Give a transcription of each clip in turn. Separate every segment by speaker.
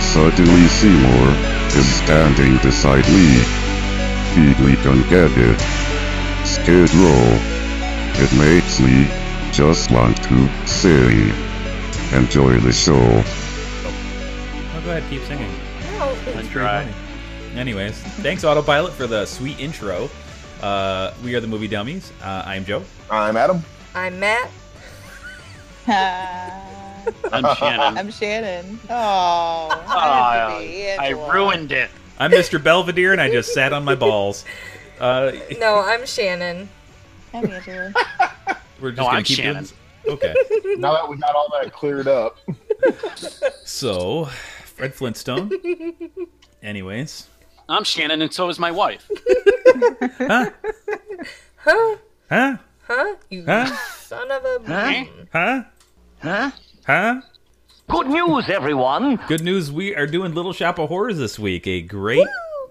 Speaker 1: Suddenly Seymour is standing beside me. Feebly don't get it. Scared roll. It makes me just want to sing. Enjoy the show.
Speaker 2: Oh, go ahead, keep singing.
Speaker 3: Let's
Speaker 2: Pretty funny. Anyways, thanks Autopilot for the sweet intro. Uh, we are the movie dummies. Uh, I'm Joe.
Speaker 4: I'm Adam.
Speaker 3: I'm Matt.
Speaker 5: Ah,
Speaker 3: I'm Shannon.
Speaker 5: I'm Shannon. Oh, I, have to be
Speaker 3: I, I
Speaker 5: Angela.
Speaker 3: ruined it.
Speaker 2: I'm Mr. Belvedere, and I just sat on my balls. Uh,
Speaker 6: No, I'm Shannon.
Speaker 5: I'm Angela.
Speaker 2: we're just
Speaker 3: No,
Speaker 2: gonna
Speaker 3: I'm
Speaker 2: keep doing
Speaker 3: Shannon.
Speaker 2: this? Okay.
Speaker 4: Now that we got all that cleared up,
Speaker 2: So, Fred Flintstone. Anyways,
Speaker 3: I'm Shannon, and so is my wife.
Speaker 2: huh?
Speaker 6: Huh? You
Speaker 2: Huh?
Speaker 6: son of a.
Speaker 3: Huh?
Speaker 2: Huh?
Speaker 3: Huh?
Speaker 2: Huh?
Speaker 7: Good news, everyone!
Speaker 2: Good news, we are doing Little Shop of Horrors this week, a great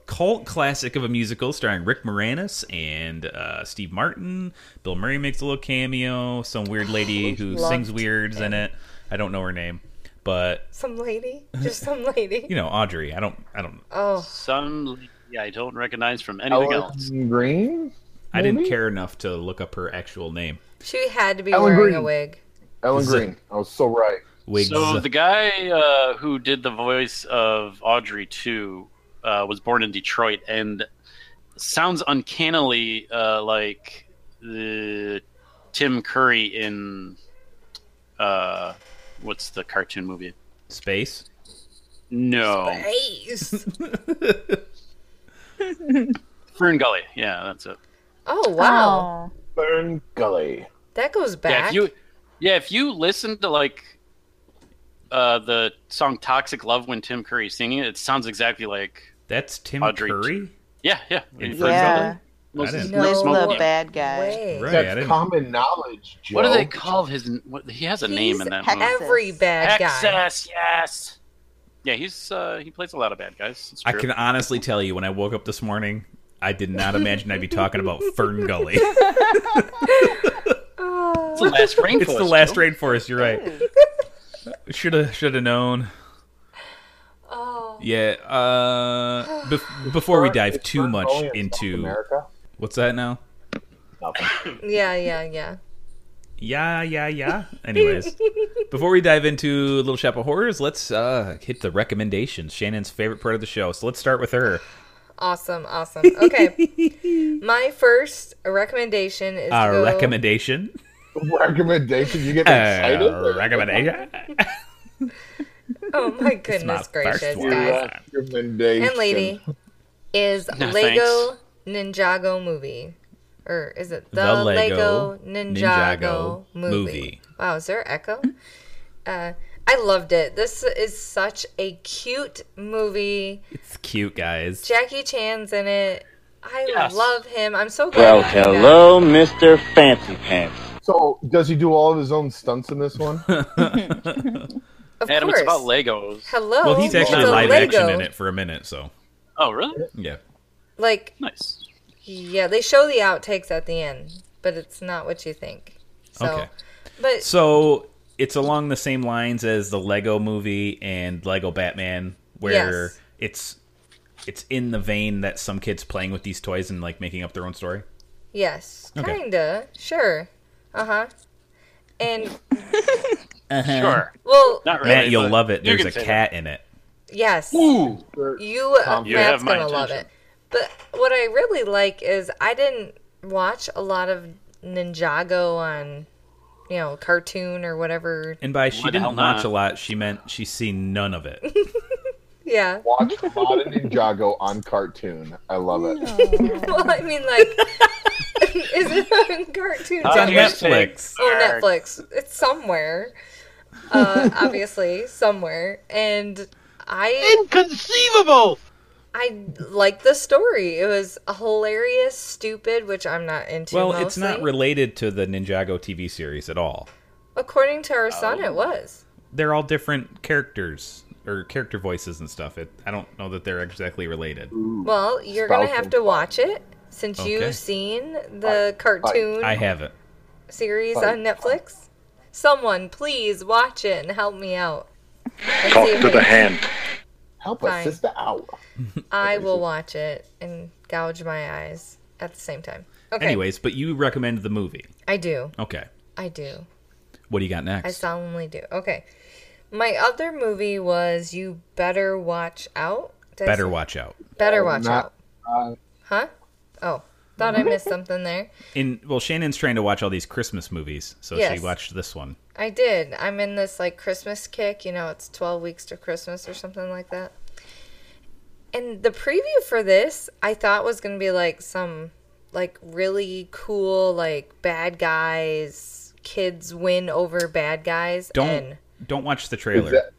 Speaker 2: cult classic of a musical starring Rick Moranis and uh, Steve Martin. Bill Murray makes a little cameo, some weird lady who
Speaker 6: Loved
Speaker 2: sings weirds in it. I don't know her name, but
Speaker 6: Some lady. Just some lady.
Speaker 2: you know, Audrey. I don't I don't
Speaker 6: Oh.
Speaker 3: Some lady I don't recognize from anything else.
Speaker 4: Ellen Green.
Speaker 2: I didn't
Speaker 4: Maybe?
Speaker 2: care enough to look up her actual name.
Speaker 6: She had to be
Speaker 4: Ellen
Speaker 6: wearing a
Speaker 4: Green.
Speaker 6: wig.
Speaker 4: Ellen
Speaker 2: This is a-
Speaker 4: Green. I was so right.
Speaker 2: Wigs.
Speaker 3: So the guy uh, who did the voice of Audrey too uh, was born in Detroit and sounds uncannily uh, like the Tim Curry in uh, what's the cartoon movie?
Speaker 2: Space.
Speaker 3: No,
Speaker 6: Ace.
Speaker 3: Fern Gully. Yeah, that's it.
Speaker 6: Oh, wow.
Speaker 4: Burn Gully.
Speaker 6: That goes
Speaker 3: Yeah,
Speaker 6: back.
Speaker 3: if you yeah, if you listen to like uh, the song "Toxic Love" when Tim Curry's singing it, it sounds exactly like
Speaker 2: That's Tim
Speaker 3: Audrey.
Speaker 2: Curry.
Speaker 3: yeah, yeah.
Speaker 2: In
Speaker 3: Fern
Speaker 5: Yeah,
Speaker 3: Gully. Most-
Speaker 2: I didn't-
Speaker 6: No
Speaker 5: Liz the
Speaker 3: Smoking.
Speaker 5: bad guy.
Speaker 6: Way.
Speaker 2: Right. I
Speaker 4: That's
Speaker 2: didn't-
Speaker 4: common knowledge, Joe.
Speaker 3: What do they call his? What, he has a name
Speaker 6: He's
Speaker 3: in that
Speaker 5: Hex-
Speaker 3: movie.
Speaker 6: Every bad guy.
Speaker 3: Excess, yes. Yeah, he's uh, he plays a lot of bad guys. It's
Speaker 2: I
Speaker 3: true.
Speaker 2: can honestly tell you when I woke up this morning, I did not imagine I'd be talking about Fern Gully.
Speaker 3: It's the last rainforest.
Speaker 2: It's the last
Speaker 3: Joe.
Speaker 2: rainforest. You're right.
Speaker 6: Mm.
Speaker 2: Should have should have known.
Speaker 6: Oh.
Speaker 2: Yeah. Uh, bef- before we
Speaker 4: Burn-
Speaker 2: dive
Speaker 4: is
Speaker 2: too
Speaker 4: Burn
Speaker 2: much
Speaker 4: Gully in South
Speaker 2: into
Speaker 4: America.
Speaker 2: what's that now?
Speaker 4: Nothing.
Speaker 6: Yeah, yeah, yeah.
Speaker 2: Yeah, yeah, yeah. Anyways, before we dive into Little Shop of Horrors, let's uh, hit the recommendations. Shannon's favorite part of the show. So let's start with her.
Speaker 6: Awesome, awesome. Okay. My first recommendation is.
Speaker 2: A
Speaker 6: to go-
Speaker 2: recommendation.
Speaker 4: Recommendation. You get excited.
Speaker 2: A recommendation.
Speaker 6: Oh, my
Speaker 2: my
Speaker 6: goodness
Speaker 2: first
Speaker 6: gracious,
Speaker 2: one.
Speaker 6: guys.
Speaker 4: Recommendation.
Speaker 6: and lady is
Speaker 3: No,
Speaker 6: Lego Ninjago movie. Or is it the,
Speaker 2: The Lego
Speaker 6: Lego, Ninjago,
Speaker 2: Ninjago
Speaker 6: movie.
Speaker 2: movie.
Speaker 6: Wow, is there echo? Uh, I loved it. This is such a cute movie.
Speaker 2: It's cute, guys.
Speaker 6: Jackie Chan's in it. I
Speaker 3: Yes.
Speaker 6: love him. I'm so glad. he came back.
Speaker 7: Mr. Fancy Pants.
Speaker 4: So, does he do all of his own stunts in this one?
Speaker 6: Of
Speaker 3: Adam,
Speaker 6: course.
Speaker 3: it's about Legos.
Speaker 6: Hello.
Speaker 2: Well, he's actually
Speaker 6: it's a
Speaker 2: live
Speaker 6: Lego.
Speaker 2: action in it for a minute, so
Speaker 3: Oh, really?
Speaker 2: yeah.
Speaker 6: Like,
Speaker 3: Nice.
Speaker 6: yeah, they show the outtakes at the end, but it's not what you think. So,
Speaker 2: Okay.
Speaker 6: but
Speaker 2: So it's along the same lines as the Lego movie and Lego Batman, where
Speaker 6: Yes.
Speaker 2: it's it's in the vein that some kids playing with these toys and like making up their own story.
Speaker 6: Yes,
Speaker 2: Okay.
Speaker 6: kinda, sure, uh huh. And
Speaker 3: Sure.
Speaker 6: well,
Speaker 3: Not really.
Speaker 2: Matt, you'll
Speaker 3: but
Speaker 2: love it.
Speaker 3: you
Speaker 2: There's
Speaker 3: can
Speaker 2: a
Speaker 3: say
Speaker 2: cat in it.
Speaker 6: yes,
Speaker 3: Ooh.
Speaker 6: you, uh,
Speaker 3: You
Speaker 6: Matt's
Speaker 3: have my
Speaker 6: gonna love it.
Speaker 3: attention.
Speaker 6: But what I really like is I didn't watch a lot of Ninjago on, you know, cartoon or whatever.
Speaker 2: And by she
Speaker 3: Why the hell
Speaker 2: didn't watch
Speaker 3: not?
Speaker 2: a lot, she meant she's seen none of it.
Speaker 6: Yeah.
Speaker 4: Watch Modern Ninjago on cartoon. I love it.
Speaker 6: well, I mean, like, is it on cartoon?
Speaker 3: Uh,
Speaker 4: It's on Netflix.
Speaker 6: Oh, Netflix. It's somewhere. Uh, obviously, somewhere. And I. Inconceivable! I liked the story. It was hilarious, stupid, which I'm not into.
Speaker 2: Well, it's
Speaker 6: mostly.
Speaker 2: not related to the Ninjago TV series at all.
Speaker 6: According to our son,
Speaker 2: Oh.
Speaker 6: it was.
Speaker 2: They're all different characters or character voices and stuff. It, I don't know that they're exactly related.
Speaker 6: Well, you're going to have to watch it since
Speaker 2: Okay.
Speaker 6: you've seen the cartoon
Speaker 2: I haven't.
Speaker 6: series
Speaker 2: Fine.
Speaker 6: on Netflix. Someone, please watch it and help me out. And see
Speaker 8: Talk
Speaker 6: if
Speaker 8: to the
Speaker 6: it's-
Speaker 8: hand.
Speaker 4: Help
Speaker 6: Fine.
Speaker 4: us, sister out.
Speaker 6: I will watch it and gouge my eyes at the same time. Okay.
Speaker 2: Anyways, but you recommend the movie.
Speaker 6: I do.
Speaker 2: Okay.
Speaker 6: I do.
Speaker 2: What do you got
Speaker 6: I
Speaker 2: next?
Speaker 6: solemnly do. Okay. My other movie was You Better Watch Out. Did I
Speaker 2: Better
Speaker 6: say-
Speaker 2: watch out.
Speaker 6: Better Watch
Speaker 2: Not-
Speaker 6: Out. Huh? Oh, thought I missed something there.
Speaker 2: In well, Shannon's trying to watch all these Christmas movies, so
Speaker 6: Yes.
Speaker 2: she watched this one.
Speaker 6: I did. I'm in this like Christmas kick, you know, it's 12 weeks to Christmas or something like that. And the preview for this, I thought was going to be like some like really cool like bad guys, kids win over bad guys
Speaker 2: Don't
Speaker 6: and
Speaker 2: don't watch the trailer.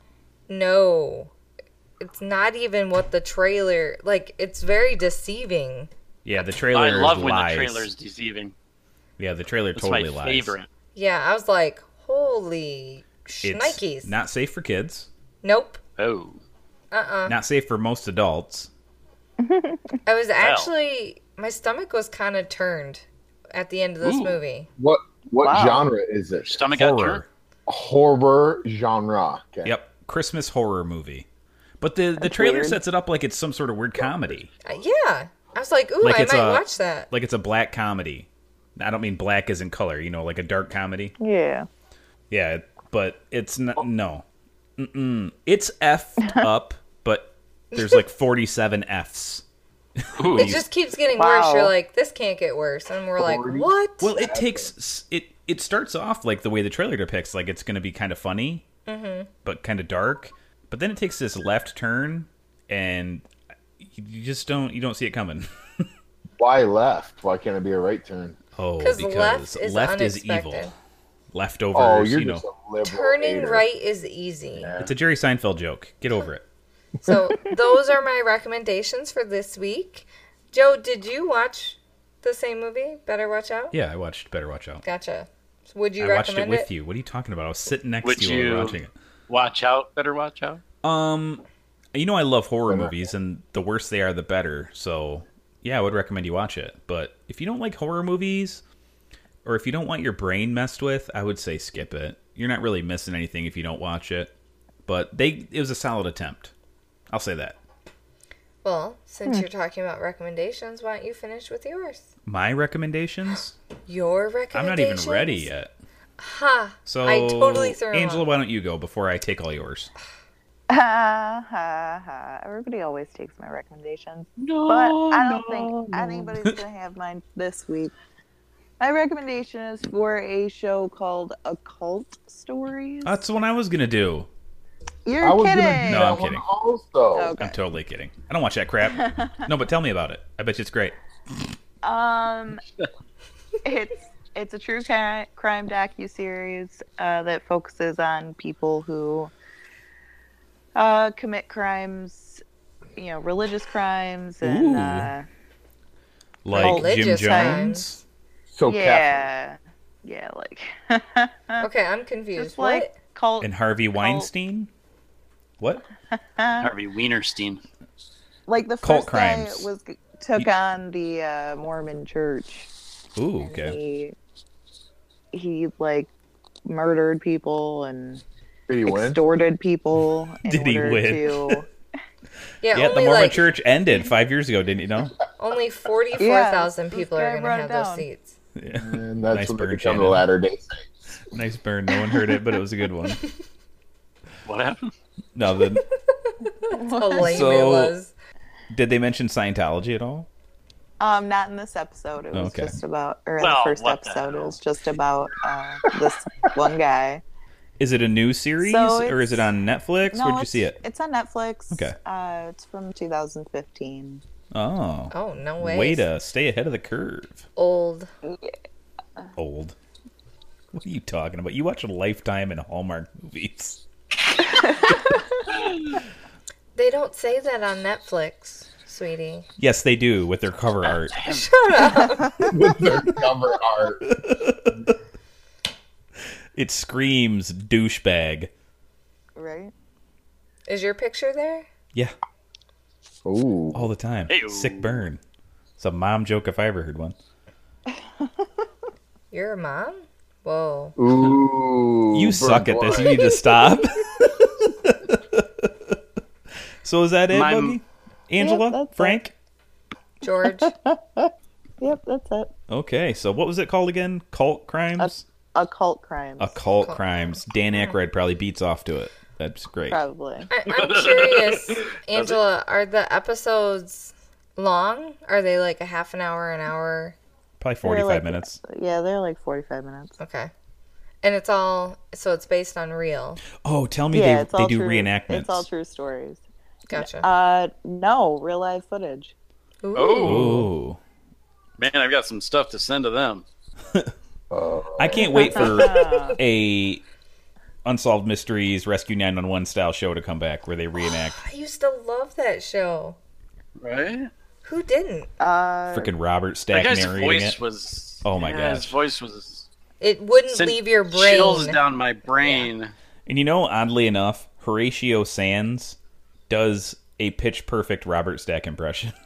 Speaker 6: no. It's not even what the trailer like it's very deceiving.
Speaker 2: yeah, the trailer.
Speaker 3: I love when
Speaker 2: lies.
Speaker 3: the trailer's deceiving.
Speaker 2: Yeah, the trailer
Speaker 3: That's
Speaker 2: totally
Speaker 3: my
Speaker 2: lies.
Speaker 3: favorite.
Speaker 6: Yeah, I was like, "Holy
Speaker 2: It's
Speaker 6: shnikes."
Speaker 2: not safe for kids.
Speaker 6: nope.
Speaker 2: Oh.
Speaker 6: Uh-uh.
Speaker 2: Not safe for most adults.
Speaker 6: I was
Speaker 2: Wow.
Speaker 6: actually my stomach was kind of turned at the end of this
Speaker 4: Ooh.
Speaker 6: movie.
Speaker 4: What what
Speaker 6: Wow.
Speaker 4: genre is it?
Speaker 3: Stomach
Speaker 2: horror.
Speaker 4: Horror genre. Okay.
Speaker 2: Yep, Christmas horror movie. But the the trailer
Speaker 6: weird.
Speaker 2: sets it up like it's some sort of weird comedy.
Speaker 6: Uh, yeah, I was like, "Ooh,
Speaker 2: like
Speaker 6: I
Speaker 2: it's
Speaker 6: might
Speaker 2: a,
Speaker 6: watch that."
Speaker 2: Like it's a black comedy. I don't mean black as in color, you know, like a dark comedy.
Speaker 5: Yeah.
Speaker 2: Yeah, but it's not. No, Mm-mm. it's effed up, but there's like 47 Fs.
Speaker 6: It just keeps getting worse. You're like, "This can't get worse," and we're like, "What?"
Speaker 2: Well, it takes s- it. It starts off like the way the trailer depicts, like it's going to be kind of funny,
Speaker 6: Mhm.
Speaker 2: but kind of dark. But then it takes this left turn, and you- you just don't you don't see it coming.
Speaker 4: Why left? Why can't it be a right turn?
Speaker 2: Oh,
Speaker 6: 'Cause left is unexpected.
Speaker 2: evil. Leftovers,
Speaker 4: Oh, you're
Speaker 2: you know.
Speaker 4: just a liberal.
Speaker 6: Turning
Speaker 4: hater.
Speaker 6: right is easy.
Speaker 2: It's a Jerry Seinfeld joke. Get over it.
Speaker 6: So those are my recommendations for this week. Joe, did you watch the same movie? Better watch out.
Speaker 2: Yeah, I watched Better Watch Out.
Speaker 6: Gotcha. Would you
Speaker 2: I watched it
Speaker 6: recommend
Speaker 2: with you. What are you talking about? I was sitting next
Speaker 3: Would
Speaker 2: to you, while we were
Speaker 3: you-
Speaker 2: watching it.
Speaker 3: Watch out. Better watch out.
Speaker 2: Um, you know I love horror movies, and the worse they are, the better. So yeah, I would recommend you watch it. But if you don't like horror movies, or if you don't want your brain messed with, I would say skip it. You're not really missing anything if you don't watch it. But they it was a solid attempt. I'll say that.
Speaker 6: Well, since
Speaker 2: Hmm.
Speaker 6: you're talking about recommendations, why don't you finish with yours?
Speaker 2: My recommendations?
Speaker 6: Your
Speaker 2: I'm not
Speaker 6: recommendations.
Speaker 2: even ready yet.
Speaker 5: Ha.
Speaker 2: So
Speaker 6: I totally threw 'em
Speaker 2: Angela,
Speaker 6: off.
Speaker 2: why don't you go before I take all yours?
Speaker 5: Ha ha ha. Everybody always takes my recommendations. but I don't think anybody's going to have mine this week. My recommendation is for a show called Occult Stories.
Speaker 2: That's the one I was gonna do.
Speaker 5: You're kidding.
Speaker 2: No, I'm kidding.
Speaker 4: Also,
Speaker 2: I'm totally kidding. I don't watch that crap. no, but tell me about it. I bet you it's great.
Speaker 5: Um, it's it's a true cri- crime docu series uh, that focuses on people who uh, commit crimes, you know, religious crimes and
Speaker 2: Ooh.
Speaker 5: uh,
Speaker 2: Like Jim
Speaker 6: Religious
Speaker 2: Jones. So
Speaker 5: yeah, yeah, like
Speaker 6: okay, I'm confused.
Speaker 5: Just like cult
Speaker 2: And Harvey Weinstein. What?
Speaker 3: Harvey Wienerstein.
Speaker 5: like the
Speaker 2: Cult
Speaker 5: first guy
Speaker 2: crimes.
Speaker 5: was took on the uh, Mormon Church.
Speaker 2: Ooh, okay.
Speaker 5: He he like murdered people and
Speaker 4: Did he win?
Speaker 5: extorted people. In
Speaker 2: Did he
Speaker 5: order
Speaker 2: win?
Speaker 5: To...
Speaker 6: Yeah,
Speaker 2: Yeah, the
Speaker 6: only
Speaker 2: Mormon
Speaker 6: like
Speaker 2: Church ended five years ago, didn't you know?
Speaker 6: only forty-four thousand people are going to have those seats.
Speaker 2: Yeah.
Speaker 4: And that's
Speaker 2: nice
Speaker 4: when they
Speaker 2: burn,
Speaker 4: become the
Speaker 2: Shannon.
Speaker 4: Latter Day
Speaker 2: Nice burn. No one heard it, but it was a good one.
Speaker 3: What happened?
Speaker 2: No, the
Speaker 6: That's how lame it
Speaker 2: so
Speaker 6: was.
Speaker 2: did they mention Scientology at all?
Speaker 5: Um, not in this episode. It was
Speaker 2: Okay.
Speaker 5: just about, or in
Speaker 2: Well,
Speaker 5: the first
Speaker 2: what the
Speaker 5: episode, it was just about uh, this one guy
Speaker 2: Is it a new series
Speaker 5: So
Speaker 2: or is it on Netflix?
Speaker 5: No,
Speaker 2: Where'd you
Speaker 5: it's-
Speaker 2: see it?
Speaker 5: It's on Netflix.
Speaker 2: Okay.
Speaker 5: Uh, it's from 2015.
Speaker 2: Oh.
Speaker 5: Oh, no
Speaker 2: Way
Speaker 5: ways.
Speaker 2: to stay ahead of the curve.
Speaker 6: Old.
Speaker 2: Old. What are you talking about? You watch Lifetime and Hallmark movies.
Speaker 6: They don't say that on Netflix, sweetie.
Speaker 2: Yes, they do with their cover art.
Speaker 6: Shut up.
Speaker 4: with their cover art.
Speaker 2: It screams douchebag.
Speaker 5: Right?
Speaker 6: Is your picture there?
Speaker 2: Yeah.
Speaker 4: Ooh.
Speaker 2: All the time.
Speaker 6: Heyo.
Speaker 2: Sick burn. It's a mom joke if I ever heard one.
Speaker 6: You're a mom? Whoa.
Speaker 4: Ooh.
Speaker 2: you suck at this. You need to stop. so is that it,
Speaker 3: My-
Speaker 2: Buggy? Angela?
Speaker 5: Yep, that's it.
Speaker 2: Frank?
Speaker 6: George.
Speaker 5: yep, that's it.
Speaker 2: Okay, so what was it called again? Cult crimes?
Speaker 5: Occult crimes,
Speaker 2: Occult crimes. Dan Aykroyd probably beats off to it. That's great.
Speaker 5: probably.
Speaker 6: I- I'm curious, Angela, are the episodes long? Are they like a half an hour, an hour?
Speaker 2: Probably
Speaker 5: They're
Speaker 2: 45
Speaker 5: like-
Speaker 2: minutes.
Speaker 5: Yeah, they're like 45 minutes.
Speaker 6: Okay. And it's all, so it's based on real.
Speaker 2: Oh, tell me
Speaker 5: yeah, it's
Speaker 2: they, they
Speaker 5: all
Speaker 2: do
Speaker 5: true-
Speaker 2: reenactments.
Speaker 5: It's all true stories.
Speaker 6: Gotcha.
Speaker 5: Uh, no, real life footage.
Speaker 2: Oh.
Speaker 3: Man, I've got some stuff to send to them.
Speaker 2: I can't wait for a Unsolved Mysteries Rescue 911 style show to come back where they reenact
Speaker 6: I used to love that show.
Speaker 3: Right?
Speaker 6: Who didn't?
Speaker 5: Uh,
Speaker 2: freaking Robert
Speaker 3: That
Speaker 2: Stack
Speaker 3: guy's
Speaker 2: narrating
Speaker 3: voice
Speaker 2: it.
Speaker 3: was.
Speaker 2: Oh my
Speaker 3: yeah,
Speaker 2: gosh.
Speaker 3: His voice was.
Speaker 6: it wouldn't
Speaker 3: sent
Speaker 6: leave your brain.
Speaker 3: Chills down my brain.
Speaker 2: And you know, oddly enough, Horatio Sands does a pitch perfect Robert Stack impression.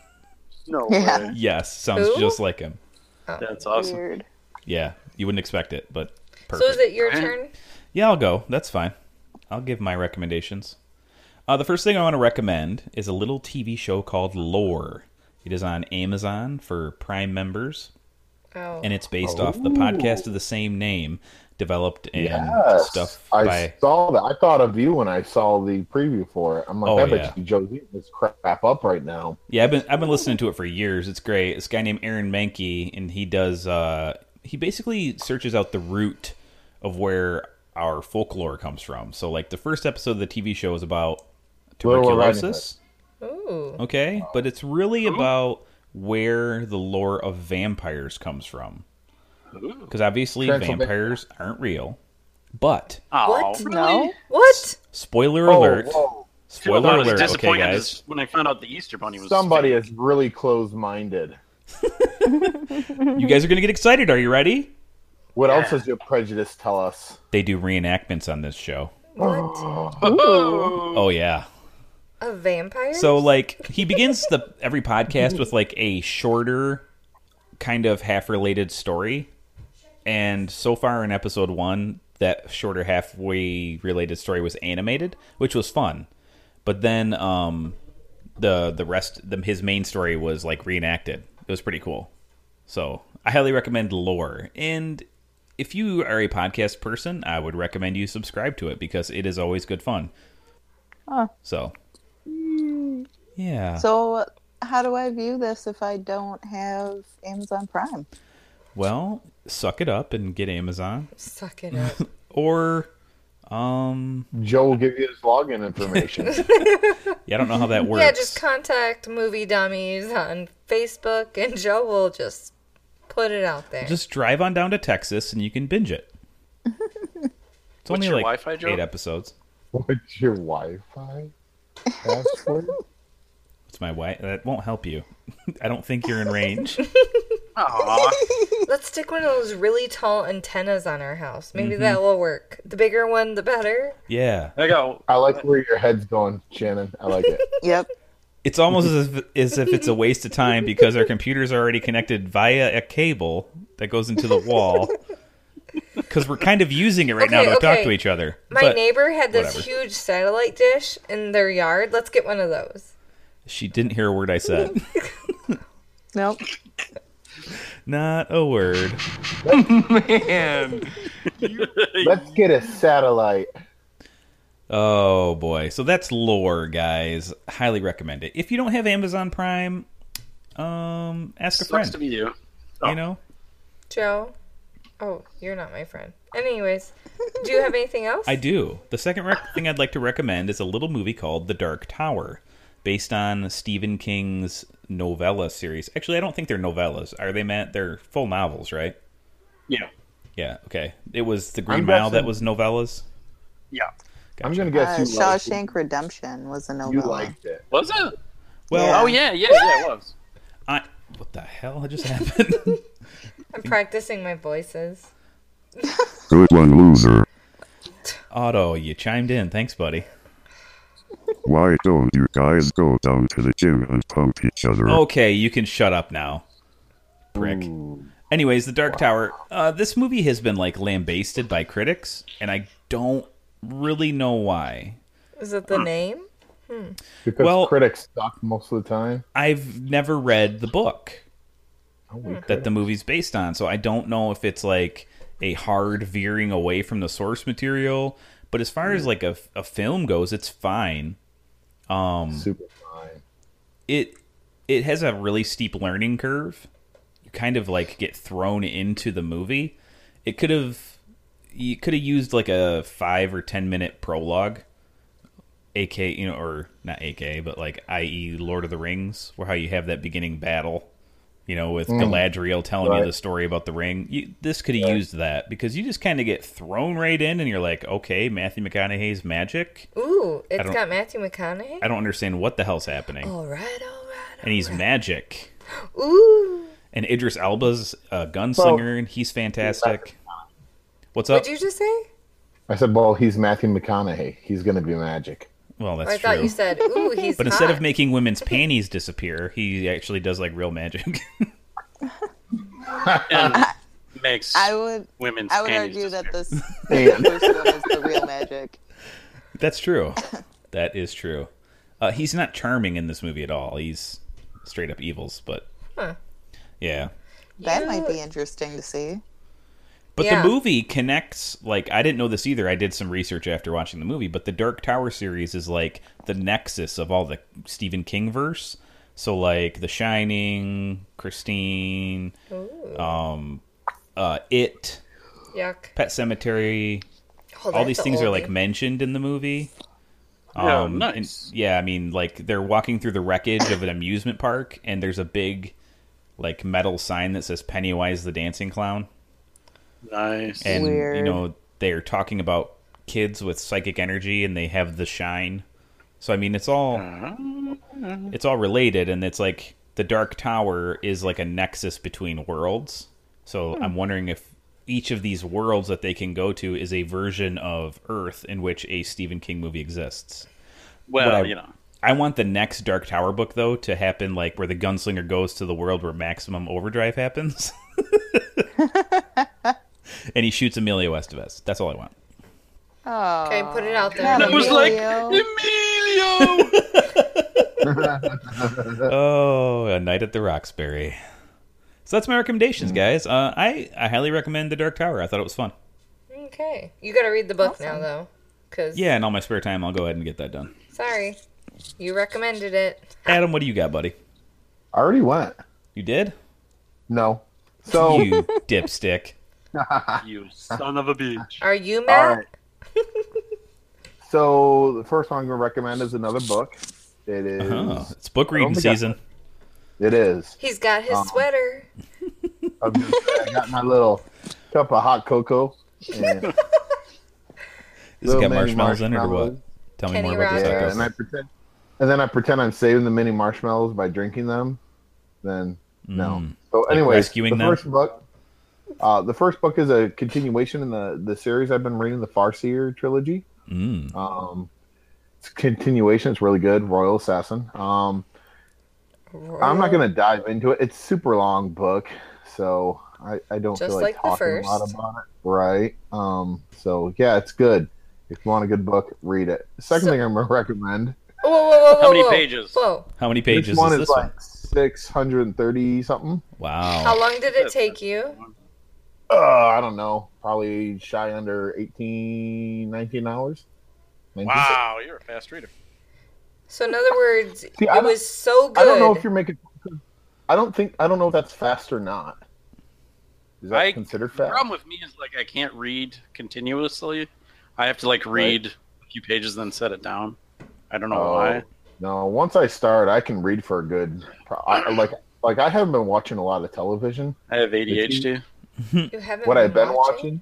Speaker 3: No
Speaker 5: Yeah.
Speaker 3: way.
Speaker 2: yes, sounds
Speaker 6: Who?
Speaker 2: just like him.
Speaker 3: That's awesome.
Speaker 5: Weird.
Speaker 2: Yeah, you wouldn't expect it, but perfect.
Speaker 6: So is it your
Speaker 3: Right.
Speaker 6: turn?
Speaker 2: Yeah, I'll go. That's fine. I'll give my recommendations. Uh, the first thing I want to recommend is a little TV show called Lore. It is on Amazon for Prime members,
Speaker 6: Oh.
Speaker 2: and it's based off the podcast of the same name, developed and
Speaker 4: Yes.
Speaker 2: stuff
Speaker 4: I
Speaker 2: by.
Speaker 4: saw that. I thought of you when I saw the preview for it. I'm like,
Speaker 2: Oh,
Speaker 4: I bet
Speaker 2: yeah.
Speaker 4: you Joe's eating this crap up right now.
Speaker 2: Yeah, I've been I've been listening to it for years. It's great. This guy named Aaron Mankey, and he does uh, he basically searches out the root of where our folklore comes from. So, like the first episode of the TV show is about
Speaker 4: Little Red Riding
Speaker 2: tuberculosis.
Speaker 6: Ooh.
Speaker 2: Okay, but it's really about where the lore of vampires comes from. Because obviously
Speaker 4: Transylvania.
Speaker 2: vampires aren't real. But
Speaker 3: Oh,
Speaker 6: What?
Speaker 3: really?
Speaker 5: No?
Speaker 6: What?
Speaker 2: spoiler
Speaker 4: Oh,
Speaker 2: alert!
Speaker 4: whoa.
Speaker 3: Dude, I
Speaker 2: Spoiler
Speaker 3: was
Speaker 2: alert! Okay,
Speaker 3: disappointed
Speaker 2: guys.
Speaker 3: when I found out the Easter Bunny was.
Speaker 4: Somebody
Speaker 3: fake.
Speaker 4: is really closed-minded.
Speaker 2: You guys are gonna get excited. Are you ready?
Speaker 4: What else does your prejudice tell us?
Speaker 2: They do reenactments on this show.
Speaker 6: What?
Speaker 2: Oh yeah.
Speaker 6: A vampire?
Speaker 2: So like he begins the every podcast with like a shorter kind of half related story. And so far in episode 1, that shorter halfway related story was animated, which was fun. But then um the the rest the, his main story was like reenacted. It was pretty cool. So, I highly recommend Lore. And if you are a podcast person, I would recommend you subscribe to it because it is always good fun. So, yeah.
Speaker 5: So, how do I view this if I don't have Amazon Prime?
Speaker 2: Well, suck it up and get Amazon,
Speaker 6: Suck it up.
Speaker 2: or um,
Speaker 4: Joe will give you his login information.
Speaker 2: yeah, I don't know how that works.
Speaker 6: Yeah, just contact Movie Dummies on Facebook, and Joe will just put it out there.
Speaker 2: Just drive on down to Texas and you can binge it. It's only
Speaker 3: your
Speaker 2: like
Speaker 3: Wi-Fi, Joe?
Speaker 2: eight episodes.
Speaker 4: What's your Wi-Fi password?
Speaker 2: It's my wife. That won't help you. I don't think you're in range.
Speaker 3: Aw.
Speaker 6: Let's stick one of those really tall antennas on our house. Maybe
Speaker 2: Mm-hmm.
Speaker 6: that will work. The bigger one, the better.
Speaker 2: yeah,
Speaker 3: I go.
Speaker 4: I like where your head's going, Shannon. I like it.
Speaker 5: Yep.
Speaker 2: it's almost as if, as if it's a waste of time because our computers are already connected via a cable that goes into the wall. Because we're kind of using it right now
Speaker 6: Okay,
Speaker 2: to talk
Speaker 6: okay.
Speaker 2: to each other.
Speaker 6: My
Speaker 2: But
Speaker 6: neighbor had this
Speaker 2: whatever.
Speaker 6: huge satellite dish in their yard. Let's get one of those.
Speaker 2: She didn't hear a word I said.
Speaker 5: Nope.
Speaker 2: Not a word.
Speaker 4: Let's get a satellite.
Speaker 2: Oh boy. So that's lore, guys. Highly recommend it. If you don't have Amazon Prime, um ask a
Speaker 3: Sucks to
Speaker 2: friend.
Speaker 3: be you.
Speaker 2: You know?
Speaker 6: Joe? Oh, you're not my friend. Anyways, do you have anything else?
Speaker 2: I do. The second rec- thing I'd like to recommend is a little movie called The Dark Tower, based on Stephen King's novella series. Actually, I don't think they're novellas. Are they, Matt? They're full novels, right?
Speaker 3: Yeah.
Speaker 2: Yeah. Okay. It was The Green
Speaker 3: I'm
Speaker 2: Mile that
Speaker 3: guessing-
Speaker 2: was novellas.
Speaker 3: Yeah.
Speaker 2: I'm
Speaker 4: gonna
Speaker 5: Uh, Shawshank Redemption was a novella.
Speaker 4: it.
Speaker 3: Was it?
Speaker 2: Well-
Speaker 3: oh yeah, yeah, yeah, it was.
Speaker 2: I what the hell just happened?
Speaker 6: I'm
Speaker 2: Mm.
Speaker 6: practicing my voices.
Speaker 1: Good one, loser.
Speaker 2: Otto, you chimed in. Thanks, buddy.
Speaker 1: Why don't you guys go down to the gym and pump each other?
Speaker 2: Okay, you can shut up now, prick. Anyways, The Dark Tower. Uh, this movie has been like lambasted by critics, and I don't really know why.
Speaker 6: Is it the name? Hmm.
Speaker 4: Because
Speaker 2: Well-
Speaker 4: critics suck most of the time.
Speaker 2: I've never read the book
Speaker 4: we
Speaker 2: that the movie's based on, so I don't know if it's like a hard veering away from the source material. But as far
Speaker 4: Hmm.
Speaker 2: as like a, a film goes, it's fine. Um,
Speaker 4: Super fine.
Speaker 2: It it has a really steep learning curve. You kind of like get thrown into the movie. It could have you could have used like a five or ten minute prologue AK, you know, or not AK, but like i.e. Lord of the Rings, where how you have that beginning battle, you know, with
Speaker 3: Mm.
Speaker 2: Galadriel telling you
Speaker 3: Right.
Speaker 2: the story about the ring. You, this could have
Speaker 3: Right.
Speaker 2: used that because you just kind of get thrown right in, and you're like, okay, Matthew McConaughey's magic.
Speaker 6: Ooh,
Speaker 2: I
Speaker 6: it's
Speaker 2: don't-
Speaker 6: got Matthew McConaughey.
Speaker 2: I don't understand what the hell's happening,
Speaker 6: All right.
Speaker 2: and he's magic.
Speaker 6: Ooh.
Speaker 2: And Idris Elba's a gunslinger, and he's fantastic. What's up?
Speaker 6: What'd you just say?
Speaker 4: I said, well, he's Matthew McConaughey. He's going to be magic.
Speaker 2: Well, that's
Speaker 6: I thought
Speaker 2: true.
Speaker 6: you said, "Ooh, he's
Speaker 2: but instead
Speaker 6: hot."
Speaker 2: of making women's panties disappear, he actually does like real magic.
Speaker 3: And makes
Speaker 5: I would.
Speaker 3: women's
Speaker 5: I would
Speaker 3: panties
Speaker 5: argue that this
Speaker 2: Man.
Speaker 5: first one is the real magic.
Speaker 2: That's true. that is true. Uh, he's not charming in this movie at all. He's straight up evils, but
Speaker 6: Huh.
Speaker 2: yeah.
Speaker 5: That might be interesting to see.
Speaker 2: But
Speaker 5: Yeah.
Speaker 2: the movie connects like I didn't know this either. I did some research after watching the movie, but the Dark Tower series is like the nexus of all the Stephen King verse. So like The Shining, Christine,
Speaker 6: Ooh.
Speaker 2: um uh It,
Speaker 6: Yuck.
Speaker 2: Pet Cemetery.
Speaker 6: Oh,
Speaker 2: all
Speaker 6: that's
Speaker 2: these
Speaker 6: an
Speaker 2: things are like
Speaker 6: oldie.
Speaker 2: mentioned in the movie.
Speaker 3: Oh,
Speaker 2: and- yeah, I mean, like they're walking through the wreckage of an amusement park, and there's a big, like, metal sign that says Pennywise the Dancing Clown,
Speaker 3: Nice.
Speaker 2: and you know they're talking about kids with psychic energy, and they have the shine. So I mean, it's all it's all related, and it's like the Dark Tower is like a nexus between worlds. So I'm wondering if each of these worlds that they can go to is a version of Earth in which a Stephen King movie exists.
Speaker 3: Well,
Speaker 2: What I-
Speaker 3: you know.
Speaker 2: I want the next Dark Tower book though to happen like where the gunslinger goes to the world where Maximum Overdrive happens, and he shoots Emilio Estevez. That's all I want.
Speaker 5: Oh.
Speaker 6: Okay, put it out there.
Speaker 5: Not
Speaker 6: That was
Speaker 5: Emilio.
Speaker 4: Uh,
Speaker 2: oh, a night at the Roxbury. So that's my recommendations,
Speaker 4: Mm-hmm.
Speaker 2: guys. Uh, I I highly recommend the Dark Tower. I thought it was fun.
Speaker 6: Okay, you gotta read the book now though, because
Speaker 2: Yeah, and all my spare time, I'll go ahead and get that done.
Speaker 6: sorry, you recommended it.
Speaker 2: Adam, what do you got, buddy?
Speaker 4: I already went.
Speaker 2: You did?
Speaker 4: No. So-
Speaker 2: you dipstick.
Speaker 4: Ah.
Speaker 3: you son of a bitch.
Speaker 6: Are you Matt?
Speaker 4: So the first one I'm going to recommend is another book. It Oh is-
Speaker 2: Uh-huh. It's
Speaker 4: I
Speaker 2: book
Speaker 4: don't
Speaker 2: reading
Speaker 4: think I-
Speaker 2: season.
Speaker 4: it is.
Speaker 6: He's got his
Speaker 4: Um,
Speaker 6: sweater.
Speaker 4: I'm just, I got my little cup of hot cocoa. And
Speaker 2: Is it
Speaker 4: Little
Speaker 2: got
Speaker 4: mini
Speaker 2: marshmallows in it or what?
Speaker 4: marshmallows.
Speaker 2: Tell me
Speaker 6: Kenny
Speaker 2: more about
Speaker 6: Rogers.
Speaker 2: this.
Speaker 4: Yeah,
Speaker 2: Echo.
Speaker 4: and I pretend, and then I pretend I'm saving the mini marshmallows by drinking them. Then no.
Speaker 2: Mm.
Speaker 4: So,
Speaker 2: Like
Speaker 4: anyway,
Speaker 2: rescuing
Speaker 4: the
Speaker 2: them?
Speaker 4: first book. Uh, the first book is a continuation in the the series I've been reading, the Farseer trilogy.
Speaker 2: Mm.
Speaker 4: Um, it's a continuation. It's really good. Royal Assassin. Um, I'm not going to dive into it. It's a super long book, so I, I don't
Speaker 6: Just
Speaker 4: feel
Speaker 6: like
Speaker 4: like,
Speaker 6: the
Speaker 4: talking a lot
Speaker 6: first.
Speaker 4: about it. Right. Um, so yeah, it's good. If you want a good book, read it. Second thing I'm going to recommend.
Speaker 6: Whoa, whoa, whoa, whoa!
Speaker 4: How many
Speaker 6: whoa.
Speaker 4: pages?
Speaker 6: Whoa!
Speaker 2: How many pages
Speaker 4: this one is,
Speaker 2: is this
Speaker 4: like
Speaker 2: one?
Speaker 4: 630 something.
Speaker 2: Wow.
Speaker 6: How long did it take you?
Speaker 4: Uh, I don't know. Probably shy under 18, 19 hours. 19.
Speaker 3: Wow, you're a fast reader.
Speaker 6: So in other words,
Speaker 4: See, I
Speaker 6: it
Speaker 4: don't-
Speaker 6: was so good.
Speaker 4: I don't know if you're making. I don't think. I don't know if that's fast or not. Is that
Speaker 3: I-
Speaker 4: considered
Speaker 3: The
Speaker 4: fat?
Speaker 3: problem with me is like I can't read continuously. I have to like read a few pages then set it down. I don't know
Speaker 4: Oh,
Speaker 3: why.
Speaker 4: No, once I start, I can read for a good. pro- I, like, like I haven't been watching a lot of television.
Speaker 3: I have ADHD.
Speaker 6: You haven't
Speaker 4: What
Speaker 6: been
Speaker 4: I've been watching,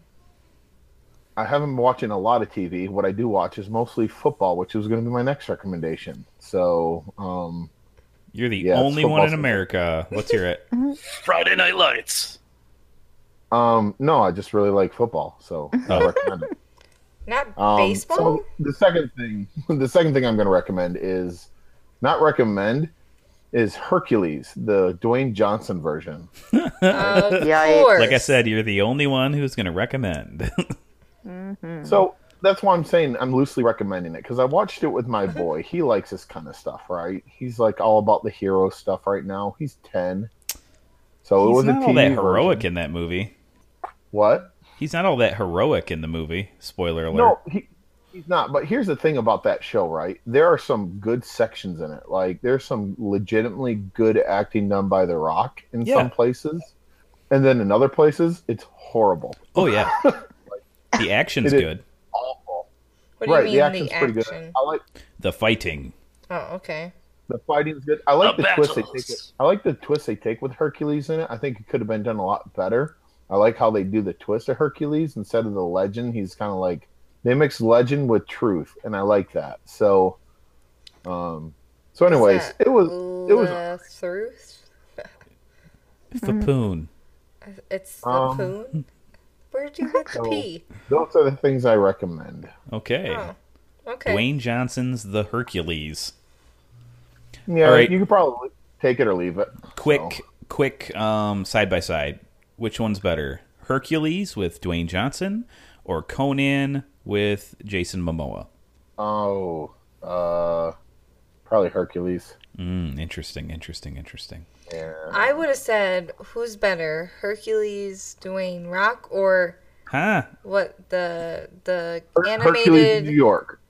Speaker 4: I haven't been watching a lot of TV. What I do watch is mostly football, which was going to be my next recommendation. So, um,
Speaker 2: You're the
Speaker 4: Yeah, it's
Speaker 2: only one in
Speaker 4: football.
Speaker 2: America. What's your it?
Speaker 3: Friday Night Lights.
Speaker 4: um, no, I just really like football, so I recommend it.
Speaker 6: Not
Speaker 4: Um,
Speaker 6: baseball?
Speaker 4: So the second thing, the second thing I'm going to recommend is not recommend is Hercules, the Dwayne Johnson version.
Speaker 6: Of
Speaker 5: Yikes.
Speaker 6: course.
Speaker 2: Like I said, you're the only one who's going to recommend.
Speaker 4: So that's why I'm saying I'm loosely recommending it because I watched it with my boy. He likes this kind of stuff, right? He's like all about the hero stuff right now. He's ten, so it
Speaker 2: He's
Speaker 4: was a
Speaker 2: not all
Speaker 4: TV
Speaker 2: that heroic
Speaker 4: version.
Speaker 2: in that movie.
Speaker 4: What?
Speaker 2: He's not all that heroic in the movie. Spoiler alert.
Speaker 4: No, he, he's not. But here's the thing about that show, right? There are some good sections in it. Like there's some legitimately good acting done by The Rock in
Speaker 2: Yeah.
Speaker 4: some places, and then in other places it's horrible.
Speaker 2: Oh yeah, the action's
Speaker 4: It is.
Speaker 2: good.
Speaker 4: Awful.
Speaker 6: what do
Speaker 4: right?
Speaker 6: you
Speaker 4: the
Speaker 6: mean
Speaker 4: action's
Speaker 6: the
Speaker 4: pretty
Speaker 6: action?
Speaker 4: good. I like
Speaker 2: The fighting.
Speaker 6: Oh, okay.
Speaker 4: the fighting's good. I like
Speaker 3: The
Speaker 4: the, twist they take.
Speaker 3: battles.
Speaker 4: With, I like the twist they take with Hercules in it. I think it could have been done a lot better. I like how they do the twist of Hercules instead of the legend. He's kind of like they mix legend with truth, and I like that. So, um, so anyways,
Speaker 6: Is that
Speaker 4: it was it was
Speaker 6: Lathruth? Mm-hmm.
Speaker 2: Fapoon.
Speaker 6: It's
Speaker 4: Um,
Speaker 6: Lapoon? Where'd you get the
Speaker 4: so-
Speaker 6: P?
Speaker 4: those are the things I recommend.
Speaker 2: Okay.
Speaker 6: Oh, okay.
Speaker 2: Dwayne Johnson's The Hercules.
Speaker 4: Yeah,
Speaker 2: All right.
Speaker 4: you could probably take it or leave it.
Speaker 2: Quick,
Speaker 4: So,
Speaker 2: quick, um, side by side. Which one's better, Hercules with Dwayne Johnson or Conan with Jason Momoa?
Speaker 4: oh, uh, probably Hercules.
Speaker 2: Mm, interesting, interesting, interesting.
Speaker 4: Yeah.
Speaker 6: I would have said, who's better, Hercules, Dwayne Rock, or
Speaker 2: Huh?
Speaker 6: what the the
Speaker 4: Her- Hercules,
Speaker 6: animated
Speaker 4: New York.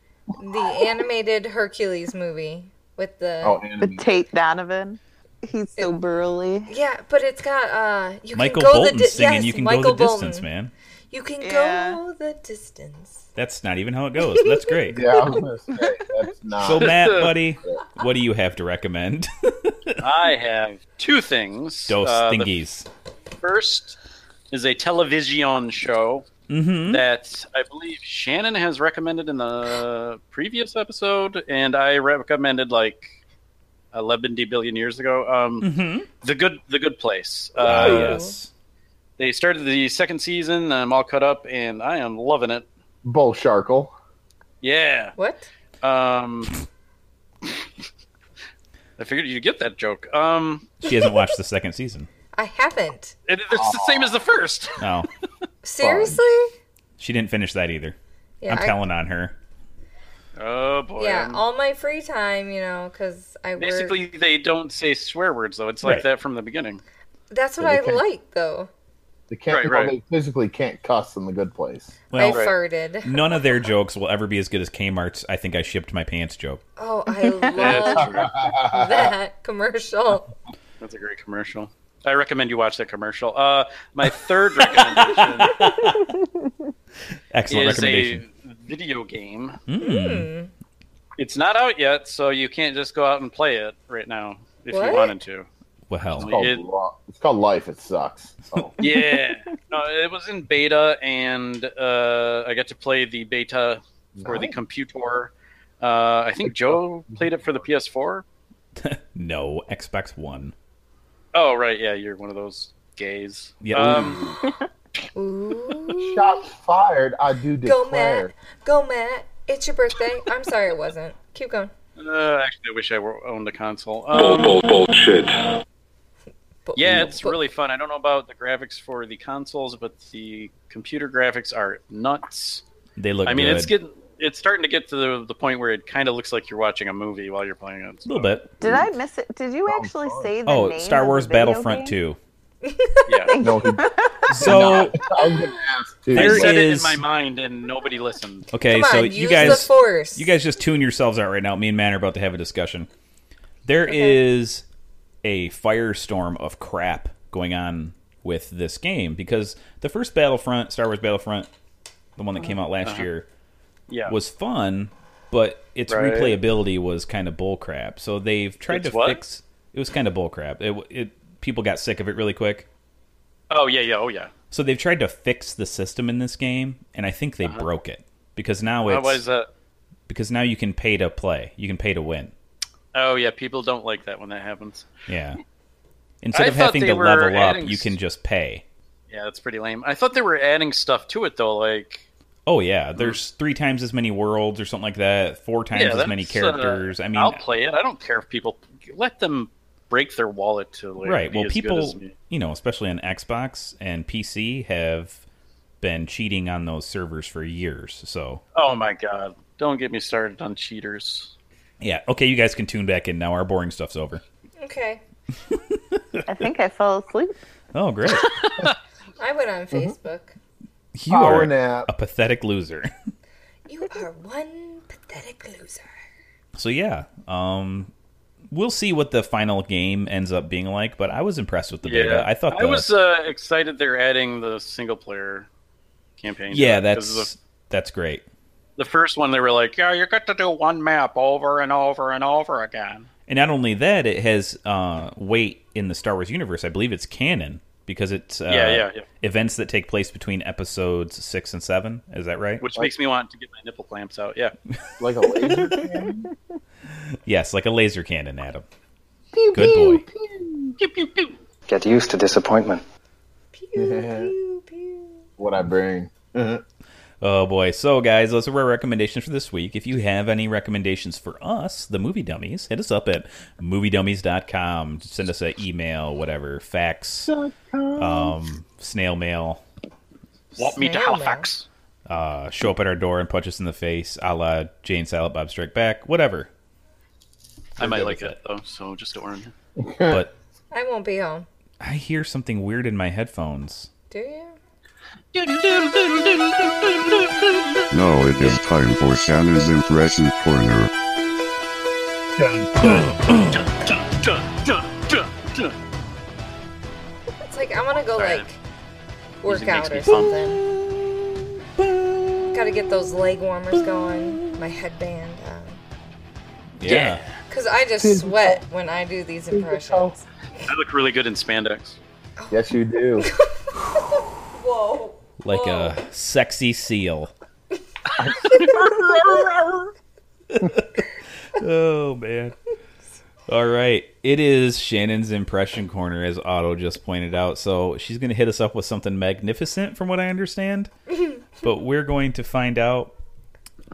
Speaker 6: the animated Hercules movie with the
Speaker 4: Oh,
Speaker 5: But
Speaker 4: animated.
Speaker 5: Tate Donovan, he's so burly.
Speaker 6: yeah, but it's got uh you
Speaker 2: Michael
Speaker 6: can go
Speaker 2: Bolton
Speaker 6: the di-
Speaker 2: singing.
Speaker 6: yes,
Speaker 2: you can
Speaker 6: Michael
Speaker 2: go the
Speaker 6: Bolton.
Speaker 2: distance, man.
Speaker 6: You can
Speaker 5: Yeah.
Speaker 6: go the distance.
Speaker 2: That's not even how it goes. That's great.
Speaker 4: yeah, I was gonna say that's not.
Speaker 2: So Matt, buddy, what do you have to recommend?
Speaker 3: I have two things.
Speaker 2: Dose
Speaker 3: Uh, the
Speaker 2: thingies.
Speaker 3: first is a television show
Speaker 2: Mm-hmm.
Speaker 3: that I believe Shannon has recommended in the previous episode, and I recommended like eleven D billion years ago. Um,
Speaker 2: Mm-hmm.
Speaker 3: The good, the good place.
Speaker 2: Ah,
Speaker 3: Uh,
Speaker 2: yes.
Speaker 3: They started the second season. I'm all cut up, and I am loving it.
Speaker 4: Bull Sharkle.
Speaker 3: Yeah.
Speaker 6: What?
Speaker 3: Um, I figured you'd get that joke. Um,
Speaker 2: She hasn't watched the second season.
Speaker 6: I haven't.
Speaker 3: it, it's the same as the first.
Speaker 2: No,
Speaker 6: Seriously?
Speaker 2: she didn't finish that either.
Speaker 6: Yeah,
Speaker 2: I'm
Speaker 6: I-
Speaker 2: telling on her.
Speaker 3: Oh boy.
Speaker 6: yeah,
Speaker 3: I'm-
Speaker 6: all my free time, you know, because I work.
Speaker 3: Basically, they don't say swear words though. It's like
Speaker 2: Right.
Speaker 3: that from the beginning.
Speaker 6: That's what
Speaker 4: They
Speaker 6: I
Speaker 4: can't-
Speaker 6: like, though.
Speaker 4: They can't.
Speaker 3: Right,
Speaker 4: well,
Speaker 3: right.
Speaker 4: They physically can't cuss in the good place.
Speaker 6: I
Speaker 2: Well,
Speaker 6: farted.
Speaker 2: none of their jokes will ever be as good as Kmart's "I think I shipped my pants" joke.
Speaker 6: Oh, I
Speaker 3: That's
Speaker 6: love
Speaker 3: true.
Speaker 6: that commercial.
Speaker 3: That's a great commercial. I recommend you watch that commercial. Uh, my third recommendation
Speaker 2: Excellent
Speaker 3: is a
Speaker 2: recommendation.
Speaker 3: video game.
Speaker 2: Mm.
Speaker 3: It's not out yet, so you can't just go out and play it right now if
Speaker 6: What?
Speaker 3: you wanted to.
Speaker 4: It's
Speaker 2: Well,
Speaker 4: called,
Speaker 3: It-
Speaker 4: Lo- it's called life. It sucks. So,
Speaker 3: Yeah, no, it was in beta, and uh, I got to play the beta for the
Speaker 4: Nice.
Speaker 3: computer. Uh, I think Joe played it for the PS4.
Speaker 2: no Xbox One.
Speaker 3: Oh right, yeah, you're one of those gays.
Speaker 2: Yeah.
Speaker 3: Um,
Speaker 6: Ooh.
Speaker 4: shots fired. I do
Speaker 6: Go,
Speaker 4: declare.
Speaker 6: Matt. Go, Matt. It's your birthday. I'm sorry it wasn't. Keep going.
Speaker 3: uh, actually, I wish I were, owned a console.
Speaker 1: Bull,
Speaker 3: Um,
Speaker 1: bull, bullshit.
Speaker 6: But-
Speaker 3: Yeah, it's
Speaker 6: but-
Speaker 3: really fun. I don't know about the graphics for the consoles, but the computer graphics are nuts.
Speaker 2: They look.
Speaker 3: I mean,
Speaker 2: good.
Speaker 3: it's getting it's starting to get to the, the point where it kind of looks like you're watching a movie while you're playing it.
Speaker 2: a little bit.
Speaker 5: Did I miss it? Did you actually say the
Speaker 2: Oh,
Speaker 5: name
Speaker 2: Star
Speaker 5: of the
Speaker 2: Wars
Speaker 5: video
Speaker 2: Battlefront
Speaker 5: game?
Speaker 2: Two.
Speaker 3: Yeah,
Speaker 4: No, he, I
Speaker 2: So
Speaker 4: was gonna ask too.
Speaker 3: I
Speaker 2: There
Speaker 3: said
Speaker 2: is-
Speaker 3: it in my mind, and nobody listened.
Speaker 2: okay,
Speaker 6: Come on,
Speaker 2: so
Speaker 6: use
Speaker 2: you
Speaker 6: the
Speaker 2: guys,
Speaker 6: force.
Speaker 2: you guys just tune yourselves out right now. Me and Matt are about to have a discussion. There is a firestorm of crap going on with this game because the first Battlefront, Star Wars Battlefront, the one that came out last
Speaker 3: Uh-huh.
Speaker 2: year,
Speaker 3: Yeah.
Speaker 2: was fun, but its
Speaker 3: Right.
Speaker 2: replayability was kind of bullcrap. So they've tried
Speaker 3: It's
Speaker 2: to
Speaker 3: what?
Speaker 2: fix. It was kind of bullcrap. It, it people got sick of it really quick.
Speaker 3: Oh yeah, yeah, oh yeah.
Speaker 2: So they've tried to fix the system in this game, and I think they broke it because now
Speaker 3: Uh-huh. Why
Speaker 2: it's
Speaker 3: was uh, that?
Speaker 2: because now you can pay to play, you can pay to win.
Speaker 3: Oh yeah, people don't like that when that happens.
Speaker 2: Yeah. Instead
Speaker 3: I
Speaker 2: of
Speaker 3: thought
Speaker 2: having
Speaker 3: they
Speaker 2: to
Speaker 3: were
Speaker 2: level up,
Speaker 3: adding
Speaker 2: you
Speaker 3: s-
Speaker 2: can just pay.
Speaker 3: Yeah, that's pretty lame. I thought they were adding stuff to it though, like
Speaker 2: Oh yeah, there's three times as many worlds or something like that, four times
Speaker 3: Mm-hmm. yeah,
Speaker 2: as
Speaker 3: that's,
Speaker 2: many
Speaker 3: uh,
Speaker 2: characters. I mean,
Speaker 3: I'll play it. I don't care if people let them break their wallet to like,
Speaker 2: right?
Speaker 3: be
Speaker 2: Well,
Speaker 3: as good as
Speaker 2: people,
Speaker 3: me.
Speaker 2: you know, especially on Xbox and PC, have been cheating on those servers for years. So
Speaker 3: Oh my god! Don't get me started on cheaters.
Speaker 2: yeah, okay, you guys can tune back in now. Our boring stuff's over.
Speaker 6: Okay.
Speaker 5: I think I fell asleep.
Speaker 2: Oh great,
Speaker 6: I went on Facebook.
Speaker 2: you
Speaker 4: Power
Speaker 2: are
Speaker 4: nap.
Speaker 2: a pathetic loser.
Speaker 6: You are one pathetic loser.
Speaker 2: So yeah, um, we'll see what the final game ends up being like. But I was impressed with the beta. I thought
Speaker 3: I
Speaker 2: the-
Speaker 3: was uh, excited they're adding the single player campaign. to
Speaker 2: yeah,
Speaker 3: it, 'cause
Speaker 2: that's that's great.
Speaker 3: the, the first one. They were like, "Yeah, you got to do one map over and over and over again."
Speaker 2: And not only that, it has uh, weight in the Star Wars universe. I believe it's canon because it's uh,
Speaker 3: Yeah, yeah, yeah.
Speaker 2: events that take place between episodes six and seven. Is that right?
Speaker 3: Which makes me want to get my nipple clamps out. Yeah.
Speaker 4: Like a laser.
Speaker 2: yes, like a laser cannon, Adam. Good boy.
Speaker 8: Get used to disappointment.
Speaker 4: what I bring.
Speaker 2: Oh boy. So guys, those are our recommendations for this week. If you have any recommendations for us, the movie dummies, hit us up at moviedummies.com. Send us an email, whatever, fax, um, snail mail,
Speaker 3: Want me to
Speaker 6: Snail mail.
Speaker 3: Halifax?
Speaker 2: uh, show up at our door and punch us in the face, a la Jane Silent Bob Strike Back, whatever.
Speaker 3: I might like that though. So just don't worry.
Speaker 2: But
Speaker 6: I won't be home.
Speaker 2: I hear something weird in my headphones.
Speaker 6: Do you?
Speaker 1: Now it is time for Santa's Impression Corner.
Speaker 6: It's like I'm gonna go
Speaker 3: Sorry,
Speaker 6: like
Speaker 3: Music
Speaker 6: work
Speaker 3: makes
Speaker 6: out
Speaker 3: me
Speaker 6: or
Speaker 3: pump.
Speaker 6: something. Gotta get those leg warmers going. My headband. Um,
Speaker 2: Yeah.
Speaker 6: Cause I just sweat when I do these impressions.
Speaker 3: I look really good in spandex.
Speaker 4: Yes, you do.
Speaker 6: Whoa.
Speaker 2: Like a sexy seal. oh man. All right. It is Shannon's impression corner as Otto just pointed out. So she's going to hit us up with something magnificent from what I understand. but we're going to find out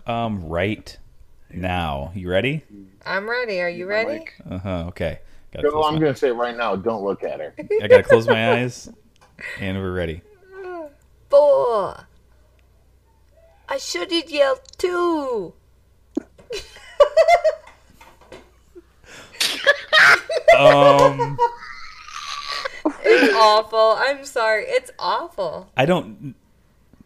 Speaker 2: um right now. You ready?
Speaker 6: I'm ready. Are you ready?
Speaker 2: Uh-huh. Okay. Got
Speaker 4: Girl, I'm going to say it right now. Don't look at her.
Speaker 2: I got to close my eyes and we're ready.
Speaker 6: Four. I should have yelled two.
Speaker 2: Um
Speaker 6: It's awful. I'm sorry. It's awful.
Speaker 2: I don't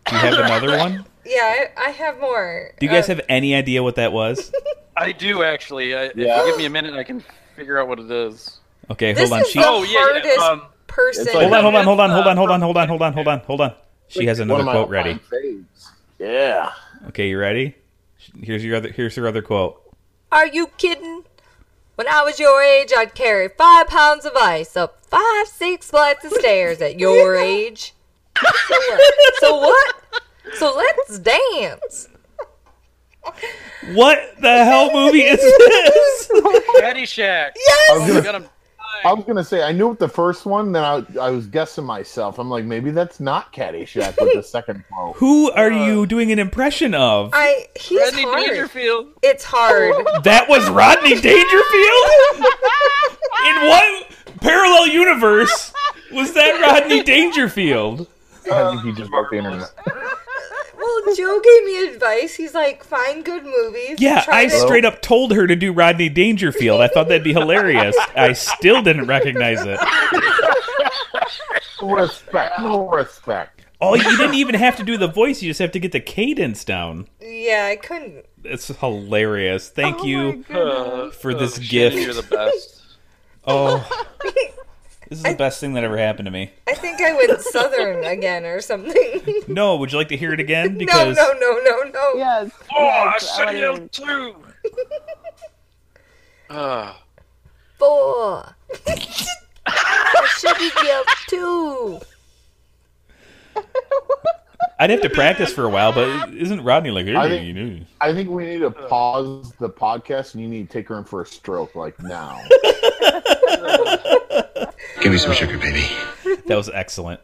Speaker 2: Do you have another one?
Speaker 6: Yeah, I, I have more.
Speaker 2: Do you guys
Speaker 6: Uh,
Speaker 2: have any idea what that was?
Speaker 3: I do actually. I, If
Speaker 4: Yeah.
Speaker 3: you give me a minute, I can figure out what it is.
Speaker 2: Okay,
Speaker 6: This
Speaker 2: hold on.
Speaker 6: is
Speaker 2: She
Speaker 6: the
Speaker 3: Oh, yeah, yeah,
Speaker 6: hardest
Speaker 3: um,
Speaker 6: person.
Speaker 4: it's like-
Speaker 2: Hold on, hold on,
Speaker 3: That's,
Speaker 2: hold on, hold
Speaker 3: uh,
Speaker 2: on, hold on, hold on, hold on, hold on, hold on. She has another
Speaker 4: One of my
Speaker 2: quote ready.
Speaker 4: all-time faves. Yeah.
Speaker 2: Okay, you ready? Here's your other. Here's her other quote.
Speaker 6: Are you kidding? When I was your age, I'd carry five pounds of ice up five, six flights of stairs at your age. So what? So what? So let's dance.
Speaker 2: What the hell movie is this?
Speaker 3: Caddyshack. Yes.
Speaker 4: I was
Speaker 3: We
Speaker 4: going to
Speaker 3: got him.
Speaker 4: I was gonna say I knew it the first one, then I, I was guessing myself. I'm like, maybe that's not Caddyshack with the second quote.
Speaker 2: Who are you doing an impression of?
Speaker 6: I he's
Speaker 3: Rodney
Speaker 6: hard.
Speaker 3: Dangerfield.
Speaker 6: It's hard.
Speaker 2: That was Rodney Dangerfield. In what parallel universe was that Rodney Dangerfield?
Speaker 4: I think he just broke the internet.
Speaker 6: well, Joe gave me advice. He's like, find good movies.
Speaker 2: Yeah,
Speaker 6: Try
Speaker 2: I
Speaker 6: to-
Speaker 2: straight up told her to do Rodney Dangerfield. I thought that'd be hilarious. I still didn't recognize it.
Speaker 4: Respect, no respect.
Speaker 2: Oh, you didn't even have to do the voice. You just have to get the cadence down.
Speaker 6: Yeah, I couldn't.
Speaker 2: It's hilarious. Thank
Speaker 6: Oh
Speaker 2: you.
Speaker 3: Uh,
Speaker 2: for this
Speaker 3: Shannon,
Speaker 2: gift.
Speaker 3: You're the best.
Speaker 2: Oh, this is the best thing that ever happened to me.
Speaker 6: I think I went southern again or something.
Speaker 2: No, would you like to hear it again?
Speaker 6: no,
Speaker 2: Because
Speaker 6: no, no, no, no.
Speaker 5: Yes.
Speaker 3: Oh, I said you too. Uh,
Speaker 6: Four. I should be guilt too.
Speaker 2: I'd have to practice for a while, but isn't Rodney like,
Speaker 4: I
Speaker 2: "Hey,
Speaker 4: think-
Speaker 2: you know,
Speaker 4: I think we need to pause the podcast and you need to take her in for a stroke like now.
Speaker 2: Give me some sugar, baby. That was excellent.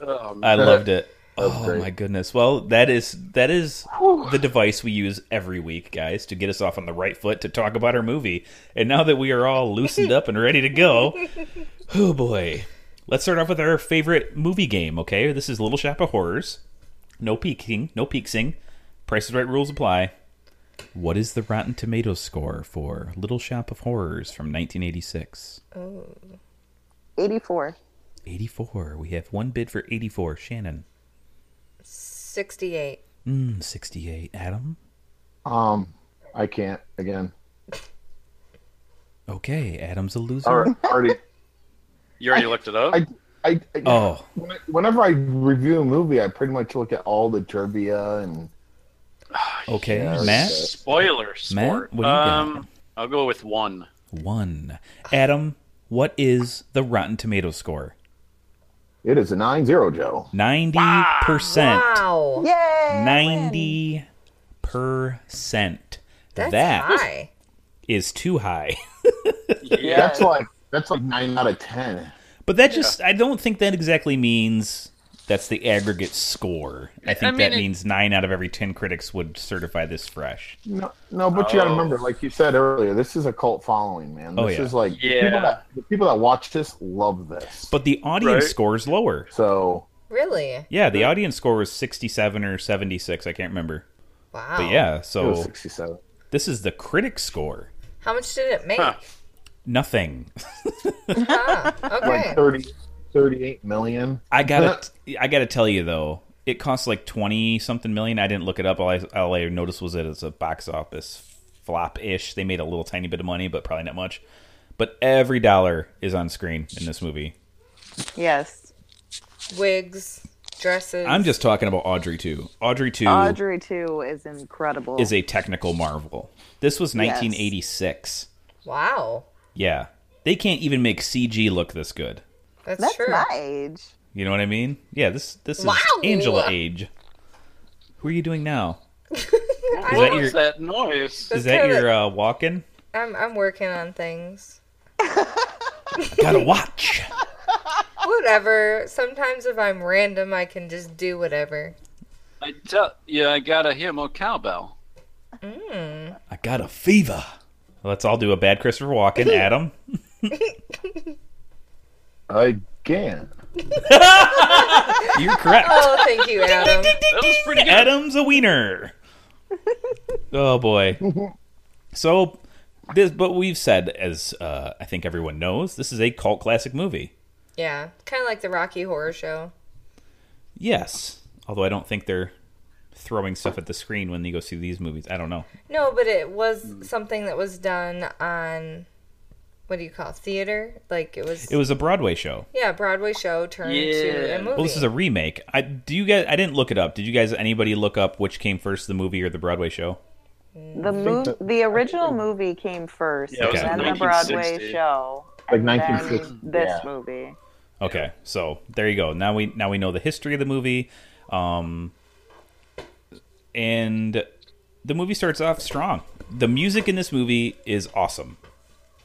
Speaker 3: oh,
Speaker 2: I loved it.
Speaker 3: That was
Speaker 2: Oh
Speaker 3: great.
Speaker 2: my goodness. Well, that is that is the device we use every week, guys, to get us off on the right foot to talk about our movie. And now that we are all loosened up and ready to go, oh boy. Let's start off with our favorite movie game, okay? This is Little Shop of Horrors. No peeking, no peeksing. Price is right rules apply. What is the Rotten Tomatoes score for Little Shop of Horrors from 1986?
Speaker 5: Oh. 84.
Speaker 2: 84. We have one bid for 84. Shannon.
Speaker 6: 68.
Speaker 2: Mm, 68. Adam?
Speaker 4: Um, I can't again.
Speaker 2: Okay, Adam's a loser.
Speaker 4: All right, already.
Speaker 3: you already looked it up.
Speaker 4: I, I, I
Speaker 2: Oh.
Speaker 4: when- Whenever I review a movie, I pretty much look at all the trivia and
Speaker 2: Okay,
Speaker 4: Yeah,
Speaker 2: Matt?
Speaker 3: Spoiler sport.
Speaker 2: what do you got?
Speaker 3: um, I'll go with one.
Speaker 2: One. Adam, what is the Rotten Tomato score?
Speaker 4: It is a 9 0, Joe.
Speaker 2: 90%.
Speaker 6: Wow.
Speaker 5: Yay!
Speaker 2: 90%.
Speaker 6: That's
Speaker 2: That
Speaker 6: high.
Speaker 2: is too high.
Speaker 3: Yeah.
Speaker 4: That's like that's like nine out of ten.
Speaker 2: But that just, I don't think that exactly means that's the aggregate score. I think
Speaker 4: mean,
Speaker 2: that
Speaker 4: it-
Speaker 2: means nine out of every 10 critics would certify this fresh.
Speaker 4: No, no, but you got to
Speaker 2: Oh.
Speaker 4: remember, like you said earlier, this is a cult following, man. This
Speaker 2: Oh, yeah.
Speaker 4: is like
Speaker 2: Yeah.
Speaker 4: people that, the people that watch this love this.
Speaker 2: But the audience
Speaker 4: Right.
Speaker 2: score is lower.
Speaker 4: So,
Speaker 6: Really?
Speaker 2: yeah, the audience score was 67 or 76. I can't remember.
Speaker 6: Wow.
Speaker 2: But yeah, so
Speaker 4: It was 67.
Speaker 2: This is the critic score.
Speaker 6: How much did it make?
Speaker 2: Nothing.
Speaker 6: Okay.
Speaker 4: 30, 38 million.
Speaker 2: I gotta, I gotta tell you though, it cost like twenty something million. I didn't look it up. All I, all I noticed was that it's a box office flop ish. They made a little tiny bit of money, but probably not much. But every dollar is on screen in this movie.
Speaker 5: Yes.
Speaker 6: Wigs, dresses.
Speaker 2: I'm just talking about Audrey two. Audrey two
Speaker 5: Audrey 2 is incredible.
Speaker 2: is a technical marvel. This was
Speaker 5: Yes.
Speaker 2: 1986.
Speaker 6: Wow.
Speaker 2: Yeah, they can't even make CG look this good.
Speaker 6: That's,
Speaker 5: That's
Speaker 6: true.
Speaker 5: my age.
Speaker 2: You know what I mean? Yeah, this this is
Speaker 6: Wow.
Speaker 2: Angela age. Who are you doing now?
Speaker 6: I
Speaker 2: Is that
Speaker 6: don't-
Speaker 2: your-
Speaker 3: What's that noise?
Speaker 2: Is
Speaker 6: That's
Speaker 2: that
Speaker 6: kinda-
Speaker 2: your uh, walking?
Speaker 6: I'm, I'm working on things.
Speaker 2: Gotta watch.
Speaker 6: Whatever. Sometimes if I'm random, I can just do whatever.
Speaker 3: I tell yeah, I gotta hear more cowbell.
Speaker 6: Mm.
Speaker 2: I got a fever. Let's all do a bad Christopher Walken, Adam.
Speaker 4: Again.
Speaker 2: You're correct.
Speaker 6: Oh, thank you, Adam.
Speaker 2: Adam's a wiener. oh boy. So this, but we've said, as uh, I think everyone knows, this is a cult classic movie.
Speaker 6: Yeah. Kind of like the Rocky Horror Show.
Speaker 2: Yes, although I don't think they're throwing stuff at the screen when you go see these movies. I don't know.
Speaker 6: No, but it was
Speaker 2: Mm.
Speaker 6: something that was done on, what do you call it, theater? Like it was.
Speaker 2: It was a Broadway show.
Speaker 6: Yeah, Broadway show turned
Speaker 3: Yeah.
Speaker 6: into a movie.
Speaker 2: Well, this is a remake. I do you guys? I didn't look it up. Did you guys? Anybody look up which came first, the movie or the Broadway show?
Speaker 5: The move, the original movie came first,
Speaker 2: Yeah, it was
Speaker 5: and
Speaker 2: in
Speaker 5: then the Broadway
Speaker 2: 1960.
Speaker 5: show,
Speaker 2: Like
Speaker 5: and then
Speaker 2: 1960,
Speaker 5: This
Speaker 2: yeah.
Speaker 5: movie.
Speaker 2: Okay, so there you go. Now we now we know the history of the movie, um, and the movie starts off strong. The music in this movie is awesome.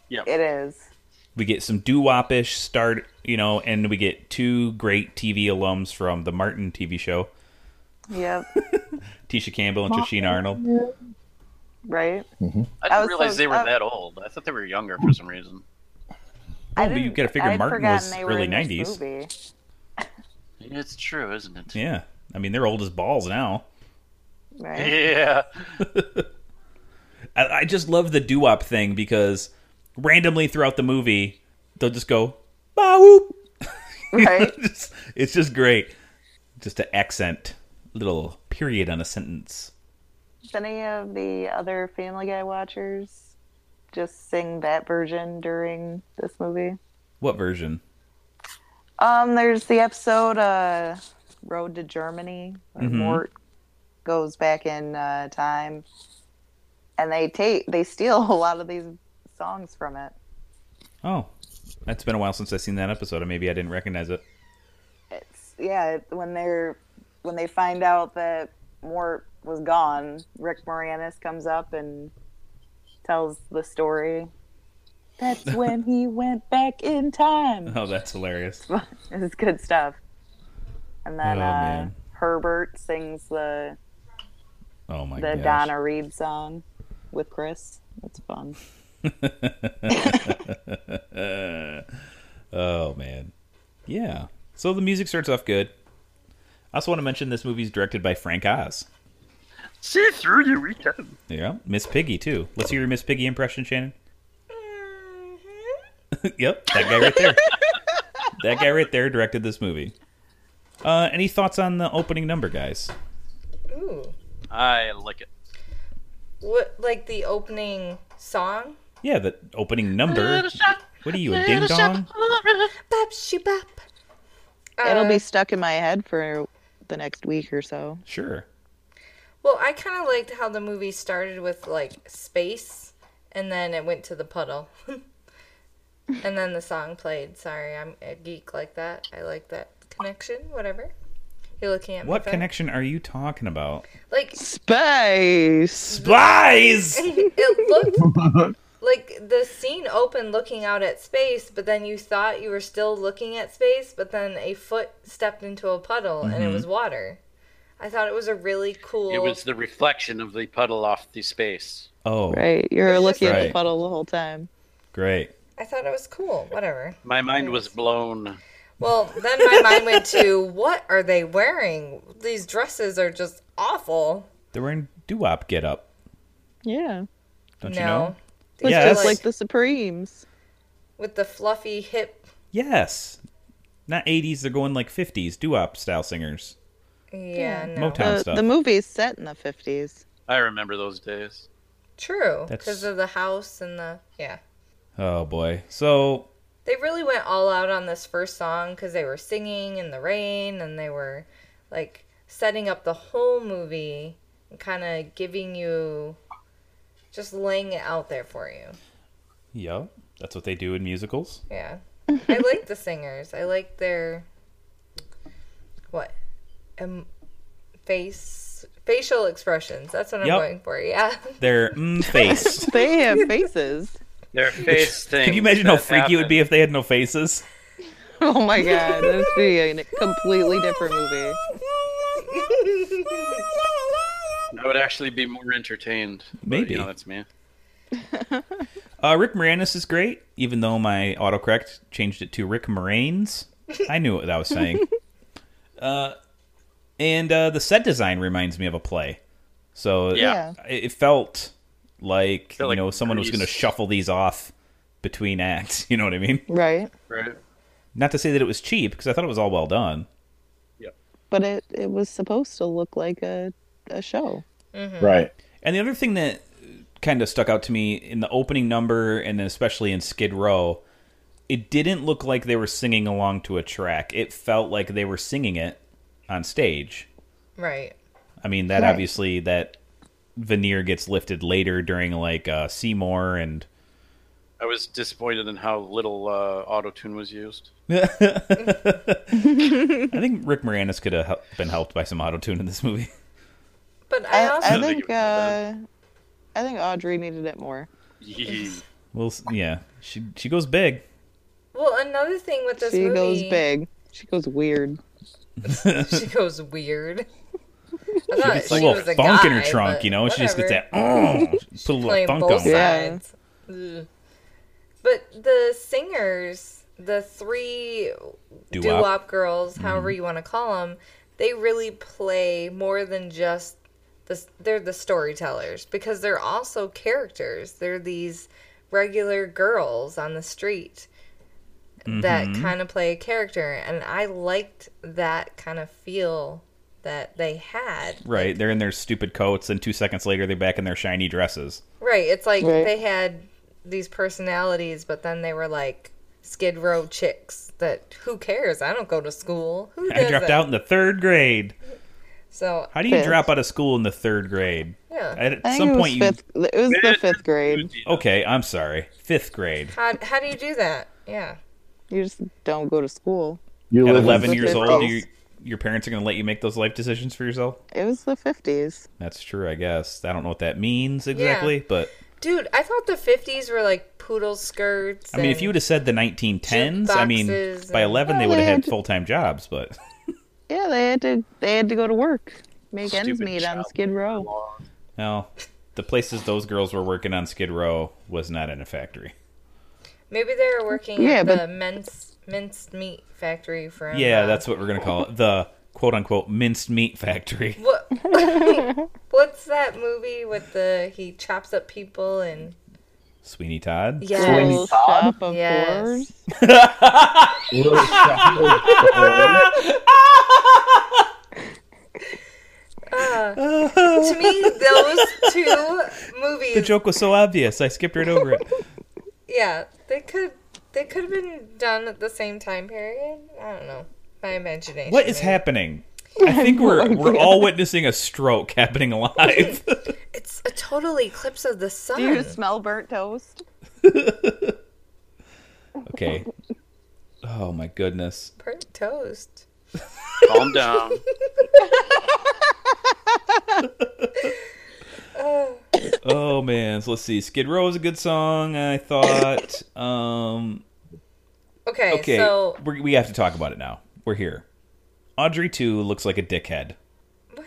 Speaker 5: It is.
Speaker 2: We get some doo wopish start, you know, and we get two great TV alums from the Martin TV show,
Speaker 5: Yep.
Speaker 2: Tisha Campbell and Trishina Arnold.
Speaker 5: Right.
Speaker 2: Oh,
Speaker 3: I
Speaker 5: I
Speaker 3: didn't
Speaker 5: was
Speaker 3: realize
Speaker 5: so-
Speaker 3: they were
Speaker 5: I-
Speaker 3: that old. I thought they were younger for some reason.
Speaker 5: I
Speaker 2: but you
Speaker 5: didn't-
Speaker 2: gotta figure
Speaker 5: I'd
Speaker 2: Martin
Speaker 5: forgotten
Speaker 2: was
Speaker 5: they were
Speaker 2: early
Speaker 5: in this
Speaker 2: 90s.
Speaker 5: movie.
Speaker 3: It's true, isn't it?
Speaker 2: Yeah, I mean they're old as balls now.
Speaker 5: Right.
Speaker 3: Yeah.
Speaker 2: I, I just love the doo wop thing because randomly throughout the movie they'll just go bow.
Speaker 5: Right.
Speaker 2: Just- it's just great. Just to accent little period on a sentence.
Speaker 5: Does Any of the other Family Guy watchers just sing that version during this movie?
Speaker 2: What version?
Speaker 5: Um, there's the episode uh, "Road to Germany," where
Speaker 2: Mm-hmm.
Speaker 9: Mhm.
Speaker 5: Mort goes back in uh, time, and they take they steal a lot of these songs from it.
Speaker 2: Oh, that's been a while since I've seen that episode, and maybe I didn't recognize it.
Speaker 5: It's yeah, it- when they're when they find out that Mort was gone, Rick Moranis comes up and tells the story. That's when he went back in time.
Speaker 2: Oh, that's hilarious.
Speaker 5: it's good stuff. And then
Speaker 2: Oh,
Speaker 5: uh,
Speaker 2: man.
Speaker 5: Herbert sings the
Speaker 2: Oh my
Speaker 5: the
Speaker 2: gosh.
Speaker 5: Donna Reed song with Chris. That's fun.
Speaker 2: oh man, yeah. So the music starts off good. I also want to mention this movie's directed by Frank Oz.
Speaker 3: See through you, we can.
Speaker 2: Yeah, Miss Piggy too. Let's hear your Miss Piggy impression, Shannon. yep, that guy right there. that guy right there directed this movie. Uh, any thoughts on the opening number, guys?
Speaker 6: Ooh.
Speaker 3: I like it.
Speaker 6: What like the opening song?
Speaker 2: Yeah, the opening number. What are you, a ding dong?
Speaker 6: Bop shoo bop.
Speaker 5: It'll
Speaker 6: Uh,
Speaker 5: be stuck in my head for the next week or so.
Speaker 2: Sure.
Speaker 6: Well, I kind of liked how the movie started with like space, and then it went to the puddle, and then the song played. Sorry, I'm a geek like that. I like that connection. Whatever. You're looking at me
Speaker 2: What
Speaker 6: funny.
Speaker 2: connection are you talking about?
Speaker 6: Like
Speaker 5: Space.
Speaker 2: Spies.
Speaker 6: it looked like the scene opened looking out at space, but then you thought you were still looking at space, but then a foot stepped into a puddle and it
Speaker 3: Mhm.
Speaker 6: was water. I thought it was a really cool.
Speaker 3: It was the reflection of the puddle off the space.
Speaker 2: Oh,
Speaker 5: right. You're looking at the
Speaker 3: Right.
Speaker 5: puddle the whole time.
Speaker 2: Great.
Speaker 6: I thought it was cool. Whatever.
Speaker 3: My mind was blown.
Speaker 6: Well, then my mind went to what are they wearing? These dresses are just awful.
Speaker 2: They're wearing doo wop get up.
Speaker 5: Yeah.
Speaker 2: Don't you
Speaker 6: No.
Speaker 2: know?
Speaker 5: It was
Speaker 2: yes.
Speaker 5: just like the Supremes.
Speaker 6: With the fluffy hip.
Speaker 2: yes. Not 80s, they're going like 50s doo wop style singers.
Speaker 6: Yeah, no.
Speaker 2: Motown
Speaker 5: Uh, the,
Speaker 2: stuff.
Speaker 5: The movie's set in the 50s.
Speaker 3: I remember those days.
Speaker 6: True.
Speaker 2: That's-
Speaker 6: Because of the house and the. Yeah.
Speaker 2: Oh boy. So,
Speaker 6: They really went all out on this first song because they were singing in the rain and they were like setting up the whole movie and kind of giving you. Just laying it out there for you.
Speaker 2: yeah, that's what they do in musicals.
Speaker 6: Yeah. I like the singers. I like their what? Um face facial expressions. That's what I'm
Speaker 2: Yep.
Speaker 6: going for. Yeah.
Speaker 2: Their mm, face.
Speaker 5: they have faces.
Speaker 3: Their face thing.
Speaker 2: Can you imagine how freaky it would be if they had no faces?
Speaker 5: Oh my god, this would be a completely different movie.
Speaker 3: I would actually be more entertained. but,
Speaker 2: Maybe.
Speaker 3: you know, that's me.
Speaker 2: Uh, Rick Moranis is great, even though my autocorrect changed it to Rick Moranes. I knew what I was saying. uh, and uh, the set design reminds me of a play. So
Speaker 3: Yeah.
Speaker 2: it, it felt like, you know someone was
Speaker 3: Grease.
Speaker 2: going to shuffle these off between acts. You know what I mean?
Speaker 5: Right.
Speaker 3: Right.
Speaker 2: Not to say that it was cheap, because I thought it was all well done.
Speaker 5: But it, it was supposed to look like a, a show.
Speaker 4: Right.
Speaker 2: And the other thing that kind of stuck out to me in the opening number, and then especially in Skid Row, it didn't look like they were singing along to a track. It felt like they were singing it on stage.
Speaker 6: Right.
Speaker 2: I mean, that
Speaker 6: Right.
Speaker 2: obviously that veneer gets lifted later during like uh, Seymour and
Speaker 3: I was disappointed in how little uh, auto tune was used.
Speaker 2: I think Rick Moranis could have hel- been helped by some auto tune in this movie.
Speaker 6: But
Speaker 5: I,
Speaker 6: also-
Speaker 5: I
Speaker 2: I think
Speaker 5: think uh, I think Audrey needed it more. uh,
Speaker 2: Well, s- yeah, she she goes big.
Speaker 6: Well, another thing with this
Speaker 5: She
Speaker 6: movie
Speaker 5: goes big. She goes weird.
Speaker 6: She goes weird. I
Speaker 2: She
Speaker 6: thought
Speaker 2: gets
Speaker 6: she
Speaker 2: a little
Speaker 6: was a
Speaker 2: funk in her
Speaker 6: guy,
Speaker 2: trunk,
Speaker 6: but
Speaker 2: you know. She just gets that.
Speaker 6: whatever.
Speaker 2: Oh, put a little
Speaker 6: playing
Speaker 2: funk
Speaker 6: both
Speaker 2: on. it.
Speaker 6: sides. Ugh. But the singers, the three
Speaker 2: Doo-wop. Mm-hmm.
Speaker 6: doo-wop girls, however you want to call them, they really play more than just the. They're the storytellers because they're also characters. They're these regular girls on the street that
Speaker 2: Mm-hmm.
Speaker 9: Mhm.
Speaker 6: kind of play a character, and I liked that kind of feel that they had.
Speaker 2: Right, they're in their stupid coats, and two seconds later they're back in their shiny dresses.
Speaker 6: Right. It's like
Speaker 2: Right.
Speaker 6: they had these personalities, but then they were like Skid Row chicks that who cares? I don't go to school. Who does
Speaker 2: I dropped
Speaker 6: it?
Speaker 2: out in the third grade.
Speaker 6: So
Speaker 2: How do you drop out of school in the third grade?
Speaker 6: Yeah.
Speaker 2: At
Speaker 6: I think
Speaker 2: some
Speaker 6: it was
Speaker 2: point,
Speaker 6: fifth-
Speaker 2: you.
Speaker 5: It was the fifth grade.
Speaker 2: Okay, I'm sorry. Fifth grade.
Speaker 6: How how do you do that? Yeah.
Speaker 5: You just don't go to school.
Speaker 4: You
Speaker 2: At
Speaker 4: live in
Speaker 2: 11
Speaker 4: the
Speaker 2: years
Speaker 4: fifth
Speaker 2: old,
Speaker 4: house.
Speaker 2: you, your parents are going to let you make those life decisions for yourself?
Speaker 5: It was the 50s.
Speaker 2: That's true, I guess. I don't know what that means exactly, but
Speaker 6: Dude, I thought the 50s were like poodle skirts.
Speaker 2: I mean, if
Speaker 6: and-
Speaker 2: you would have said the 1910s, I mean,
Speaker 6: Jukeboxes
Speaker 2: by
Speaker 6: and-
Speaker 2: 11 they would have had
Speaker 5: Land.
Speaker 2: full time jobs, but
Speaker 5: Yeah, they had to they had to go to work, make ends
Speaker 2: Stupid
Speaker 5: meet on Skid Row.
Speaker 2: no. The places those girls were working on Skid Row was not in a factory.
Speaker 6: Maybe they were working
Speaker 5: Yeah,
Speaker 6: at
Speaker 5: but-
Speaker 6: the mince minced meat factory for
Speaker 2: Yeah, that's what we're going to call it the quote unquote minced meat factory.
Speaker 6: What What's that movie with the he chops up people and
Speaker 2: Sweeney Todd?
Speaker 6: Yes. Sweeney
Speaker 5: Todd? Shop of
Speaker 6: Yes.
Speaker 5: Horrors?
Speaker 6: uh, to me those two movies
Speaker 2: The joke was so obvious, I skipped right over it.
Speaker 6: yeah, they could they could have been done at the same time period. I don't know. My imagination.
Speaker 2: What is
Speaker 6: maybe.
Speaker 2: happening? I think we're we're all witnessing a stroke happening alive.
Speaker 6: It's a total eclipse of the sun.
Speaker 5: Do you smell burnt toast?
Speaker 2: Okay. Oh my goodness.
Speaker 6: Burnt toast.
Speaker 2: Calm down.
Speaker 6: Oh,
Speaker 2: Oh man, so let's see. Skid Row is a good song, I thought. Um
Speaker 6: okay, so
Speaker 2: we're, we have to talk about it now. We're here. Audrey 2 looks like a dickhead.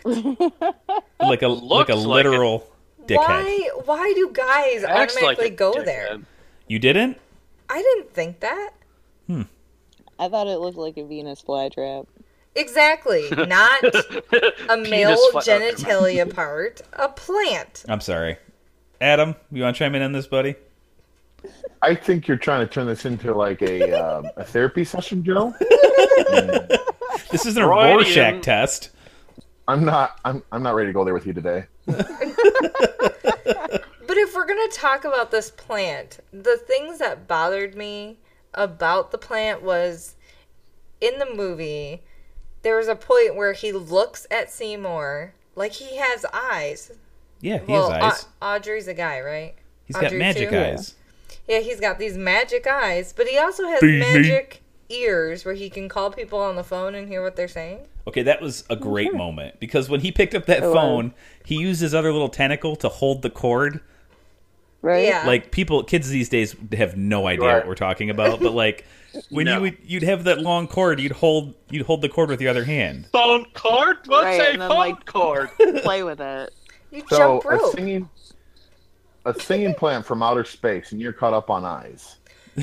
Speaker 2: Like a like a
Speaker 3: Looks like
Speaker 2: literal dickhead.
Speaker 6: why why do guys
Speaker 3: Acts like
Speaker 6: automatically
Speaker 3: a
Speaker 6: go there?
Speaker 2: You didn't?
Speaker 6: I didn't think that.
Speaker 5: I thought it looked like a Venus flytrap.
Speaker 6: Exactly. Not a male
Speaker 2: fly-
Speaker 6: genitalia part, a plant.
Speaker 2: I'm sorry. Adam, you want to chime in on this, buddy?
Speaker 4: I think you're trying to turn this into like a um, a therapy session, Joe.
Speaker 2: This isn't a Rorschach test.
Speaker 4: I'm not. I'm. I'm not ready to go there with you today.
Speaker 6: But if we're going to talk about this plant, the things that bothered me about the plant was in the movie, there was a point where he looks at Seymour like he has eyes.
Speaker 2: Yeah, he
Speaker 6: well,
Speaker 2: has
Speaker 6: Au-
Speaker 2: eyes.
Speaker 6: Audrey's a guy, right?
Speaker 2: He's got
Speaker 6: Audrey
Speaker 2: magic
Speaker 6: too?
Speaker 2: eyes.
Speaker 6: Yeah, he's got these magic eyes, but he also has
Speaker 2: Beep, beep.
Speaker 6: magic ears where he can call people on the phone and hear what they're saying.
Speaker 2: Okay, that was a great moment because when he picked up that
Speaker 6: It was.
Speaker 2: phone, he used his other little tentacle to hold the cord.
Speaker 6: Right? Yeah.
Speaker 2: Like people, kids these days have no idea what we're talking about, but like when you would you'd have that long cord, you'd hold you'd hold the cord with your other hand.
Speaker 3: Phone cord? What's
Speaker 5: Right,
Speaker 3: a
Speaker 5: and then,
Speaker 3: phone
Speaker 5: like-
Speaker 3: cord?
Speaker 5: Play with it.
Speaker 6: You
Speaker 4: So a singing, a singing plant from outer space, and you're caught up on eyes.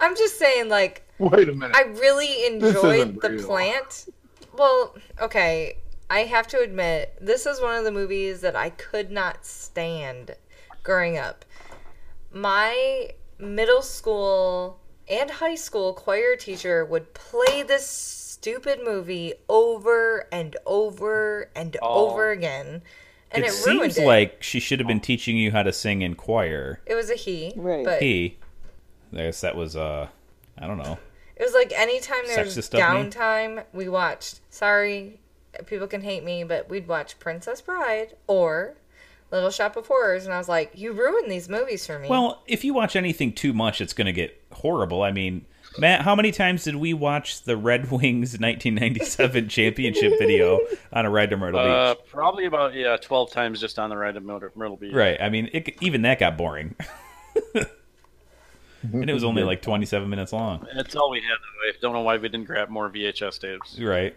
Speaker 6: I'm just saying, like,
Speaker 4: Wait a minute.
Speaker 6: I really
Speaker 4: This
Speaker 6: enjoyed
Speaker 4: isn't
Speaker 6: the
Speaker 4: real.
Speaker 6: plant. Well, okay, I have to admit, this is one of the movies that I could not stand growing up. My middle school and high school choir teacher would play this stupid movie over and over and
Speaker 2: Oh.
Speaker 6: over again, and
Speaker 2: it,
Speaker 6: it, ruined
Speaker 2: seems
Speaker 6: it.
Speaker 2: like she should have been teaching you how to sing in choir.
Speaker 6: it was a he, right? But
Speaker 2: he, I guess that was uh, I don't know.
Speaker 6: It was like anytime there was
Speaker 2: Sexist of me.
Speaker 6: downtime, we watched. Sorry, people can hate me, but we'd watch Princess Bride or Little Shop of Horrors, and I was like, "You ruined these movies for me."
Speaker 2: Well, if you watch anything too much, it's going to get horrible. I mean, Matt, how many times did we watch the Red Wings 1997 championship video on a ride to Myrtle
Speaker 3: Uh,
Speaker 2: Beach?
Speaker 3: probably about yeah, twelve times just on the ride of Myrtle, Myrtle Beach.
Speaker 2: Right. I mean, it, even that got boring. and it was only like 27 minutes long.
Speaker 3: That's all we had. Though. I don't know why we didn't grab more VHS tapes.
Speaker 2: Right.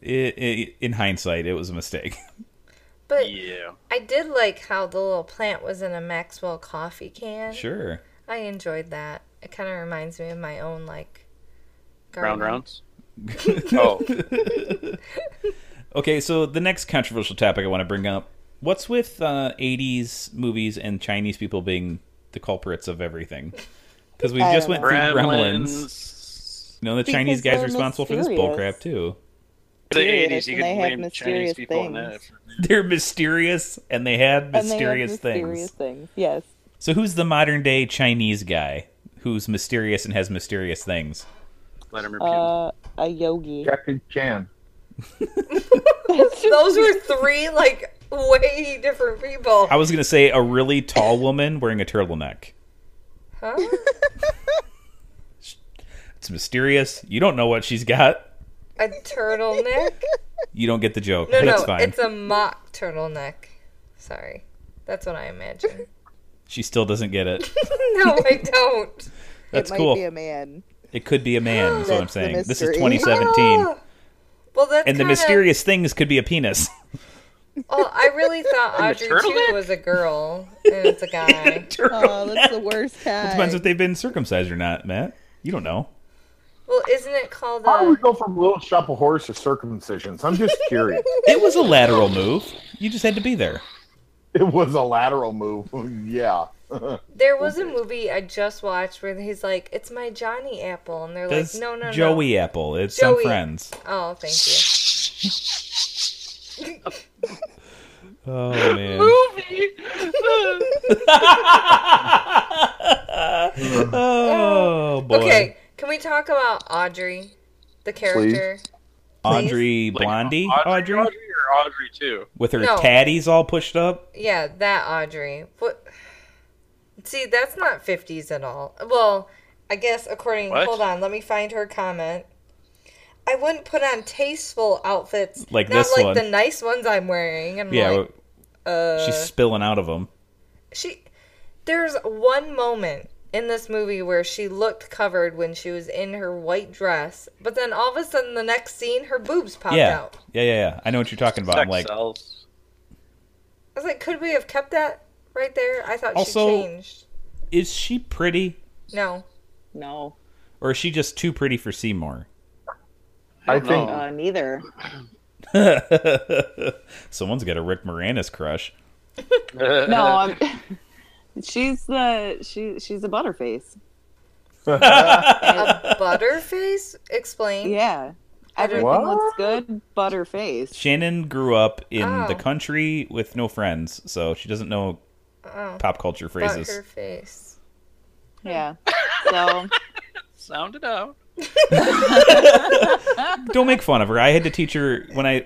Speaker 2: It, it, in hindsight, it was a mistake.
Speaker 6: but
Speaker 3: Yeah.
Speaker 6: I did like how the little plant was in a Maxwell coffee can.
Speaker 2: Sure.
Speaker 6: I enjoyed that. It kind of reminds me of my own like.
Speaker 3: Round
Speaker 6: garden.
Speaker 3: rounds. oh,
Speaker 2: Okay, so the next controversial topic I want to bring up what's with uh, 80s movies and Chinese people being the culprits of everything? Because we
Speaker 3: I
Speaker 2: just
Speaker 3: don't
Speaker 2: went
Speaker 3: know.
Speaker 2: through
Speaker 3: Gremlins.
Speaker 2: Gremlins. You know, the
Speaker 3: Because
Speaker 2: Chinese guys are
Speaker 3: they're
Speaker 2: responsible for this
Speaker 3: mysterious.
Speaker 2: bullcrap, too.
Speaker 3: the
Speaker 5: Serious,
Speaker 3: eighties. You
Speaker 5: and
Speaker 3: could
Speaker 5: they have
Speaker 3: blame Chinese
Speaker 5: mysterious
Speaker 3: people on that.
Speaker 2: They're mysterious and they had
Speaker 5: And they have
Speaker 2: mysterious,
Speaker 5: mysterious
Speaker 2: things.
Speaker 5: things. Yes.
Speaker 2: So who's the modern day Chinese guy who's mysterious and has mysterious things?
Speaker 3: Vladimir
Speaker 5: Uh, a yogi.
Speaker 4: Jackie Chan.
Speaker 6: Those were three like way different people.
Speaker 2: I was gonna say a really tall woman wearing a turtleneck.
Speaker 6: Huh?
Speaker 2: It's mysterious. You don't know what she's got.
Speaker 6: A turtleneck?
Speaker 2: You don't get the joke.
Speaker 6: No,
Speaker 2: That's
Speaker 6: no,
Speaker 2: fine.
Speaker 6: it's a mock turtleneck. Sorry, that's what I imagine.
Speaker 2: She still doesn't get it.
Speaker 6: no, I don't.
Speaker 2: That's
Speaker 6: might
Speaker 2: cool.
Speaker 6: be a man.
Speaker 2: It could be a man. is what I'm
Speaker 6: That's the
Speaker 2: saying. This is
Speaker 6: mystery.
Speaker 2: 2017,
Speaker 6: Ah! Well, that's
Speaker 2: and the
Speaker 6: kinda-
Speaker 2: mysterious things could be a penis.
Speaker 6: Well, I really thought
Speaker 2: And the
Speaker 6: Audrey too was a girl, and it's a guy.
Speaker 9: Oh, that's the worst
Speaker 2: It
Speaker 9: tag.
Speaker 2: depends if they've been circumcised or not, Matt. You don't know.
Speaker 6: Well, isn't it called uh,
Speaker 4: Why
Speaker 2: Oh,
Speaker 4: do
Speaker 6: a?
Speaker 4: we go from Little Shop of Horrors to circumcisions? I'm just curious.
Speaker 2: It was a lateral move. You just had to be there.
Speaker 4: It was a lateral move. yeah.
Speaker 6: There was a movie I just watched where he's like, "It's my Johnny Apple," and they're
Speaker 2: That's
Speaker 6: like, "No, no, no."
Speaker 2: Joey Apple. It's on
Speaker 6: Joey.
Speaker 2: Friends.
Speaker 6: Oh, thank you.
Speaker 2: Oh man.
Speaker 6: Movie.
Speaker 2: oh boy.
Speaker 6: Okay, can we talk about Audrey, the character?
Speaker 2: Audrey Blondie. Audrey.
Speaker 3: or Audrey too.
Speaker 2: With her
Speaker 6: No.
Speaker 2: tatties all pushed up.
Speaker 6: Yeah, that Audrey. What? See, that's not fifties at all. Well, I guess according.
Speaker 2: What?
Speaker 6: Hold on, let me find her comment. I wouldn't put on tasteful outfits,
Speaker 2: Like
Speaker 6: not
Speaker 2: this
Speaker 6: like
Speaker 2: one.
Speaker 6: the nice ones I'm wearing. And
Speaker 2: yeah.
Speaker 6: yeah, like, uh,
Speaker 2: she's spilling out of them.
Speaker 6: she. There's one moment in this movie where she looked covered when she was in her white dress, but then all of a sudden, the next scene, her boobs popped
Speaker 2: Yeah.
Speaker 6: out.
Speaker 2: Yeah, yeah, yeah. I know what you're talking about. I'm like,
Speaker 6: I was like, could we have kept that right there? I thought
Speaker 2: Also-
Speaker 6: she changed.
Speaker 2: is she pretty
Speaker 6: No. No.
Speaker 2: or is she just too pretty for Seymour?
Speaker 4: I
Speaker 2: think-
Speaker 9: uh, neither.
Speaker 2: Someone's got a Rick Moranis crush.
Speaker 9: No, I'm, she's the she she's a butterface.
Speaker 6: a butterface? Explain.
Speaker 9: Yeah. Everything looks good. Butterface.
Speaker 2: Shannon grew up in the
Speaker 6: Oh.
Speaker 2: country with no friends, so she doesn't know
Speaker 6: Oh.
Speaker 2: pop culture phrases.
Speaker 6: Butterface.
Speaker 9: Yeah. So
Speaker 3: Sound it out.
Speaker 2: Don't make fun of her. I had to teach her when I uh,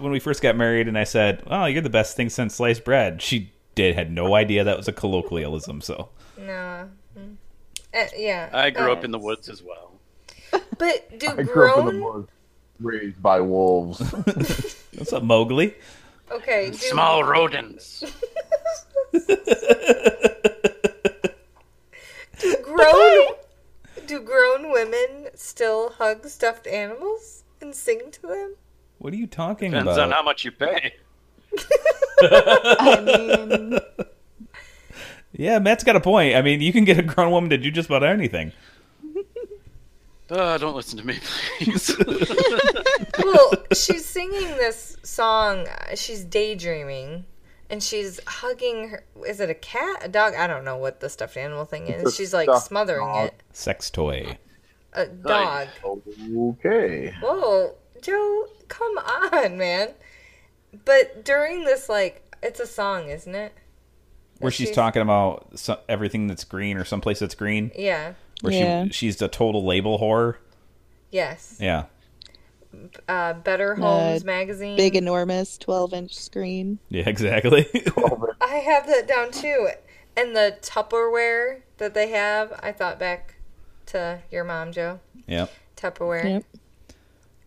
Speaker 2: when we first got married, and I said, "Oh, you're the best thing since sliced bread." She did had no idea that was a colloquialism. So
Speaker 6: No. Mm. Uh, yeah.
Speaker 3: I grew
Speaker 6: Uh,
Speaker 3: up in the woods as well.
Speaker 6: But do
Speaker 4: I grew up in the
Speaker 6: grown?
Speaker 4: woods, raised by wolves.
Speaker 2: what's up, Mowgli?
Speaker 6: Okay. Do...
Speaker 3: Small rodents.
Speaker 6: do grown? do grown women still hug stuffed animals and sing to them?
Speaker 2: What are you talking
Speaker 3: Depends
Speaker 2: about?
Speaker 3: on how much you pay.
Speaker 2: yeah, Matt's got a point. I mean, you can get a grown woman to do just about anything.
Speaker 3: Uh, don't listen to me, please.
Speaker 6: well, she's singing this song. uh, She's daydreaming, and she's hugging her. Is it a cat? A dog? I don't know what the stuffed animal thing
Speaker 2: It's
Speaker 6: is.
Speaker 2: a
Speaker 6: She's like
Speaker 2: stuffed
Speaker 6: smothering
Speaker 2: dog.
Speaker 6: it.
Speaker 2: Sex toy.
Speaker 6: A dog.
Speaker 4: Okay.
Speaker 6: Whoa, Joe, come on, man. But during this, like, it's a song, isn't it?
Speaker 2: Where she's,
Speaker 6: She's-
Speaker 2: talking about so, everything that's green or someplace that's green.
Speaker 6: Yeah.
Speaker 2: Where
Speaker 6: Yeah.
Speaker 2: she she's a total label whore.
Speaker 6: Yes.
Speaker 2: Yeah.
Speaker 6: Uh, Better
Speaker 9: Uh,
Speaker 6: Homes magazine.
Speaker 9: big enormous 12-inch screen.
Speaker 2: Yeah, exactly.
Speaker 6: I have that down too. And the Tupperware that they have, I thought back to your mom, Joe.
Speaker 2: yeah.
Speaker 6: Tupperware.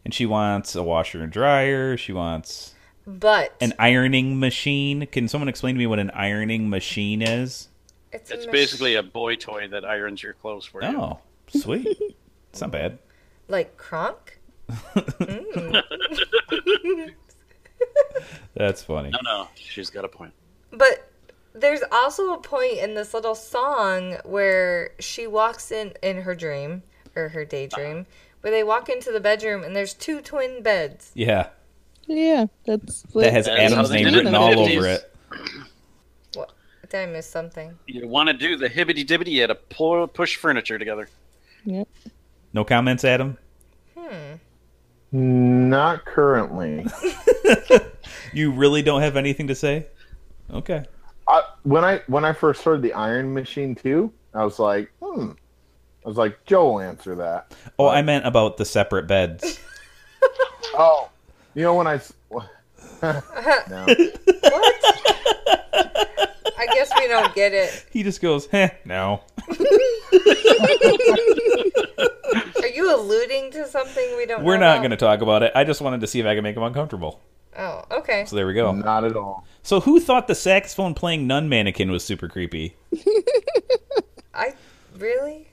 Speaker 2: And she wants a washer and dryer. She wants
Speaker 6: But
Speaker 2: an ironing machine. Can someone explain to me what an ironing machine is?
Speaker 6: it's,
Speaker 3: It's basically a boy toy that irons your clothes for you.
Speaker 2: Oh, sweet. it's not bad.
Speaker 6: like Kronk. Mm.
Speaker 2: That's funny.
Speaker 3: No, no, she's got a point.
Speaker 6: But there's also a point in this little song where she walks in in her dream or her daydream,
Speaker 3: Uh-huh.
Speaker 6: where they walk into the bedroom and there's two twin beds.
Speaker 2: Yeah.
Speaker 9: Yeah, that's
Speaker 2: That has
Speaker 3: That is how
Speaker 2: Adam's
Speaker 3: they
Speaker 2: name
Speaker 3: did it
Speaker 2: written
Speaker 3: in the
Speaker 2: all
Speaker 3: 50s.
Speaker 2: over it.
Speaker 6: What? Did I miss something?
Speaker 3: You want to do the hibbity dibbity at a pull, push furniture together.
Speaker 9: Yep.
Speaker 2: No comments, Adam?
Speaker 6: Hmm.
Speaker 4: Not currently.
Speaker 2: You really don't have anything to say? Okay.
Speaker 4: I, when I when I first heard the Iron Machine too, I was like, hmm. I was like, Joe will answer that.
Speaker 2: Oh, I meant about the separate beds.
Speaker 4: Oh, you know when I. s- no.
Speaker 6: I guess we don't get it.
Speaker 2: he just goes, "Heh, no."
Speaker 6: Are you alluding to something we don't?
Speaker 2: We're
Speaker 6: know
Speaker 2: not going to talk about it. I just wanted to see if I could make him uncomfortable.
Speaker 6: about? Oh, okay.
Speaker 2: So there we go.
Speaker 4: Not at all.
Speaker 2: So who thought the saxophone playing nun mannequin was super creepy?
Speaker 6: I really.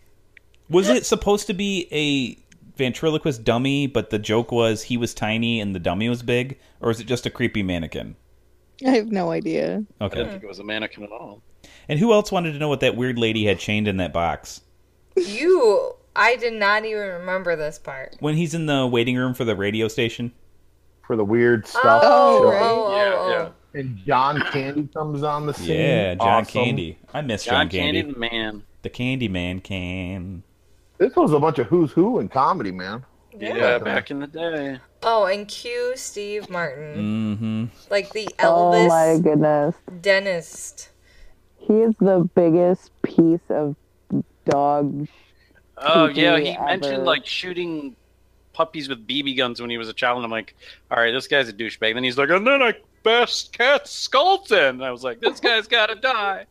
Speaker 2: Was it supposed to be a ventriloquist dummy, but the joke was he was tiny and the dummy was big, or is it just a creepy mannequin?
Speaker 9: I have no idea.
Speaker 3: I
Speaker 6: Mm-hmm.
Speaker 3: didn't
Speaker 2: Okay.
Speaker 3: think it was a mannequin at all.
Speaker 2: And who else wanted to know what that weird lady had chained in that box?
Speaker 6: You, I did not even remember this part.
Speaker 2: When he's in the waiting room for the radio station?
Speaker 4: For the weird
Speaker 6: stuff. Oh, Sure. oh, oh, Yeah, oh. yeah.
Speaker 4: And John Candy comes on the scene.
Speaker 2: Yeah, John
Speaker 4: Awesome.
Speaker 2: Candy. I miss John,
Speaker 3: John
Speaker 2: Candy.
Speaker 3: Candy the man.
Speaker 2: The Candy Man can.
Speaker 4: This was a bunch of who's who in comedy, man.
Speaker 3: Yeah,
Speaker 4: Yeah.
Speaker 3: back in the day.
Speaker 6: Oh, and cue Steve Martin,
Speaker 2: Mm-hmm.
Speaker 4: Mm.
Speaker 6: like the
Speaker 9: Oh my
Speaker 6: Elvis
Speaker 9: goodness.
Speaker 6: dentist.
Speaker 9: He is the biggest piece of dog. sh-
Speaker 3: Oh yeah,
Speaker 9: poo-poo
Speaker 3: he
Speaker 9: ever.
Speaker 3: mentioned like shooting puppies with BB guns when he was a child, and I'm like, all right, this guy's a douchebag. Then he's like, and then I bashed Cat Sculpton. And I was like, this guy's gotta die.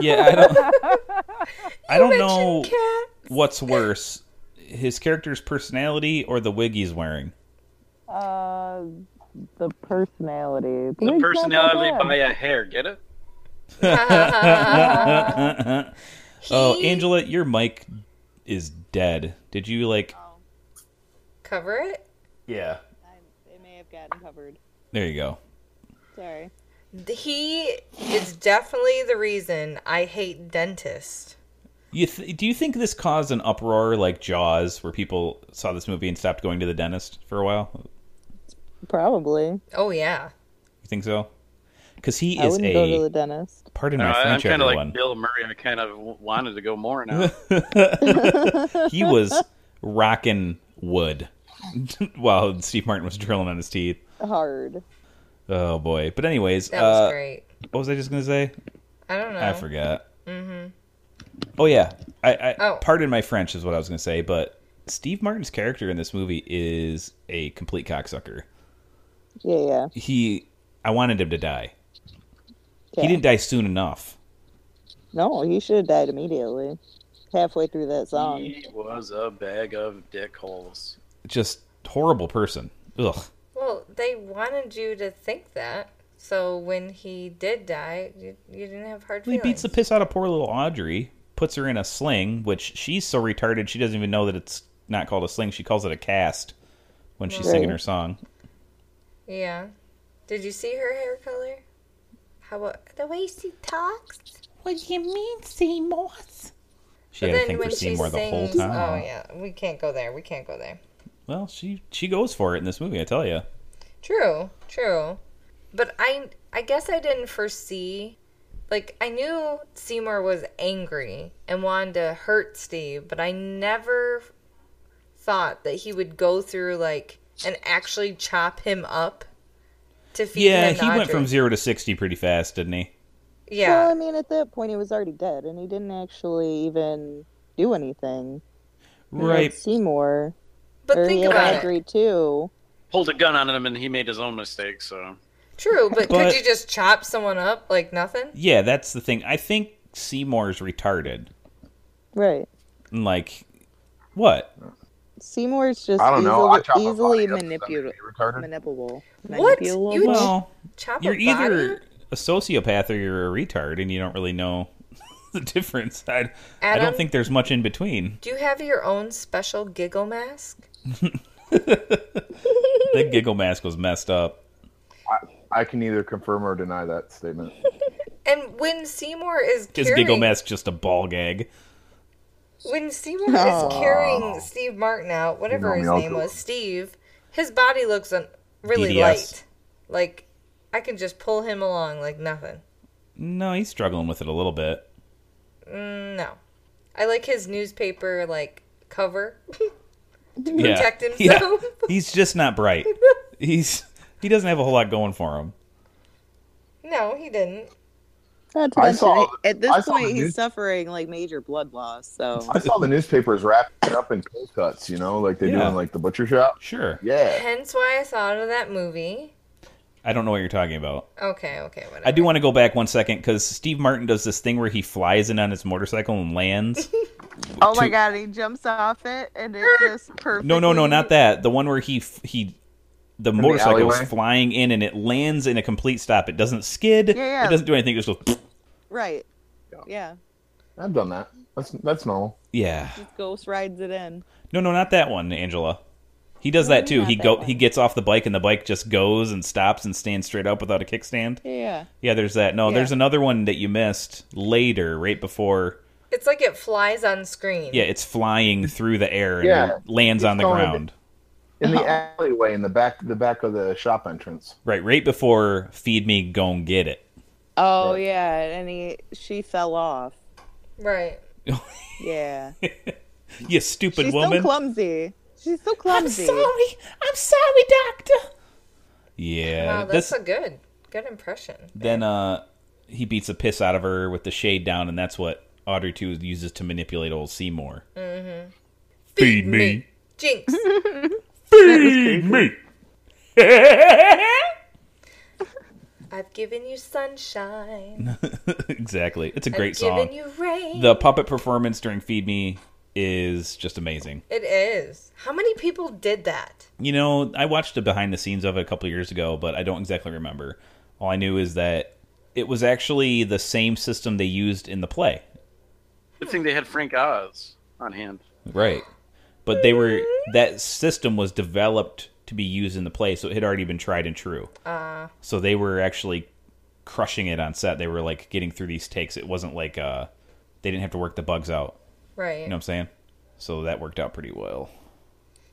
Speaker 2: Yeah, I don't. I don't know
Speaker 6: mentioned cats.
Speaker 2: what's worse, his character's personality or the wig he's wearing.
Speaker 9: Uh, the personality.
Speaker 3: The
Speaker 9: Wig's not that
Speaker 3: personality
Speaker 9: bad.
Speaker 3: by a hair, get it?
Speaker 2: Oh,
Speaker 6: He-
Speaker 2: Angela, your mic is dead. Did you like?
Speaker 6: Cover it.
Speaker 2: Yeah.
Speaker 9: It may have gotten covered.
Speaker 2: There you go.
Speaker 9: Sorry.
Speaker 6: He is definitely the reason I hate dentists.
Speaker 2: You th- do you think this caused an uproar like Jaws, where people saw this movie and stopped going to the dentist for a while?
Speaker 9: Probably.
Speaker 6: Oh yeah.
Speaker 2: You think so? Because he
Speaker 9: I
Speaker 2: is
Speaker 9: wouldn't go to
Speaker 2: a
Speaker 9: the dentist.
Speaker 2: pardon
Speaker 3: No,
Speaker 2: my
Speaker 3: I- Uh, I'm
Speaker 2: French,
Speaker 3: kind of
Speaker 2: everyone.
Speaker 3: like Bill Murray. I kind of w- wanted to go more now.
Speaker 2: he was rocking wood while Steve Martin was drilling on his teeth.
Speaker 9: Hard.
Speaker 2: Oh boy! But anyways,
Speaker 6: That was
Speaker 2: uh,
Speaker 6: great.
Speaker 2: what was I just gonna say?
Speaker 6: I don't know.
Speaker 2: I forgot.
Speaker 6: hmm
Speaker 2: Oh yeah, I, I
Speaker 6: Oh.
Speaker 2: pardon my French is what I was gonna say, but Steve Martin's character in this movie is a complete cocksucker.
Speaker 9: Yeah, yeah.
Speaker 2: He, I wanted him to die.
Speaker 9: Yeah.
Speaker 2: He didn't die soon enough.
Speaker 9: No, he should have died immediately. Halfway through that song.
Speaker 3: He was a bag of dick holes.
Speaker 2: Just horrible person. Ugh.
Speaker 6: Well, they wanted you to think that. So when he did die, you, you didn't have hard
Speaker 2: He
Speaker 6: feelings.
Speaker 2: beats the piss out of poor little Audrey, puts her in a sling, which she's so retarded she doesn't even know that it's not called a sling. She calls it a cast when she's
Speaker 9: Right.
Speaker 2: singing her song.
Speaker 6: Yeah. Did you see her hair color? How about the way she talks? What do you mean, Seymour?
Speaker 2: She had a thing for Seymour the whole time.
Speaker 6: Oh yeah, we can't go there. We can't go there.
Speaker 2: Well, she she goes for it in this movie, I tell you.
Speaker 6: True, true. But I I guess I didn't foresee like I knew Seymour was angry and wanted to hurt Steve, but I never thought that he would go through like and actually chop him up to feed
Speaker 2: yeah,
Speaker 6: him.
Speaker 2: he went
Speaker 6: Audrey.
Speaker 2: from zero to sixty pretty fast, didn't he?
Speaker 6: Yeah.
Speaker 9: Well, I mean, at that point, he was already dead, and he didn't actually even do anything. And
Speaker 2: Right.
Speaker 9: that's Seymour.
Speaker 6: But
Speaker 9: or
Speaker 6: think
Speaker 9: he had
Speaker 6: about it.
Speaker 9: Audrey too.
Speaker 3: Pulled a gun on him, and he made his own mistake. So
Speaker 6: True, but,
Speaker 2: But-
Speaker 6: could you just chop someone up like nothing?
Speaker 2: Yeah, that's the thing. I think Seymour's retarded.
Speaker 9: Right.
Speaker 2: And like what?
Speaker 9: Seymour's just
Speaker 4: I don't know. I chop
Speaker 9: easily,
Speaker 4: my
Speaker 9: easily
Speaker 4: body up, does that make
Speaker 9: manipul-
Speaker 4: me retarded?
Speaker 9: manipulable.
Speaker 6: What?
Speaker 9: Manipulable?
Speaker 6: You
Speaker 2: Well,
Speaker 6: chop
Speaker 2: You're
Speaker 6: a
Speaker 2: either
Speaker 6: body?
Speaker 2: a sociopath or you're a retard and you don't really know the difference. I, I
Speaker 6: Adam?
Speaker 2: don't think there's much in between.
Speaker 6: Do you have your own special giggle mask?
Speaker 2: That giggle mask was messed up.
Speaker 4: I can neither confirm or deny that statement.
Speaker 6: And when Seymour is
Speaker 2: His
Speaker 6: carrying
Speaker 2: giggle mask just a ball gag.
Speaker 6: when Seymour is
Speaker 9: Oh.
Speaker 6: carrying Steve Martin out, whatever
Speaker 4: know me,
Speaker 6: his
Speaker 4: I'll
Speaker 6: name
Speaker 4: do
Speaker 6: was, Steve, his body looks un- really
Speaker 2: DDS.
Speaker 6: light. Like I can just pull him along like nothing.
Speaker 2: No, he's struggling with it a little bit.
Speaker 6: Mm, no, I like his newspaper like cover to
Speaker 2: Yeah.
Speaker 6: protect
Speaker 2: Yeah.
Speaker 6: himself.
Speaker 2: He's just not bright. He's he doesn't have a whole lot going for him.
Speaker 6: No, he didn't.
Speaker 9: Not to
Speaker 4: I
Speaker 9: mention,
Speaker 4: saw-
Speaker 9: at this
Speaker 4: I saw
Speaker 9: point,
Speaker 4: the
Speaker 9: he's
Speaker 4: news-
Speaker 9: suffering like major blood loss. So
Speaker 4: I saw the newspapers wrapping it up in cold cuts, you know, like they do
Speaker 2: Yeah.
Speaker 4: in like the butcher shop.
Speaker 2: Sure.
Speaker 4: Yeah.
Speaker 6: Hence why I thought of that movie.
Speaker 2: I don't know what you're talking about.
Speaker 6: Okay, okay, whatever.
Speaker 2: I do want to go back one second because Steve Martin does this thing where he flies in on his motorcycle and lands.
Speaker 5: Oh my
Speaker 2: Two-
Speaker 5: god, he jumps off it and it just perfect.
Speaker 2: No, no, no, not that. The one where he f- he the
Speaker 4: the
Speaker 2: motorcycle is
Speaker 4: alleyway?
Speaker 2: flying in and it lands in a complete stop. It doesn't skid.
Speaker 9: Yeah, yeah.
Speaker 2: It doesn't do anything. It just goes.
Speaker 9: right, yeah,
Speaker 4: I've done that. That's that's normal.
Speaker 2: Yeah.
Speaker 9: just ghost rides it in.
Speaker 2: No, no, not that one, Angela. He does that too.
Speaker 9: not
Speaker 2: He
Speaker 9: that
Speaker 2: go
Speaker 9: one.
Speaker 2: he gets off the bike and the bike just goes and stops and stands straight up without a kickstand.
Speaker 6: Yeah.
Speaker 2: Yeah, there's that. No,
Speaker 6: Yeah.
Speaker 2: there's another one that you missed later, right before.
Speaker 6: It's like it flies on screen.
Speaker 2: Yeah, it's flying through the air and
Speaker 4: Yeah.
Speaker 2: lands on the
Speaker 4: going-
Speaker 2: ground.
Speaker 4: In the alleyway in the back the back of the shop entrance.
Speaker 2: Right, right before feed me, go and get it.
Speaker 9: Oh yeah, and he she fell off.
Speaker 6: Right.
Speaker 9: Yeah.
Speaker 2: You stupid
Speaker 9: She's
Speaker 2: woman.
Speaker 9: so clumsy. She's so clumsy.
Speaker 6: sorry.
Speaker 2: I'm sorry, doctor. yeah.
Speaker 6: Wow, that's
Speaker 2: this-
Speaker 6: a good good impression.
Speaker 2: then uh, he beats the piss out of her with the shade down, and that's what Audrey two uses to manipulate old Seymour.
Speaker 6: Mm-hmm.
Speaker 2: Feed me.
Speaker 6: Jinx.
Speaker 2: Feed me.
Speaker 6: I've given you sunshine.
Speaker 2: exactly. It's a
Speaker 6: I've
Speaker 2: great
Speaker 6: given
Speaker 2: song.
Speaker 6: you rain.
Speaker 2: The puppet performance during Feed Me is just amazing.
Speaker 6: It is. How many people did that?
Speaker 2: You know, I watched the behind the scenes of it a couple of years ago, but I don't exactly remember. All I knew is that it was actually the same system they used in the play.
Speaker 3: Good thing they had Frank Oz on hand.
Speaker 2: Right. But they were that system was developed to be used in the play, so it had already been tried and true.
Speaker 6: Uh,
Speaker 2: So they were actually crushing it on set. They were like getting through these takes. It wasn't like uh they didn't have to work the bugs out.
Speaker 6: Right.
Speaker 2: You know what I'm saying? So that worked out pretty well.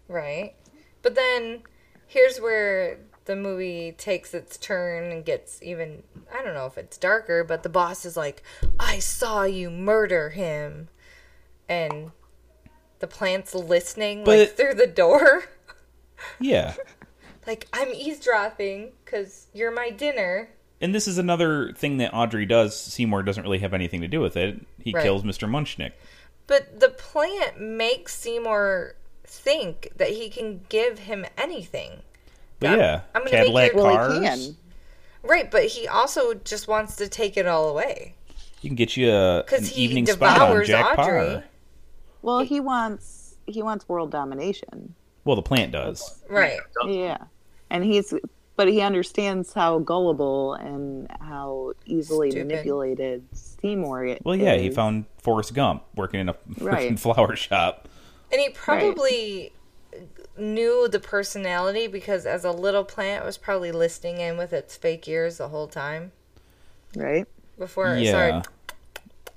Speaker 6: Right. But then here's where the movie takes its turn and gets even I don't know if it's darker, but the boss is like, "I saw you murder him." And the plant's listening like
Speaker 2: But-
Speaker 6: through the door.
Speaker 2: Yeah.
Speaker 6: Like, "I'm eavesdropping cuz you're my dinner."
Speaker 2: And this is another thing that Audrey does. Seymour doesn't really have anything to do with it. He
Speaker 6: Right.
Speaker 2: kills Mr. Munchnick.
Speaker 6: But the plant makes Seymour think that he can give him anything.
Speaker 2: But yeah,
Speaker 6: I'm gonna
Speaker 2: Cadillac
Speaker 6: make your- Well,
Speaker 2: cars.
Speaker 6: he can. Right, but he also just wants to take it all away.
Speaker 2: He can get you a, an
Speaker 6: 'Cause he
Speaker 2: evening spot on
Speaker 6: devours
Speaker 2: Jack
Speaker 6: Audrey.
Speaker 2: Parr.
Speaker 9: Well, he wants he wants world domination.
Speaker 2: Well, the plant does.
Speaker 6: Right.
Speaker 9: Yeah. And he's but he understands how gullible and how easily
Speaker 6: Stupid.
Speaker 9: manipulated Seymour is.
Speaker 2: Well, yeah,
Speaker 6: Mm.
Speaker 2: he found Forrest Gump working in a freaking
Speaker 6: Right.
Speaker 2: flower shop.
Speaker 6: And he probably knew the personality because as a little plant it was probably listening in with its fake ears the whole time
Speaker 9: right?
Speaker 6: before it started.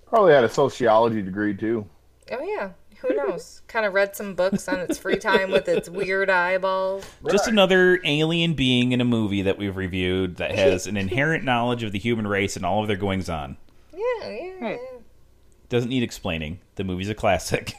Speaker 4: Probably had a sociology degree too.
Speaker 6: Oh yeah, who knows? kind of read some books on its free time with its weird eyeballs.
Speaker 2: Just another alien being in a movie that we've reviewed that has an inherent knowledge of the human race and all of their goings on.
Speaker 6: Yeah, yeah.
Speaker 2: Doesn't need explaining. The movie's a classic.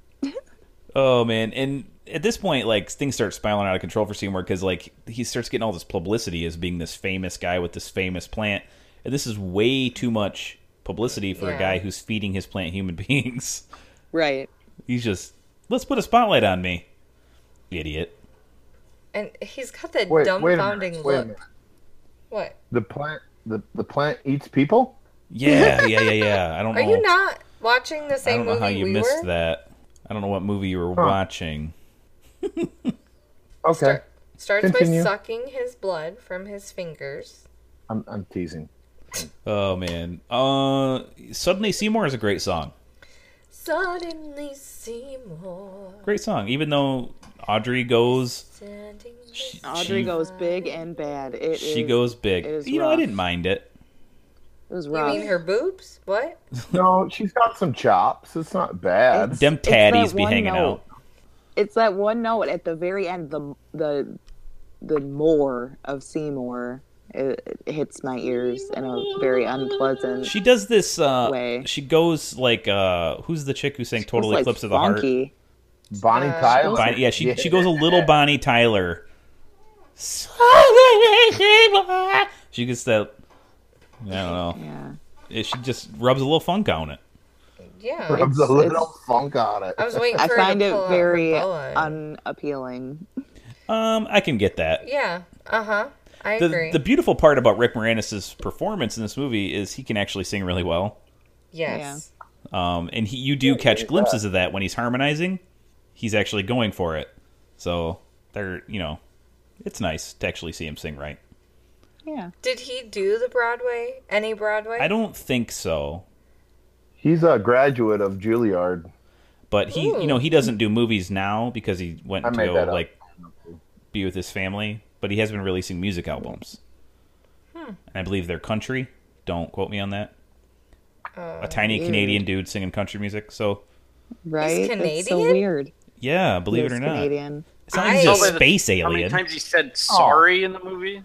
Speaker 2: oh man! And at this point, like things start spiraling out of control for Seymour because like he starts getting all this publicity as being this famous guy with this famous plant, and this is way too much publicity for
Speaker 9: Yeah.
Speaker 2: a guy who's feeding his plant human beings.
Speaker 9: Right.
Speaker 2: He's just let's put a spotlight on me, idiot.
Speaker 6: And he's got that
Speaker 4: Wait, wait a minute,
Speaker 6: dumbfounding
Speaker 4: wait a
Speaker 6: look.
Speaker 4: minute.
Speaker 6: What?
Speaker 4: The plant the, the plant eats people?
Speaker 2: Yeah, yeah, yeah, yeah. I don't
Speaker 6: Are
Speaker 2: know.
Speaker 6: you not watching the
Speaker 2: I
Speaker 6: same
Speaker 2: don't know
Speaker 6: movie
Speaker 2: how you
Speaker 6: we
Speaker 2: missed
Speaker 6: were?
Speaker 2: that. I don't know what movie you were
Speaker 4: Huh.
Speaker 2: watching.
Speaker 4: Okay.
Speaker 6: Starts
Speaker 4: Continue.
Speaker 6: by sucking his blood from his fingers.
Speaker 4: I'm I'm teasing.
Speaker 2: Oh man. Uh Suddenly Seymour is a great song.
Speaker 6: Suddenly Seymour
Speaker 2: Great song. Even though Audrey goes
Speaker 6: standing
Speaker 9: Audrey
Speaker 2: she-
Speaker 9: goes big and bad. It
Speaker 2: she
Speaker 9: is-
Speaker 2: goes big.
Speaker 9: It is
Speaker 2: You know, I
Speaker 9: rough.
Speaker 2: didn't mind it.
Speaker 9: It was
Speaker 6: You
Speaker 9: rough.
Speaker 6: mean her boobs? What?
Speaker 4: No, she's got some chops. It's not bad.
Speaker 2: Them
Speaker 9: it's that
Speaker 2: tatties be
Speaker 9: one
Speaker 2: hanging
Speaker 9: note.
Speaker 2: out.
Speaker 9: It's that one note at the very end. The the the more of Seymour it, it hits my ears in a very unpleasant.
Speaker 2: She does this uh she goes like uh who's the chick who sang Total
Speaker 9: like,
Speaker 2: Eclipse of the
Speaker 9: funky.
Speaker 2: Heart?
Speaker 4: Bonnie Tyler.
Speaker 2: Bonnie- yeah, she she goes a
Speaker 4: Yeah.
Speaker 2: little Bonnie Tyler. She gets that I don't know. Yeah. It, she just rubs a little funk on it.
Speaker 6: Yeah.
Speaker 4: Rubs a
Speaker 6: it's-
Speaker 4: little
Speaker 6: it's-
Speaker 4: funk on it.
Speaker 6: I was waiting
Speaker 9: I
Speaker 6: for her to
Speaker 9: find it
Speaker 6: pull out her
Speaker 9: very
Speaker 6: boa.
Speaker 9: unappealing.
Speaker 2: Um, I can get that.
Speaker 6: Yeah. Uh huh. I
Speaker 2: The,
Speaker 6: agree.
Speaker 2: the beautiful part about Rick Moranis' performance in this movie is he can actually sing really well.
Speaker 6: yes.
Speaker 2: Um, and he, you do catch glimpses of that when he's harmonizing. He's actually going for it. So they're, you know, it's nice to actually see him sing right.
Speaker 9: Yeah.
Speaker 6: Did he do the Broadway? Any Broadway?
Speaker 2: I don't think so,
Speaker 4: He's a graduate of Juilliard.
Speaker 2: but he, you know, he doesn't do movies now because he went
Speaker 4: I
Speaker 2: to
Speaker 4: made
Speaker 2: go
Speaker 4: that up.
Speaker 2: like be with his family. But he has been releasing music albums,
Speaker 6: Hmm.
Speaker 2: and I believe they're country. Don't quote me on that.
Speaker 6: Oh.
Speaker 2: A tiny
Speaker 6: Weird.
Speaker 2: Canadian dude singing country music. So
Speaker 9: Right? It's so
Speaker 6: Canadian?
Speaker 9: weird.
Speaker 2: yeah, believe it or
Speaker 9: He's
Speaker 2: not,
Speaker 9: Canadian.
Speaker 2: it's not like he's
Speaker 3: I-
Speaker 2: a space
Speaker 3: How many
Speaker 2: alien.
Speaker 3: times he said sorry in the movie?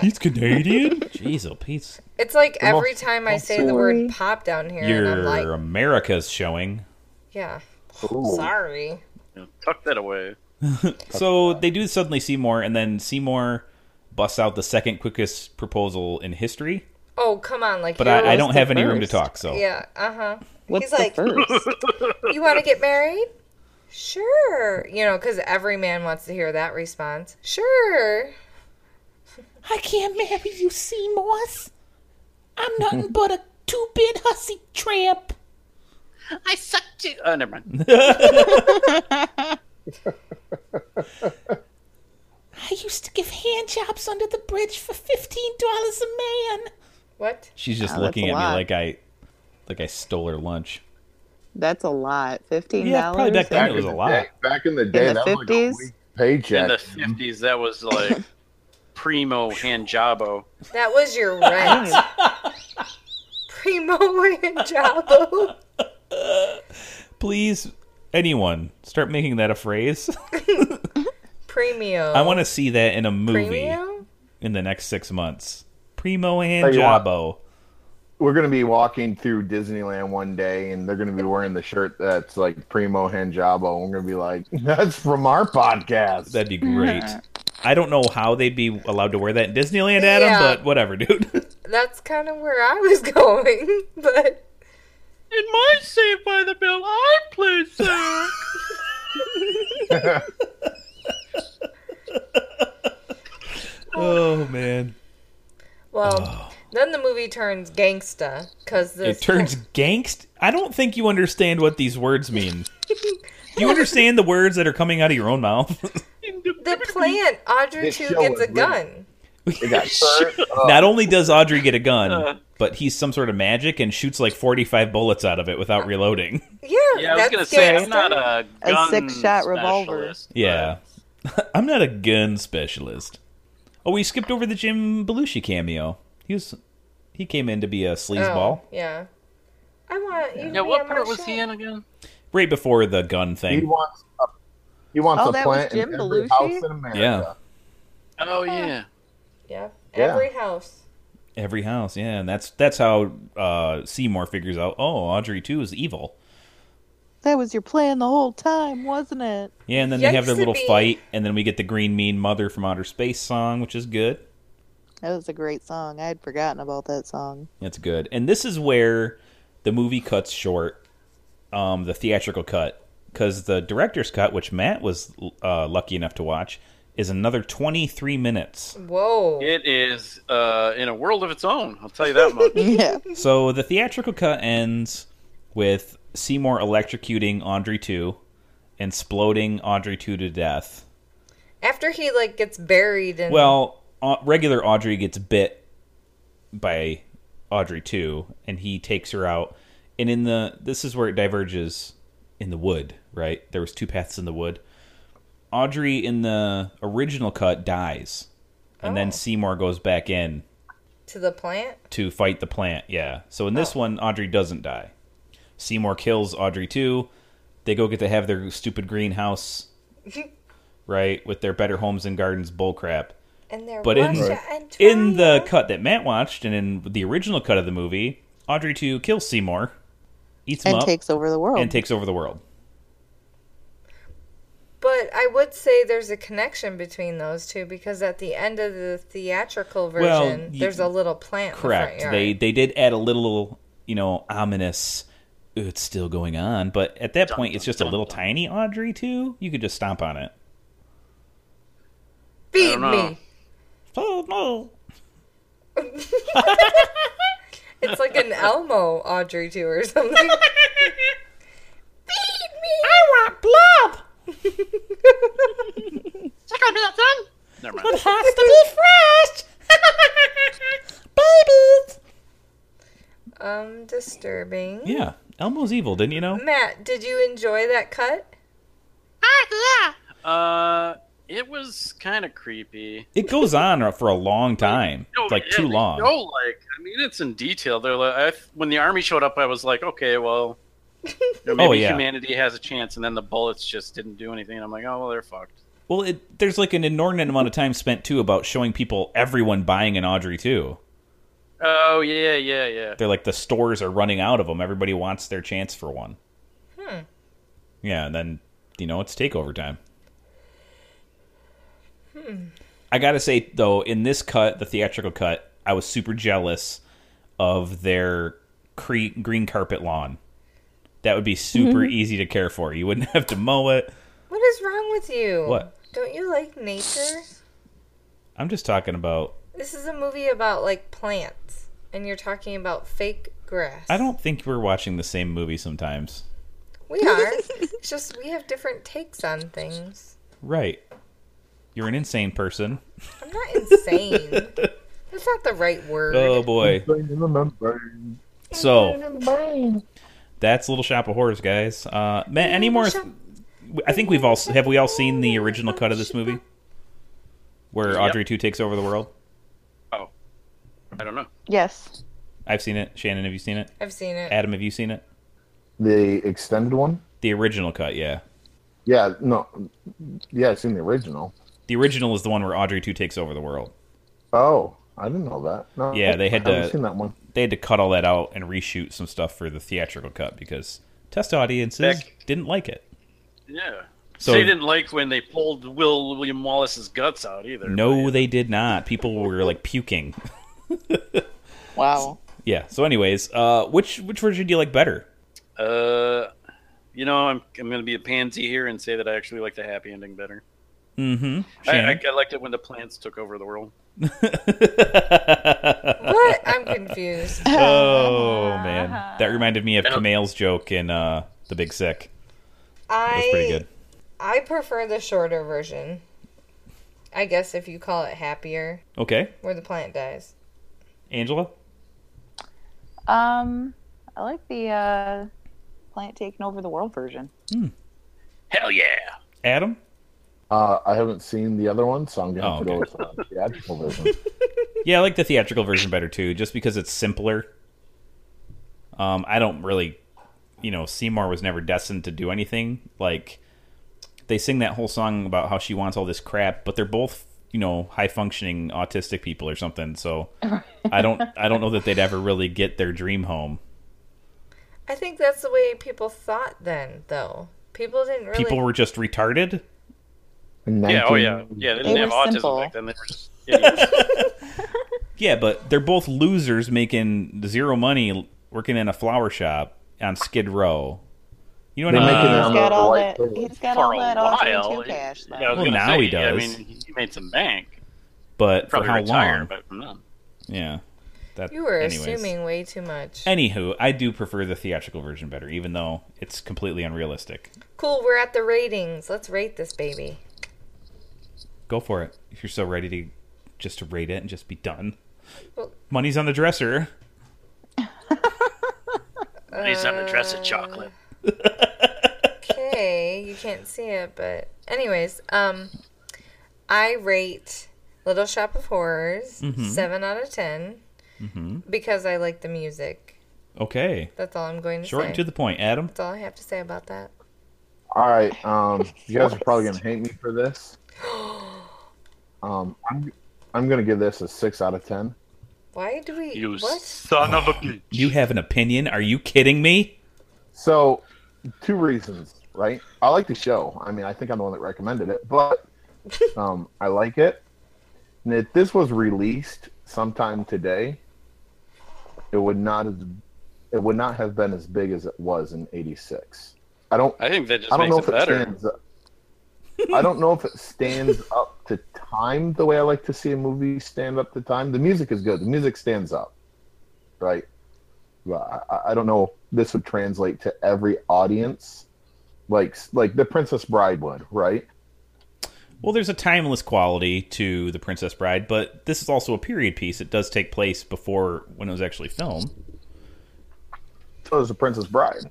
Speaker 2: He's Canadian. Jeez, oh, Pete's
Speaker 6: It's like
Speaker 2: The most-
Speaker 6: every time I
Speaker 2: most
Speaker 6: say the word pop down here, and I'm like,
Speaker 2: your America's showing.
Speaker 6: yeah. Sorry.
Speaker 3: Tuck that away.
Speaker 2: so they do suddenly Seymour, and then Seymour busts out the second quickest proposal in history.
Speaker 6: Oh, come on. Like,
Speaker 2: But
Speaker 6: here
Speaker 2: I, I
Speaker 6: was
Speaker 2: don't
Speaker 6: the
Speaker 2: have any room to
Speaker 6: first.
Speaker 2: talk, so
Speaker 6: Yeah. Uh huh. He's
Speaker 2: What's the
Speaker 6: like,
Speaker 2: first?
Speaker 6: you want to get married? Sure. You know, because every man wants to hear that response. Sure.
Speaker 10: I can't marry you, Seymours. I'm nothing but a two-bit hussy tramp. I sucked you.
Speaker 3: Oh, never mind.
Speaker 10: I used to give hand jobs under the bridge for fifteen dollars a man.
Speaker 6: What?
Speaker 2: she's just
Speaker 9: Oh, that's
Speaker 2: looking
Speaker 9: a
Speaker 2: at me
Speaker 9: lot.
Speaker 2: like I like I stole her lunch.
Speaker 9: That's a lot. Fifteen dollars.
Speaker 2: Yeah, probably back then it was a lot.
Speaker 4: Back in the
Speaker 9: day, the that was like a 50s? weak
Speaker 4: paycheck.
Speaker 3: In the fifties, that was like primo hand jabo.
Speaker 6: That was your rent. Primo and Jabo.
Speaker 2: Please, anyone, start making that a phrase.
Speaker 6: Premio.
Speaker 2: I want to see that in a movie
Speaker 6: Premio?
Speaker 2: in the next six months.
Speaker 4: Tell
Speaker 2: Primo and
Speaker 4: you what.
Speaker 2: Jabo.
Speaker 4: We're gonna be walking through Disneyland one day, and they're gonna be wearing the shirt that's like Primo Hanjabo. and We're gonna be like, "That's from our podcast."
Speaker 2: That'd be great. I don't know how they'd be allowed to wear that in Disneyland, Adam,
Speaker 6: Yeah.
Speaker 2: but whatever, dude.
Speaker 6: That's kind of where I was going, but.
Speaker 3: In my Saved by the Bell, I play Sam.
Speaker 2: oh man.
Speaker 6: Well, then the movie turns gangsta because the
Speaker 2: Oh. It turns gangst. I don't think you understand what these words mean. Do you understand the words that are coming out of your own mouth?
Speaker 6: the plant Audrey
Speaker 4: This
Speaker 6: two
Speaker 4: show
Speaker 6: gets
Speaker 4: was
Speaker 6: a
Speaker 4: weird.
Speaker 6: gun.
Speaker 4: They got burnt up.
Speaker 2: Not only does Audrey get a
Speaker 6: Uh.
Speaker 2: gun, but he's some sort of magic and shoots like 45 bullets out of it without reloading.
Speaker 6: Yeah,
Speaker 3: yeah, I was
Speaker 6: that's
Speaker 3: gonna say I'm
Speaker 6: gangsta.
Speaker 3: not a gun
Speaker 9: six-shot revolver.
Speaker 3: specialist.
Speaker 2: Yeah. I'm not a gun specialist. Oh, we skipped over the Jim Belushi cameo. He was he came in to be a sleazeball
Speaker 6: Oh, yeah. I want you.
Speaker 3: Yeah, what part was he in again?
Speaker 2: right before the gun thing.
Speaker 4: He wants a, he wants
Speaker 6: Oh,
Speaker 4: a
Speaker 6: that was
Speaker 4: plant in
Speaker 6: Jim
Speaker 4: every
Speaker 6: Belushi?
Speaker 4: house in America.
Speaker 2: yeah.
Speaker 3: Oh yeah.
Speaker 6: Yeah.
Speaker 2: Yeah.
Speaker 6: Every house.
Speaker 2: Every house, yeah, and that's that's how uh, Seymour figures out. Oh, Audrey too is evil.
Speaker 9: That was your plan the whole time, wasn't it?
Speaker 2: Yeah, and then they have their little
Speaker 9: Yikes-a-bee.
Speaker 2: fight, and then we get the Green Mean Mother from Outer Space song, which is good.
Speaker 9: That was a great song. I had forgotten about that song.
Speaker 2: That's good. And this is where the movie cuts short, um, the theatrical cut, because the director's cut, which Matt was uh, lucky enough to watch, is another twenty three minutes.
Speaker 6: Whoa.
Speaker 3: It is uh, in a world of its own. I'll tell you that much.
Speaker 9: yeah.
Speaker 2: So the theatrical cut ends with Seymour electrocuting Audrey two, and sploding Audrey two to death.
Speaker 6: After he like gets buried and
Speaker 2: Well, uh, regular Audrey gets bit by Audrey too, and he takes her out. And in the this is where it diverges in the wood, right? There was two paths in the wood. Audrey in the original cut dies, and then Seymour goes back in
Speaker 6: to the plant.
Speaker 2: to fight the plant. Yeah. So in
Speaker 6: Oh.
Speaker 2: this one, Audrey doesn't die. Seymour kills Audrey too. They go get to have their stupid greenhouse, right, with their better homes and gardens bullcrap
Speaker 6: and there
Speaker 2: but in
Speaker 6: Russia and
Speaker 2: in the cut that Matt watched and in the original cut of the movie, Audrey two kills Seymour, eats him
Speaker 9: And
Speaker 2: up,
Speaker 9: takes over the world.
Speaker 2: and takes over the world.
Speaker 6: But I would say there's a connection between those two because at the end of the theatrical version,
Speaker 2: Well, you-
Speaker 6: there's a little plant. In
Speaker 2: Correct.
Speaker 6: the front yard.
Speaker 2: They they did add a little, you know, ominous. "Ooh, It's still going on, but at that point, it's just a little tiny Audrey too. You could just stomp on it.
Speaker 6: Feed
Speaker 2: don't know.
Speaker 6: me.
Speaker 2: Oh no.
Speaker 6: It's like an Elmo Audrey too or something. Feed me.
Speaker 10: I want blood.
Speaker 6: Check out that thing.
Speaker 3: Never
Speaker 10: It has to be fresh. Babies.
Speaker 6: Um, disturbing.
Speaker 2: Yeah, Elmo's evil, didn't you know?
Speaker 6: Matt, did you enjoy that cut?
Speaker 3: Uh, it was kind of creepy.
Speaker 2: It goes on for a long time,
Speaker 3: Oh,
Speaker 2: It's like too long.
Speaker 3: No, like I mean, it's in detail. They're like, I, when the army showed up, I was like, okay, well, you know, maybe
Speaker 2: Oh, yeah.
Speaker 3: humanity has a chance. And then the bullets just didn't do anything. And I'm like, oh well, they're fucked.
Speaker 2: Well, it, there's like an inordinate amount of time spent too about showing people everyone buying an Audrey too.
Speaker 3: Oh yeah, yeah, yeah.
Speaker 2: They're like the stores are running out of them. Everybody wants their chance for one.
Speaker 6: Hmm.
Speaker 2: Yeah, and then you know it's takeover time.
Speaker 6: Hmm.
Speaker 2: I gotta say though, in this cut, the theatrical cut, I was super jealous of their cre- green carpet lawn. That would be super
Speaker 6: Mhm.
Speaker 2: easy to care for. You wouldn't have to mow it.
Speaker 6: What is wrong with you?
Speaker 2: What?
Speaker 6: Don't you like nature?
Speaker 2: I'm just talking about.
Speaker 6: This is a movie about like plants, and you're talking about fake grass.
Speaker 2: I don't think we're watching the same movie sometimes.
Speaker 6: We are. it's just we have different takes on things.
Speaker 2: Right. You're an insane person.
Speaker 6: I'm not insane. That's not the right word.
Speaker 2: Oh boy. So that's Little Shop of Horrors, guys. Uh, Matt, any more? I think we've all have we all seen the original cut of this movie, where Audrey two takes over the world.
Speaker 3: I don't know.
Speaker 5: Yes.
Speaker 2: I've seen it. Shannon, have you seen it?
Speaker 6: I've seen it.
Speaker 2: Adam, have you seen it?
Speaker 4: The extended one?
Speaker 2: The original cut, yeah.
Speaker 4: Yeah, no. Yeah, I've seen the original.
Speaker 2: The original is the one where Audrey two takes over the world.
Speaker 4: Oh, I didn't know that. No,
Speaker 2: Yeah, they had
Speaker 4: I haven't
Speaker 2: to-
Speaker 4: seen that one.
Speaker 2: They had to cut all that out and reshoot some stuff for the theatrical cut because test audiences didn't like it.
Speaker 3: Yeah.
Speaker 2: So-
Speaker 3: So they didn't like when they pulled Will William Wallace's guts out either.
Speaker 2: No, they did not. People were like puking.
Speaker 3: Wow.
Speaker 2: Yeah. So, anyways, uh, which which version do you like better?
Speaker 3: Uh, you know, I'm I'm gonna be a pansy here and say that I actually like the happy ending better.
Speaker 2: Mm-hmm.
Speaker 3: I, I, I liked it when the plants took over the world.
Speaker 6: What? I'm confused.
Speaker 2: oh man, that reminded me of Kamal's joke in uh, The Big Sick. That was pretty
Speaker 6: I
Speaker 2: good.
Speaker 6: I prefer the shorter version. I guess if you call it happier,
Speaker 2: Okay,
Speaker 6: where the plant dies.
Speaker 2: Angela.
Speaker 5: Um, I like the uh, plant taking over the world version.
Speaker 3: Hell yeah.
Speaker 2: Adam?
Speaker 4: Uh, I haven't seen the other one, so I'm going to
Speaker 2: Oh,
Speaker 4: have to
Speaker 2: okay.
Speaker 4: go with the theatrical version.
Speaker 2: Yeah, I like the theatrical version better too, just because it's simpler. Um, I don't really, you know, Seymour was never destined to do anything. Like they sing that whole song about how she wants all this crap, but they're both, you know, high functioning autistic people or something. So I don't, I don't know that they'd ever really get their dream home.
Speaker 6: I think that's the way people thought then, though. People didn't really.
Speaker 2: People were just retarded.
Speaker 3: Yeah, oh yeah, yeah. They didn't have autism back then. They were just idiots.
Speaker 2: Yeah, but they're both losers making zero money working in a flower shop on Skid Row. You know what
Speaker 4: They
Speaker 2: I
Speaker 4: make it
Speaker 2: mean?
Speaker 4: on
Speaker 5: He's got
Speaker 4: the
Speaker 5: all
Speaker 4: white
Speaker 5: that.
Speaker 4: bill.
Speaker 5: He's got
Speaker 3: For
Speaker 5: all
Speaker 3: a
Speaker 5: that
Speaker 3: while,
Speaker 5: Audrey two cash.
Speaker 3: Yeah, I was
Speaker 2: Well,
Speaker 3: gonna
Speaker 2: now
Speaker 3: say,
Speaker 2: he
Speaker 3: yeah, I
Speaker 2: does.
Speaker 3: mean, he made some bank.
Speaker 2: But for
Speaker 3: Probably
Speaker 2: how
Speaker 3: retired,
Speaker 2: long?
Speaker 3: But from them.
Speaker 2: Yeah. That,
Speaker 6: You were
Speaker 2: anyways.
Speaker 6: assuming way too much.
Speaker 2: Anywho, I do prefer the theatrical version better, even though it's completely unrealistic.
Speaker 6: Cool, we're at the ratings. Let's rate this baby.
Speaker 2: Go for it. If you're so ready to just to rate it and just be done. Money's on the dresser.
Speaker 3: He's on a dress of chocolate.
Speaker 5: Uh,
Speaker 6: Okay, you can't see it, but anyways, um, I rate Little Shop of Horrors
Speaker 2: Mhm.
Speaker 6: seven out of ten
Speaker 2: Mm-hmm.
Speaker 6: because I like the music.
Speaker 2: Okay.
Speaker 6: That's all I'm going to
Speaker 2: Short
Speaker 6: say.
Speaker 2: and to the point, Adam.
Speaker 6: That's all I have to say about that.
Speaker 4: All right, um, you guys are probably going to hate me for this. Um, I'm, I'm going to give this a 6 out of 10.
Speaker 6: Why do we?
Speaker 2: You
Speaker 6: what?
Speaker 2: son of a You have an opinion? Are you kidding me?
Speaker 4: So two reasons, right? I like the show. I mean, I think I'm the one that recommended it, but um, I like it. And if this was released sometime today, it would not as it would not have been as big as it was in '86. I don't.
Speaker 3: I think that just
Speaker 4: I don't
Speaker 3: makes
Speaker 4: know
Speaker 3: it
Speaker 4: if it
Speaker 3: better.
Speaker 4: stands up. I don't know if it stands up to time the way I like to see a movie stand up to time. The music is good. The music stands up, right? But I, I don't know. if This would translate to every audience, like like the Princess Bride would, right?
Speaker 2: Well, there's a timeless quality to The Princess Bride, but this is also a period piece. It does take place before when it was actually filmed.
Speaker 4: So is The Princess Bride.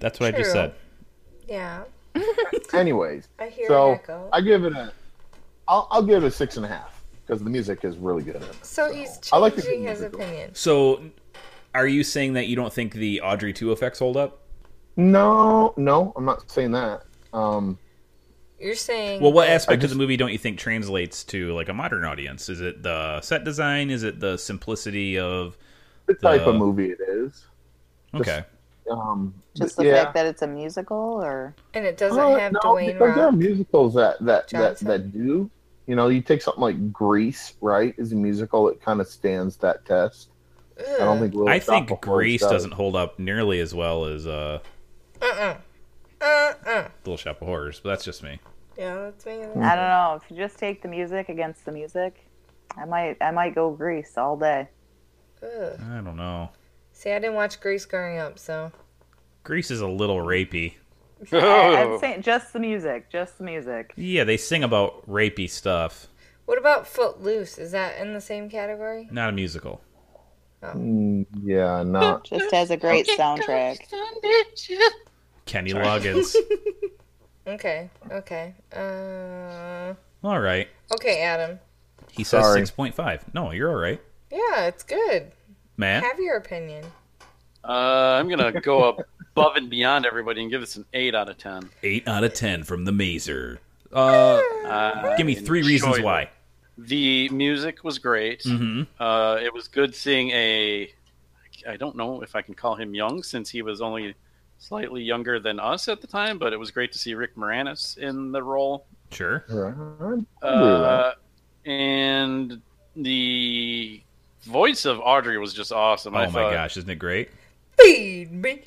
Speaker 2: That's what I just
Speaker 6: True.
Speaker 2: said.
Speaker 6: Yeah.
Speaker 4: Anyways,
Speaker 6: I hear
Speaker 4: so
Speaker 6: an echo.
Speaker 4: I give it a. I'll, I'll give it a six and a half because the music is really good. in it.
Speaker 6: So he's
Speaker 4: I like the
Speaker 6: changing
Speaker 4: green
Speaker 6: his
Speaker 4: musical.
Speaker 6: opinion.
Speaker 2: So, are you saying that you don't think the Audrey 2 effects hold up?
Speaker 4: No, no, I'm not saying that. Um,
Speaker 6: You're saying
Speaker 2: Well, what aspect of the movie don't you think translates to like a modern audience? Is it the set design? Is it the simplicity of
Speaker 4: the type of movie it is?
Speaker 2: Okay.
Speaker 4: Um,
Speaker 5: Just
Speaker 4: but
Speaker 5: the
Speaker 4: yeah.
Speaker 5: fact that it's a musical, or
Speaker 6: and it doesn't
Speaker 5: Oh,
Speaker 6: have
Speaker 5: no,
Speaker 6: Dwayne
Speaker 4: uh, because um, there are
Speaker 6: Rock.
Speaker 4: musicals that that, that
Speaker 6: Johnson.
Speaker 4: that do. You know, you take something like Grease, right? Is a musical that kind of stands that test. I don't think. Will
Speaker 2: I think
Speaker 4: Doppelganger
Speaker 2: Grease
Speaker 4: does.
Speaker 2: doesn't hold up nearly as well as uh,
Speaker 6: Uh uh. Uh uh.
Speaker 2: Little Shop of Horrors, but that's just me.
Speaker 6: Yeah, that's me.
Speaker 5: I don't know. If you just take the music against the music, I might I might go Grease all day.
Speaker 6: Ugh.
Speaker 2: I don't know.
Speaker 6: See, I didn't watch Grease growing up, so
Speaker 2: Grease is a little rapey.
Speaker 5: I,
Speaker 6: Oh.
Speaker 5: am saying just the music, just the music.
Speaker 2: Yeah, they sing about rapey stuff.
Speaker 6: What about Footloose? Is that in the same category?
Speaker 2: Not a musical.
Speaker 4: Mm, yeah, not.
Speaker 5: Just has a great soundtrack.
Speaker 2: Kenny Loggins.
Speaker 6: Okay, okay. Uh,
Speaker 2: all right.
Speaker 6: okay, Adam.
Speaker 2: He says
Speaker 4: Sorry.
Speaker 2: six point five. No, you're all right,
Speaker 6: Yeah, it's good.
Speaker 2: Matt.
Speaker 6: Have your opinion.
Speaker 3: Uh, I'm gonna go above and beyond everybody and give this an eight out of ten.
Speaker 2: Eight out of ten from the Mazer. Uh,
Speaker 6: Ah.
Speaker 2: give me three reasons
Speaker 3: enjoyed
Speaker 2: why.
Speaker 3: The music was great.
Speaker 2: Mhm.
Speaker 3: Uh, it was good seeing a. I don't know if I can call him young since he was only slightly younger than us at the time, but it was great to see Rick Moranis in the role.
Speaker 2: Sure.
Speaker 3: Uh, and the voice of Audrey was just awesome. I
Speaker 2: oh my
Speaker 3: thought-
Speaker 2: gosh, isn't it great?
Speaker 6: Feed me.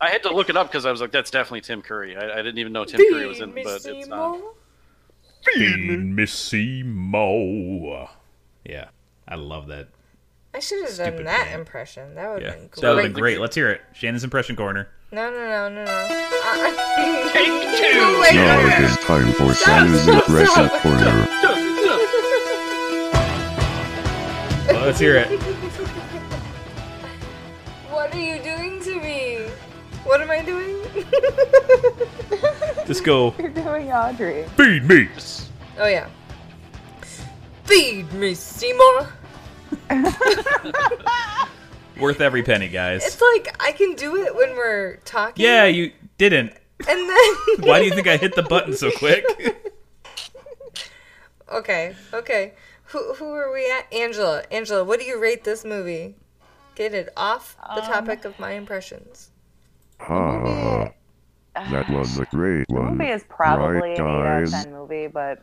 Speaker 3: I had to look it up because I was like, "That's definitely Tim Curry." I, I didn't even know Tim Curry was in, but it's uh, not.
Speaker 2: Feed Missy Mo. Yeah, I love that.
Speaker 6: I should have
Speaker 2: Stupid
Speaker 6: done that
Speaker 2: man.
Speaker 6: impression. That would
Speaker 2: Yeah,
Speaker 6: have been great.
Speaker 2: that would have been great. Let's hear it. Shannon's impression corner.
Speaker 6: No, no, no, no, Uh-uh. no.
Speaker 3: Take
Speaker 6: two.
Speaker 1: Now it is time for Shannon's Impression Corner.
Speaker 2: Well, let's hear it.
Speaker 6: What are you doing to me? What am I doing?
Speaker 2: Just go.
Speaker 6: You're doing Audrey.
Speaker 2: Feed me.
Speaker 6: Oh yeah. Feed me, Seymour.
Speaker 2: Worth every penny, guys.
Speaker 6: It's like I can do it when we're talking.
Speaker 2: Yeah, you didn't.
Speaker 6: And then
Speaker 2: Why do you think I hit the button so quick?
Speaker 6: Okay, okay. Who who are we at? Angela. Angela, what do you rate this movie? Get it off the topic of my impressions.
Speaker 1: Ah, that was a great
Speaker 5: The
Speaker 1: one.
Speaker 5: movie is probably
Speaker 1: right,
Speaker 5: an eight out of
Speaker 1: guys?
Speaker 5: ten movie, but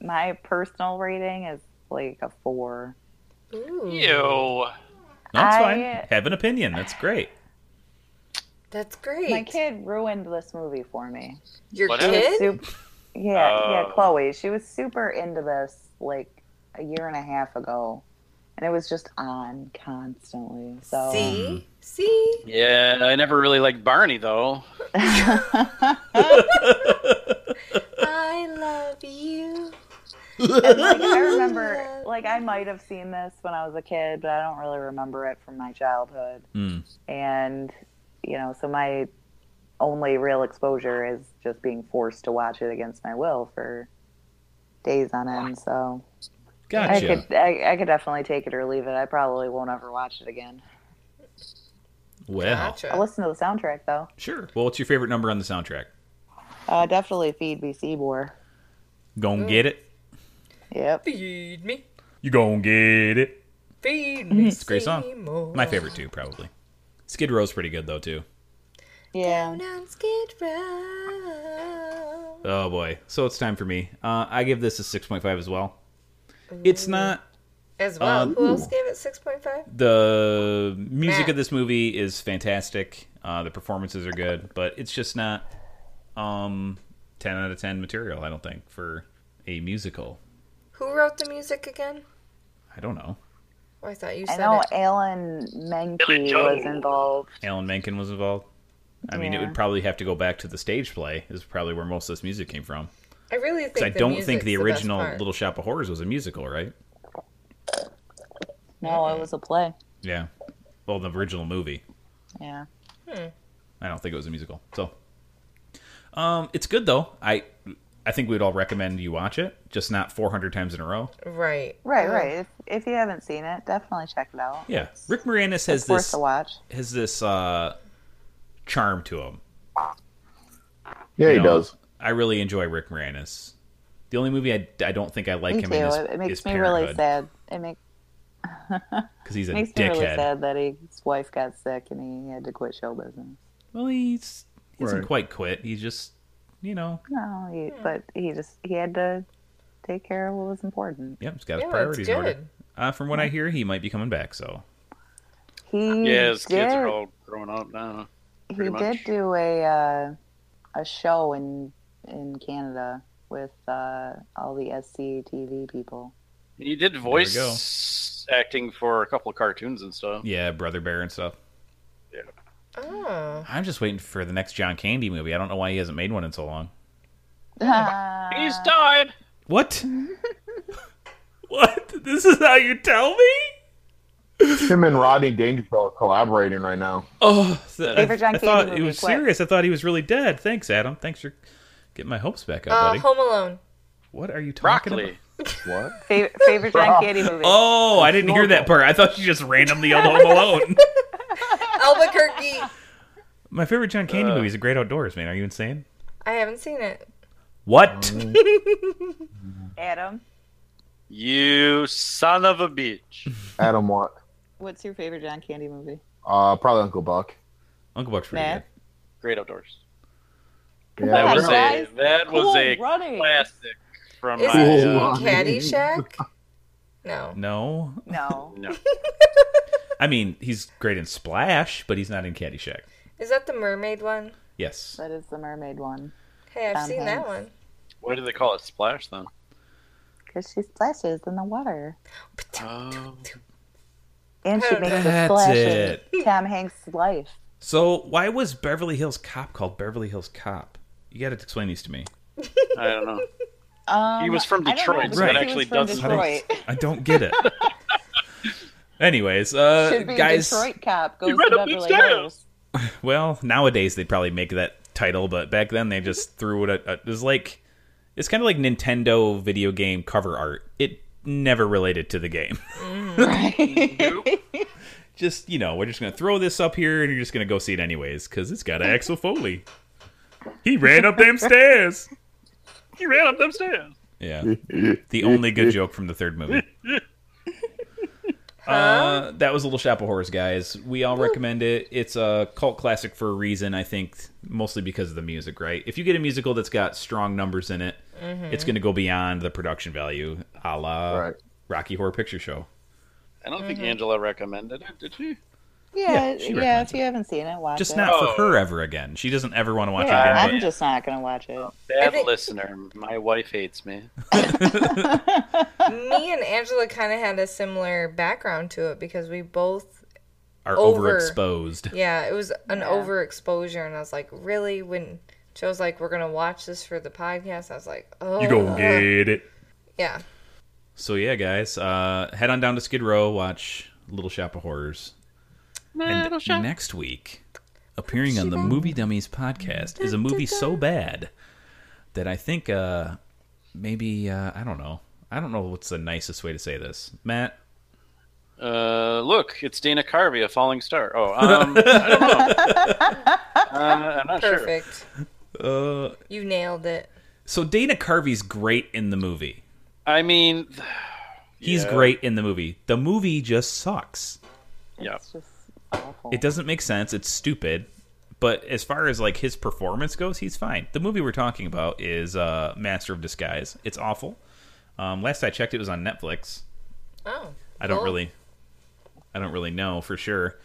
Speaker 5: my personal rating is like a four.
Speaker 3: Ew.
Speaker 2: That's
Speaker 5: I-
Speaker 2: fine. Have an opinion. That's great.
Speaker 6: That's great.
Speaker 5: My kid ruined this movie for me.
Speaker 6: Your
Speaker 5: She was
Speaker 6: kid?
Speaker 5: sup- yeah,
Speaker 6: Oh.
Speaker 5: yeah, Chloe. She was super into this like a year and a half ago, and it was just on constantly. So
Speaker 6: See? See?
Speaker 3: Yeah, I never really liked Barney though.
Speaker 6: I love you.
Speaker 5: And, like, I remember, like I might have seen this when I was a kid, but I don't really remember it from my childhood. and you know so my only real exposure is just being forced to watch it against my will for days on end so i
Speaker 2: Gotcha.
Speaker 5: could I, I could definitely take it or leave it i probably won't ever watch it again
Speaker 2: Well,
Speaker 5: i listen to the soundtrack though
Speaker 2: sure. Well, what's your favorite number on the soundtrack?
Speaker 5: uh definitely feed me seaboard
Speaker 2: Gonna
Speaker 6: Mm.
Speaker 5: Ooh.
Speaker 2: get it.
Speaker 5: yep
Speaker 6: feed me
Speaker 2: You gonna get it.
Speaker 6: feed me
Speaker 2: It's a great song.
Speaker 6: Seymour.
Speaker 2: My favorite too, probably. Skid Row's pretty good though too.
Speaker 5: Yeah.
Speaker 6: on Skid Row.
Speaker 2: Oh boy. So it's time for me. Uh, I give this a 6.5 as well.
Speaker 6: Mm.
Speaker 2: It's not
Speaker 6: As well.
Speaker 2: Um,
Speaker 6: Who else
Speaker 2: ooh.
Speaker 6: gave it 6.5?
Speaker 2: the music of this movie is fantastic. Uh, the performances are good, but it's just not um 10 out of 10 material, I don't think, for a musical.
Speaker 6: Who wrote the music again?
Speaker 2: I don't know.
Speaker 6: Oh, I thought you
Speaker 5: I
Speaker 6: said
Speaker 5: know
Speaker 6: it.
Speaker 5: Alan Menke was involved.
Speaker 2: Alan Menken was involved. I mean, it
Speaker 5: Yeah.
Speaker 2: would probably have to go back to the stage play. Is probably where most of this music came from.
Speaker 6: I really think
Speaker 2: Because I
Speaker 6: the
Speaker 2: don't think
Speaker 6: music's the
Speaker 2: the
Speaker 6: best
Speaker 2: original
Speaker 6: part.
Speaker 2: Little Shop of Horrors was a musical, right?
Speaker 5: No, it was a play.
Speaker 2: Yeah. Well, the original movie.
Speaker 5: Yeah.
Speaker 2: I don't think it was a musical. So, um, it's good though. I I think we'd all recommend you watch it, just not 400 times in a row.
Speaker 6: Right.
Speaker 5: Right, right. If, if you haven't seen it, definitely check it out.
Speaker 2: Yeah. Rick Moranis has
Speaker 5: It's worth
Speaker 2: this
Speaker 5: a watch.
Speaker 2: has this uh, charm to him.
Speaker 4: Yeah, he does.
Speaker 2: I really enjoy Rick Moranis. The only movie I, I don't think I like
Speaker 5: me
Speaker 2: him
Speaker 5: too.
Speaker 2: in is,
Speaker 5: it, it makes
Speaker 2: is
Speaker 5: me really
Speaker 2: Parenthood
Speaker 5: sad. It makes
Speaker 2: because he's a
Speaker 5: makes me really
Speaker 2: dickhead.
Speaker 5: sad that his wife got sick and he had to quit show business.
Speaker 2: Well, he's he doesn't
Speaker 5: Right.
Speaker 2: quite quit. He's just you know
Speaker 5: No, he, but he just he had to take care of what was important.
Speaker 2: yep, he's got his
Speaker 5: Yeah, it's
Speaker 2: priorities in order.
Speaker 5: good.
Speaker 2: Uh, from what I hear, he might be coming back. So
Speaker 5: He
Speaker 3: yeah, his
Speaker 5: did,
Speaker 3: kids are all growing up now.
Speaker 5: he
Speaker 3: pretty
Speaker 5: did do a uh, a show in in Canada with uh, all the SCTV people.
Speaker 3: He did
Speaker 2: go.
Speaker 3: voice acting for a couple of cartoons and stuff.
Speaker 2: yeah, Brother Bear and stuff.
Speaker 6: Oh.
Speaker 2: I'm just waiting for the next John Candy movie. I don't know why he hasn't made one in so long.
Speaker 3: He's died.
Speaker 2: What? what? This is how you tell me?
Speaker 4: Him and Rodney Dangerfield are collaborating right now.
Speaker 2: Oh, th-
Speaker 4: Favorite
Speaker 2: I,
Speaker 4: John
Speaker 2: I thought
Speaker 4: Candy
Speaker 2: it
Speaker 4: movie,
Speaker 2: was
Speaker 4: quick.
Speaker 2: serious. I thought he was really dead. Thanks, Adam. Thanks for getting my hopes back up,
Speaker 6: Uh,
Speaker 2: buddy.
Speaker 6: Home Alone.
Speaker 2: What are you talking about? What?
Speaker 5: Favorite, favorite John Candy movie.
Speaker 2: Oh, I didn't hear that part. I thought you just randomly yelled Home Alone.
Speaker 6: Albuquerque.
Speaker 2: My favorite John Candy movie is The Great Outdoors, man. Are you insane?
Speaker 6: I haven't seen it.
Speaker 2: What?
Speaker 4: Mm.
Speaker 5: Adam,
Speaker 3: You son of a bitch.
Speaker 4: Adam Watt,
Speaker 5: what's your favorite John Candy movie?
Speaker 4: uh, probably Uncle Buck.
Speaker 2: Uncle Buck's
Speaker 5: pretty Matt?
Speaker 3: Great outdoors.
Speaker 4: Yeah,
Speaker 3: that was
Speaker 4: guys.
Speaker 3: a that was
Speaker 6: Cool
Speaker 3: a
Speaker 6: running.
Speaker 3: classic from
Speaker 6: Is
Speaker 3: my
Speaker 6: it
Speaker 3: uh,
Speaker 6: Caddyshack? No.
Speaker 2: No.
Speaker 5: No.
Speaker 3: no.
Speaker 2: I mean, he's great in Splash, but he's not in Caddyshack.
Speaker 6: Is that the mermaid one?
Speaker 2: Yes.
Speaker 5: That is the mermaid one.
Speaker 6: Hey, I've
Speaker 5: Tom
Speaker 6: seen that
Speaker 5: Hanks.
Speaker 6: one.
Speaker 3: Why do they call it splash then?
Speaker 5: Because she splashes in the water.
Speaker 3: Oh.
Speaker 5: And she makes a
Speaker 2: That's
Speaker 5: splash
Speaker 2: it.
Speaker 5: in Tom Hanks' life.
Speaker 2: So why was Beverly Hills Cop called Beverly Hills Cop? You got to explain these to me.
Speaker 3: I don't know.
Speaker 5: Um,
Speaker 3: He was from
Speaker 5: I don't know,
Speaker 3: Detroit, so
Speaker 5: because
Speaker 3: that
Speaker 5: he was
Speaker 3: actually
Speaker 5: from
Speaker 3: doesn't-
Speaker 2: I don't,
Speaker 5: Detroit.
Speaker 2: I don't get it. Anyways, uh,
Speaker 5: Should be
Speaker 2: guys.
Speaker 5: Detroit cop goes
Speaker 3: You read
Speaker 5: to
Speaker 3: a
Speaker 5: Beverly
Speaker 3: bitch down.
Speaker 5: Hills.
Speaker 2: Well, nowadays they'd probably make that title, but back then they
Speaker 5: Mm-hmm.
Speaker 2: just threw it. At, it was like it's kind of like Nintendo video game cover art. It never related to the game.
Speaker 5: Mm.
Speaker 2: just you know, we're just gonna throw this up here, and you're just gonna go see it anyways because it's got Axel Foley. He ran up them stairs.
Speaker 3: He ran up them stairs.
Speaker 2: Yeah, the only good joke from the third movie. Uh, that was Little Shop of Horrors, guys. We all recommend it. It's a cult classic for a reason, I think, mostly because of the music, right? If you get a musical that's got strong numbers in it,
Speaker 5: Mm-hmm.
Speaker 3: Mhm.
Speaker 2: it's going to go beyond the production value, a la Rocky Horror Picture Show.
Speaker 3: I don't
Speaker 5: Mm-hmm.
Speaker 3: think Angela recommended it, did she?
Speaker 5: Yeah,
Speaker 2: she
Speaker 5: yeah.
Speaker 2: recommends
Speaker 5: if you haven't seen it, watch
Speaker 2: Just
Speaker 5: it.
Speaker 2: not for her ever again. She doesn't ever want to watch
Speaker 5: Oh. Yeah,
Speaker 2: it
Speaker 5: I'm
Speaker 2: again.
Speaker 5: just not gonna watch it.
Speaker 3: Bad listener. My wife hates me.
Speaker 6: Me and Angela kind of had a similar background to it because we both
Speaker 2: But are
Speaker 6: over-
Speaker 2: overexposed.
Speaker 6: Yeah, it was an
Speaker 5: Yeah.
Speaker 6: overexposure, and I was like, really? When Joe's like, we're gonna watch this for the podcast, I was like, oh,
Speaker 2: You go get it.
Speaker 6: yeah.
Speaker 2: So yeah, guys, uh, head on down to Skid Row, watch Little Shop of Horrors,
Speaker 10: Little
Speaker 2: and
Speaker 10: Shop-
Speaker 2: next week, appearing on the Movie Dummies podcast is a movie so bad that I think uh, maybe uh, I don't know. I don't know what's the nicest way to say this, Matt.
Speaker 3: Uh, look, it's Dana Carvey, a falling star. Oh, um, I don't know. Uh, I'm not sure.
Speaker 6: Perfect.
Speaker 2: Uh,
Speaker 6: You nailed it.
Speaker 2: so Dana Carvey's great in the movie.
Speaker 3: I mean,
Speaker 2: He's
Speaker 3: Yeah.
Speaker 2: great in the movie. The movie just sucks.
Speaker 3: yeah.
Speaker 2: It doesn't make sense. It's stupid, But as far as like his performance goes, he's fine. The movie we're talking about is uh, Master of Disguise. It's awful. Um, last I checked, it was on Netflix.
Speaker 6: Oh.
Speaker 2: I don't
Speaker 6: cool.
Speaker 2: really, I don't really know for sure.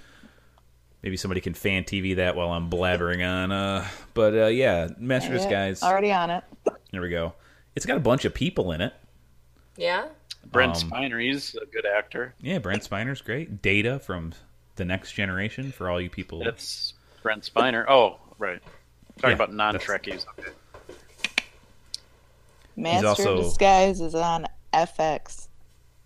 Speaker 2: Maybe somebody can fan TV that while I'm blabbering on. Uh, but uh, yeah, Master of Disguise.
Speaker 5: Already on it.
Speaker 2: There we go. It's got a bunch of people in it.
Speaker 6: Yeah.
Speaker 3: Brent
Speaker 2: Um,
Speaker 3: Spiner's a good actor.
Speaker 2: Yeah, Brent Spiner's great. Data from the Next Generation for all you people.
Speaker 3: That's Brent Spiner. Oh, right. Sorry
Speaker 2: Yeah,
Speaker 3: about non Trekkies. Okay.
Speaker 5: Master
Speaker 2: also-
Speaker 5: of Disguise is on FX.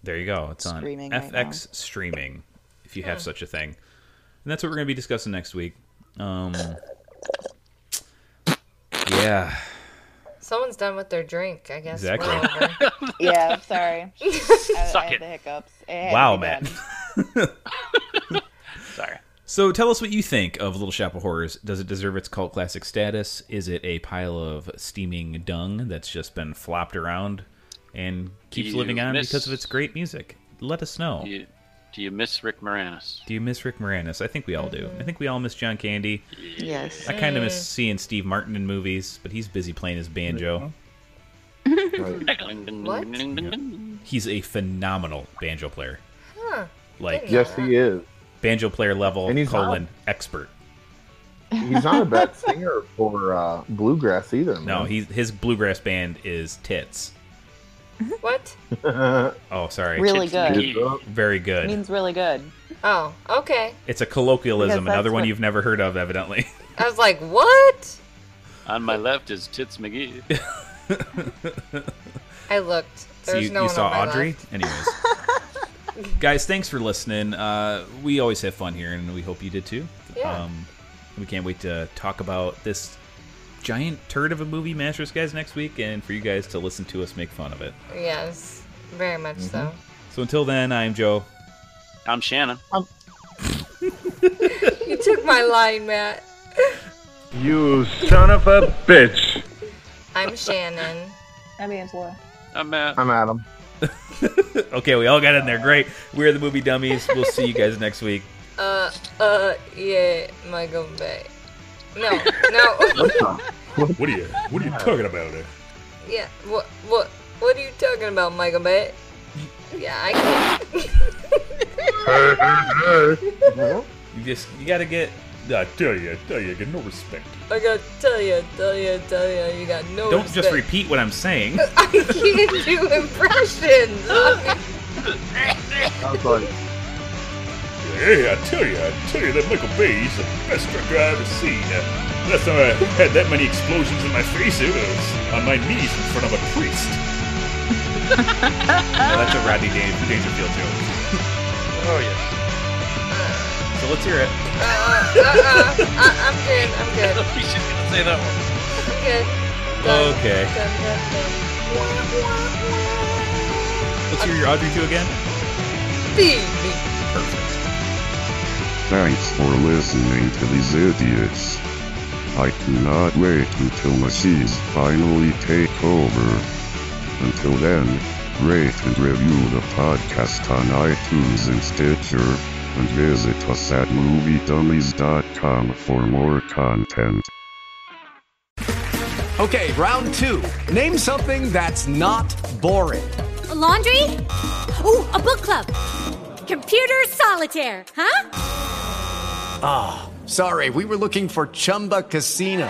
Speaker 2: There you go. It's on
Speaker 5: Streaming right
Speaker 2: FX
Speaker 5: now.
Speaker 2: streaming, if you have
Speaker 5: Hmm.
Speaker 2: such a thing. And that's what we're going to be discussing next week. Um, yeah.
Speaker 6: Someone's done with their drink, I guess.
Speaker 2: Exactly.
Speaker 6: We're over.
Speaker 5: yeah, I'm sorry. I, I
Speaker 6: Suck
Speaker 5: had
Speaker 6: it.
Speaker 5: the hiccups. It had to
Speaker 2: wow,
Speaker 5: be
Speaker 2: Matt.
Speaker 5: done.
Speaker 2: Sorry. So tell us what you think of Little Shop of Horrors. Does it deserve its cult classic status? Is it a pile of steaming dung that's just been flopped around and keeps
Speaker 3: You
Speaker 2: living on
Speaker 3: miss-
Speaker 2: because of its great music? Let us know.
Speaker 3: Do you, do you miss Rick Moranis?
Speaker 2: Do you miss Rick Moranis? I think we all do. I think we all miss John Candy.
Speaker 3: Yes.
Speaker 2: I kind of
Speaker 3: Mm.
Speaker 2: miss seeing Steve Martin in movies, but he's busy playing his banjo.
Speaker 6: What?
Speaker 2: He's a phenomenal banjo player.
Speaker 6: Huh.
Speaker 2: Like
Speaker 6: Didn't know that.
Speaker 4: he is.
Speaker 2: Banjo player level
Speaker 4: And he's
Speaker 2: colon expert.
Speaker 4: He's not a bad singer for uh, bluegrass either. Man.
Speaker 2: No, he's his bluegrass band is tits.
Speaker 6: What?
Speaker 2: Oh, sorry.
Speaker 9: Really Tits
Speaker 6: good.
Speaker 2: Very good.
Speaker 9: means really good.
Speaker 6: Oh, okay.
Speaker 2: It's a colloquialism,
Speaker 6: Because
Speaker 2: another
Speaker 6: that's
Speaker 2: one
Speaker 6: what-
Speaker 2: you've never heard of, evidently.
Speaker 6: I was like, what?
Speaker 3: On my left is Tits McGee.
Speaker 6: I looked. There
Speaker 2: so
Speaker 6: was
Speaker 2: you,
Speaker 6: no
Speaker 2: you
Speaker 6: one
Speaker 2: saw
Speaker 6: on my
Speaker 2: Audrey?
Speaker 6: left.
Speaker 2: Anyways. Guys, thanks for listening. Uh, we always have fun here, and we hope you did too.
Speaker 6: Yeah.
Speaker 2: Um, we can't wait to talk about this giant turd of a movie, Masters Guys, next week, and for you guys to listen to us make fun of it.
Speaker 6: Yes, very much so.
Speaker 2: So until then, I'm Joe.
Speaker 3: I'm Shannon.
Speaker 6: You took my line, Matt.
Speaker 11: You son of a bitch.
Speaker 6: I'm Shannon.
Speaker 5: I'm Angela.
Speaker 3: I'm uh, Matt.
Speaker 4: I'm Adam.
Speaker 2: okay, we all got in there. Great. We're the movie dummies. We'll see you guys next week.
Speaker 6: Uh, uh, yeah, Michael Bay. No, no.
Speaker 2: What are you? What are you talking about?
Speaker 6: yeah, what, what, what are you talking about, Michael Bay? Yeah, I can't.
Speaker 2: You just you gotta get. I tell you, I tell you, get no respect.
Speaker 6: I gotta tell you, tell you, tell you, you got no.
Speaker 2: Don't just
Speaker 6: respect.
Speaker 2: repeat what I'm saying.
Speaker 6: I can't do impressions.
Speaker 4: Sounds like
Speaker 11: Hey, I tell you, I tell you that Michael Bay is the best director I've ever seen. Uh, last time I had that many explosions in my face, it was on my knees in front of a priest.
Speaker 2: that's a Rodney Dan- Dangerfield joke.
Speaker 3: Oh, yes.
Speaker 2: So let's hear it.
Speaker 6: Uh, uh, uh, uh, I'm good. I'm good.
Speaker 3: She's going to say that one.
Speaker 6: I'm good.
Speaker 2: Okay.
Speaker 6: Done, done, done.
Speaker 2: Let's hear your Audrey 2 again.
Speaker 6: Phoebe.
Speaker 1: Thanks for listening to these idiots. I cannot wait until machines finally take over. Until then, rate and review the podcast on iTunes and Stitcher, and visit us at moviedummies.com for more content.
Speaker 12: Okay, round two. Name something that's not boring.
Speaker 13: laundry? Ooh, a book club. Computer solitaire, huh?
Speaker 12: Ah, sorry, we were looking for Chumba Casino.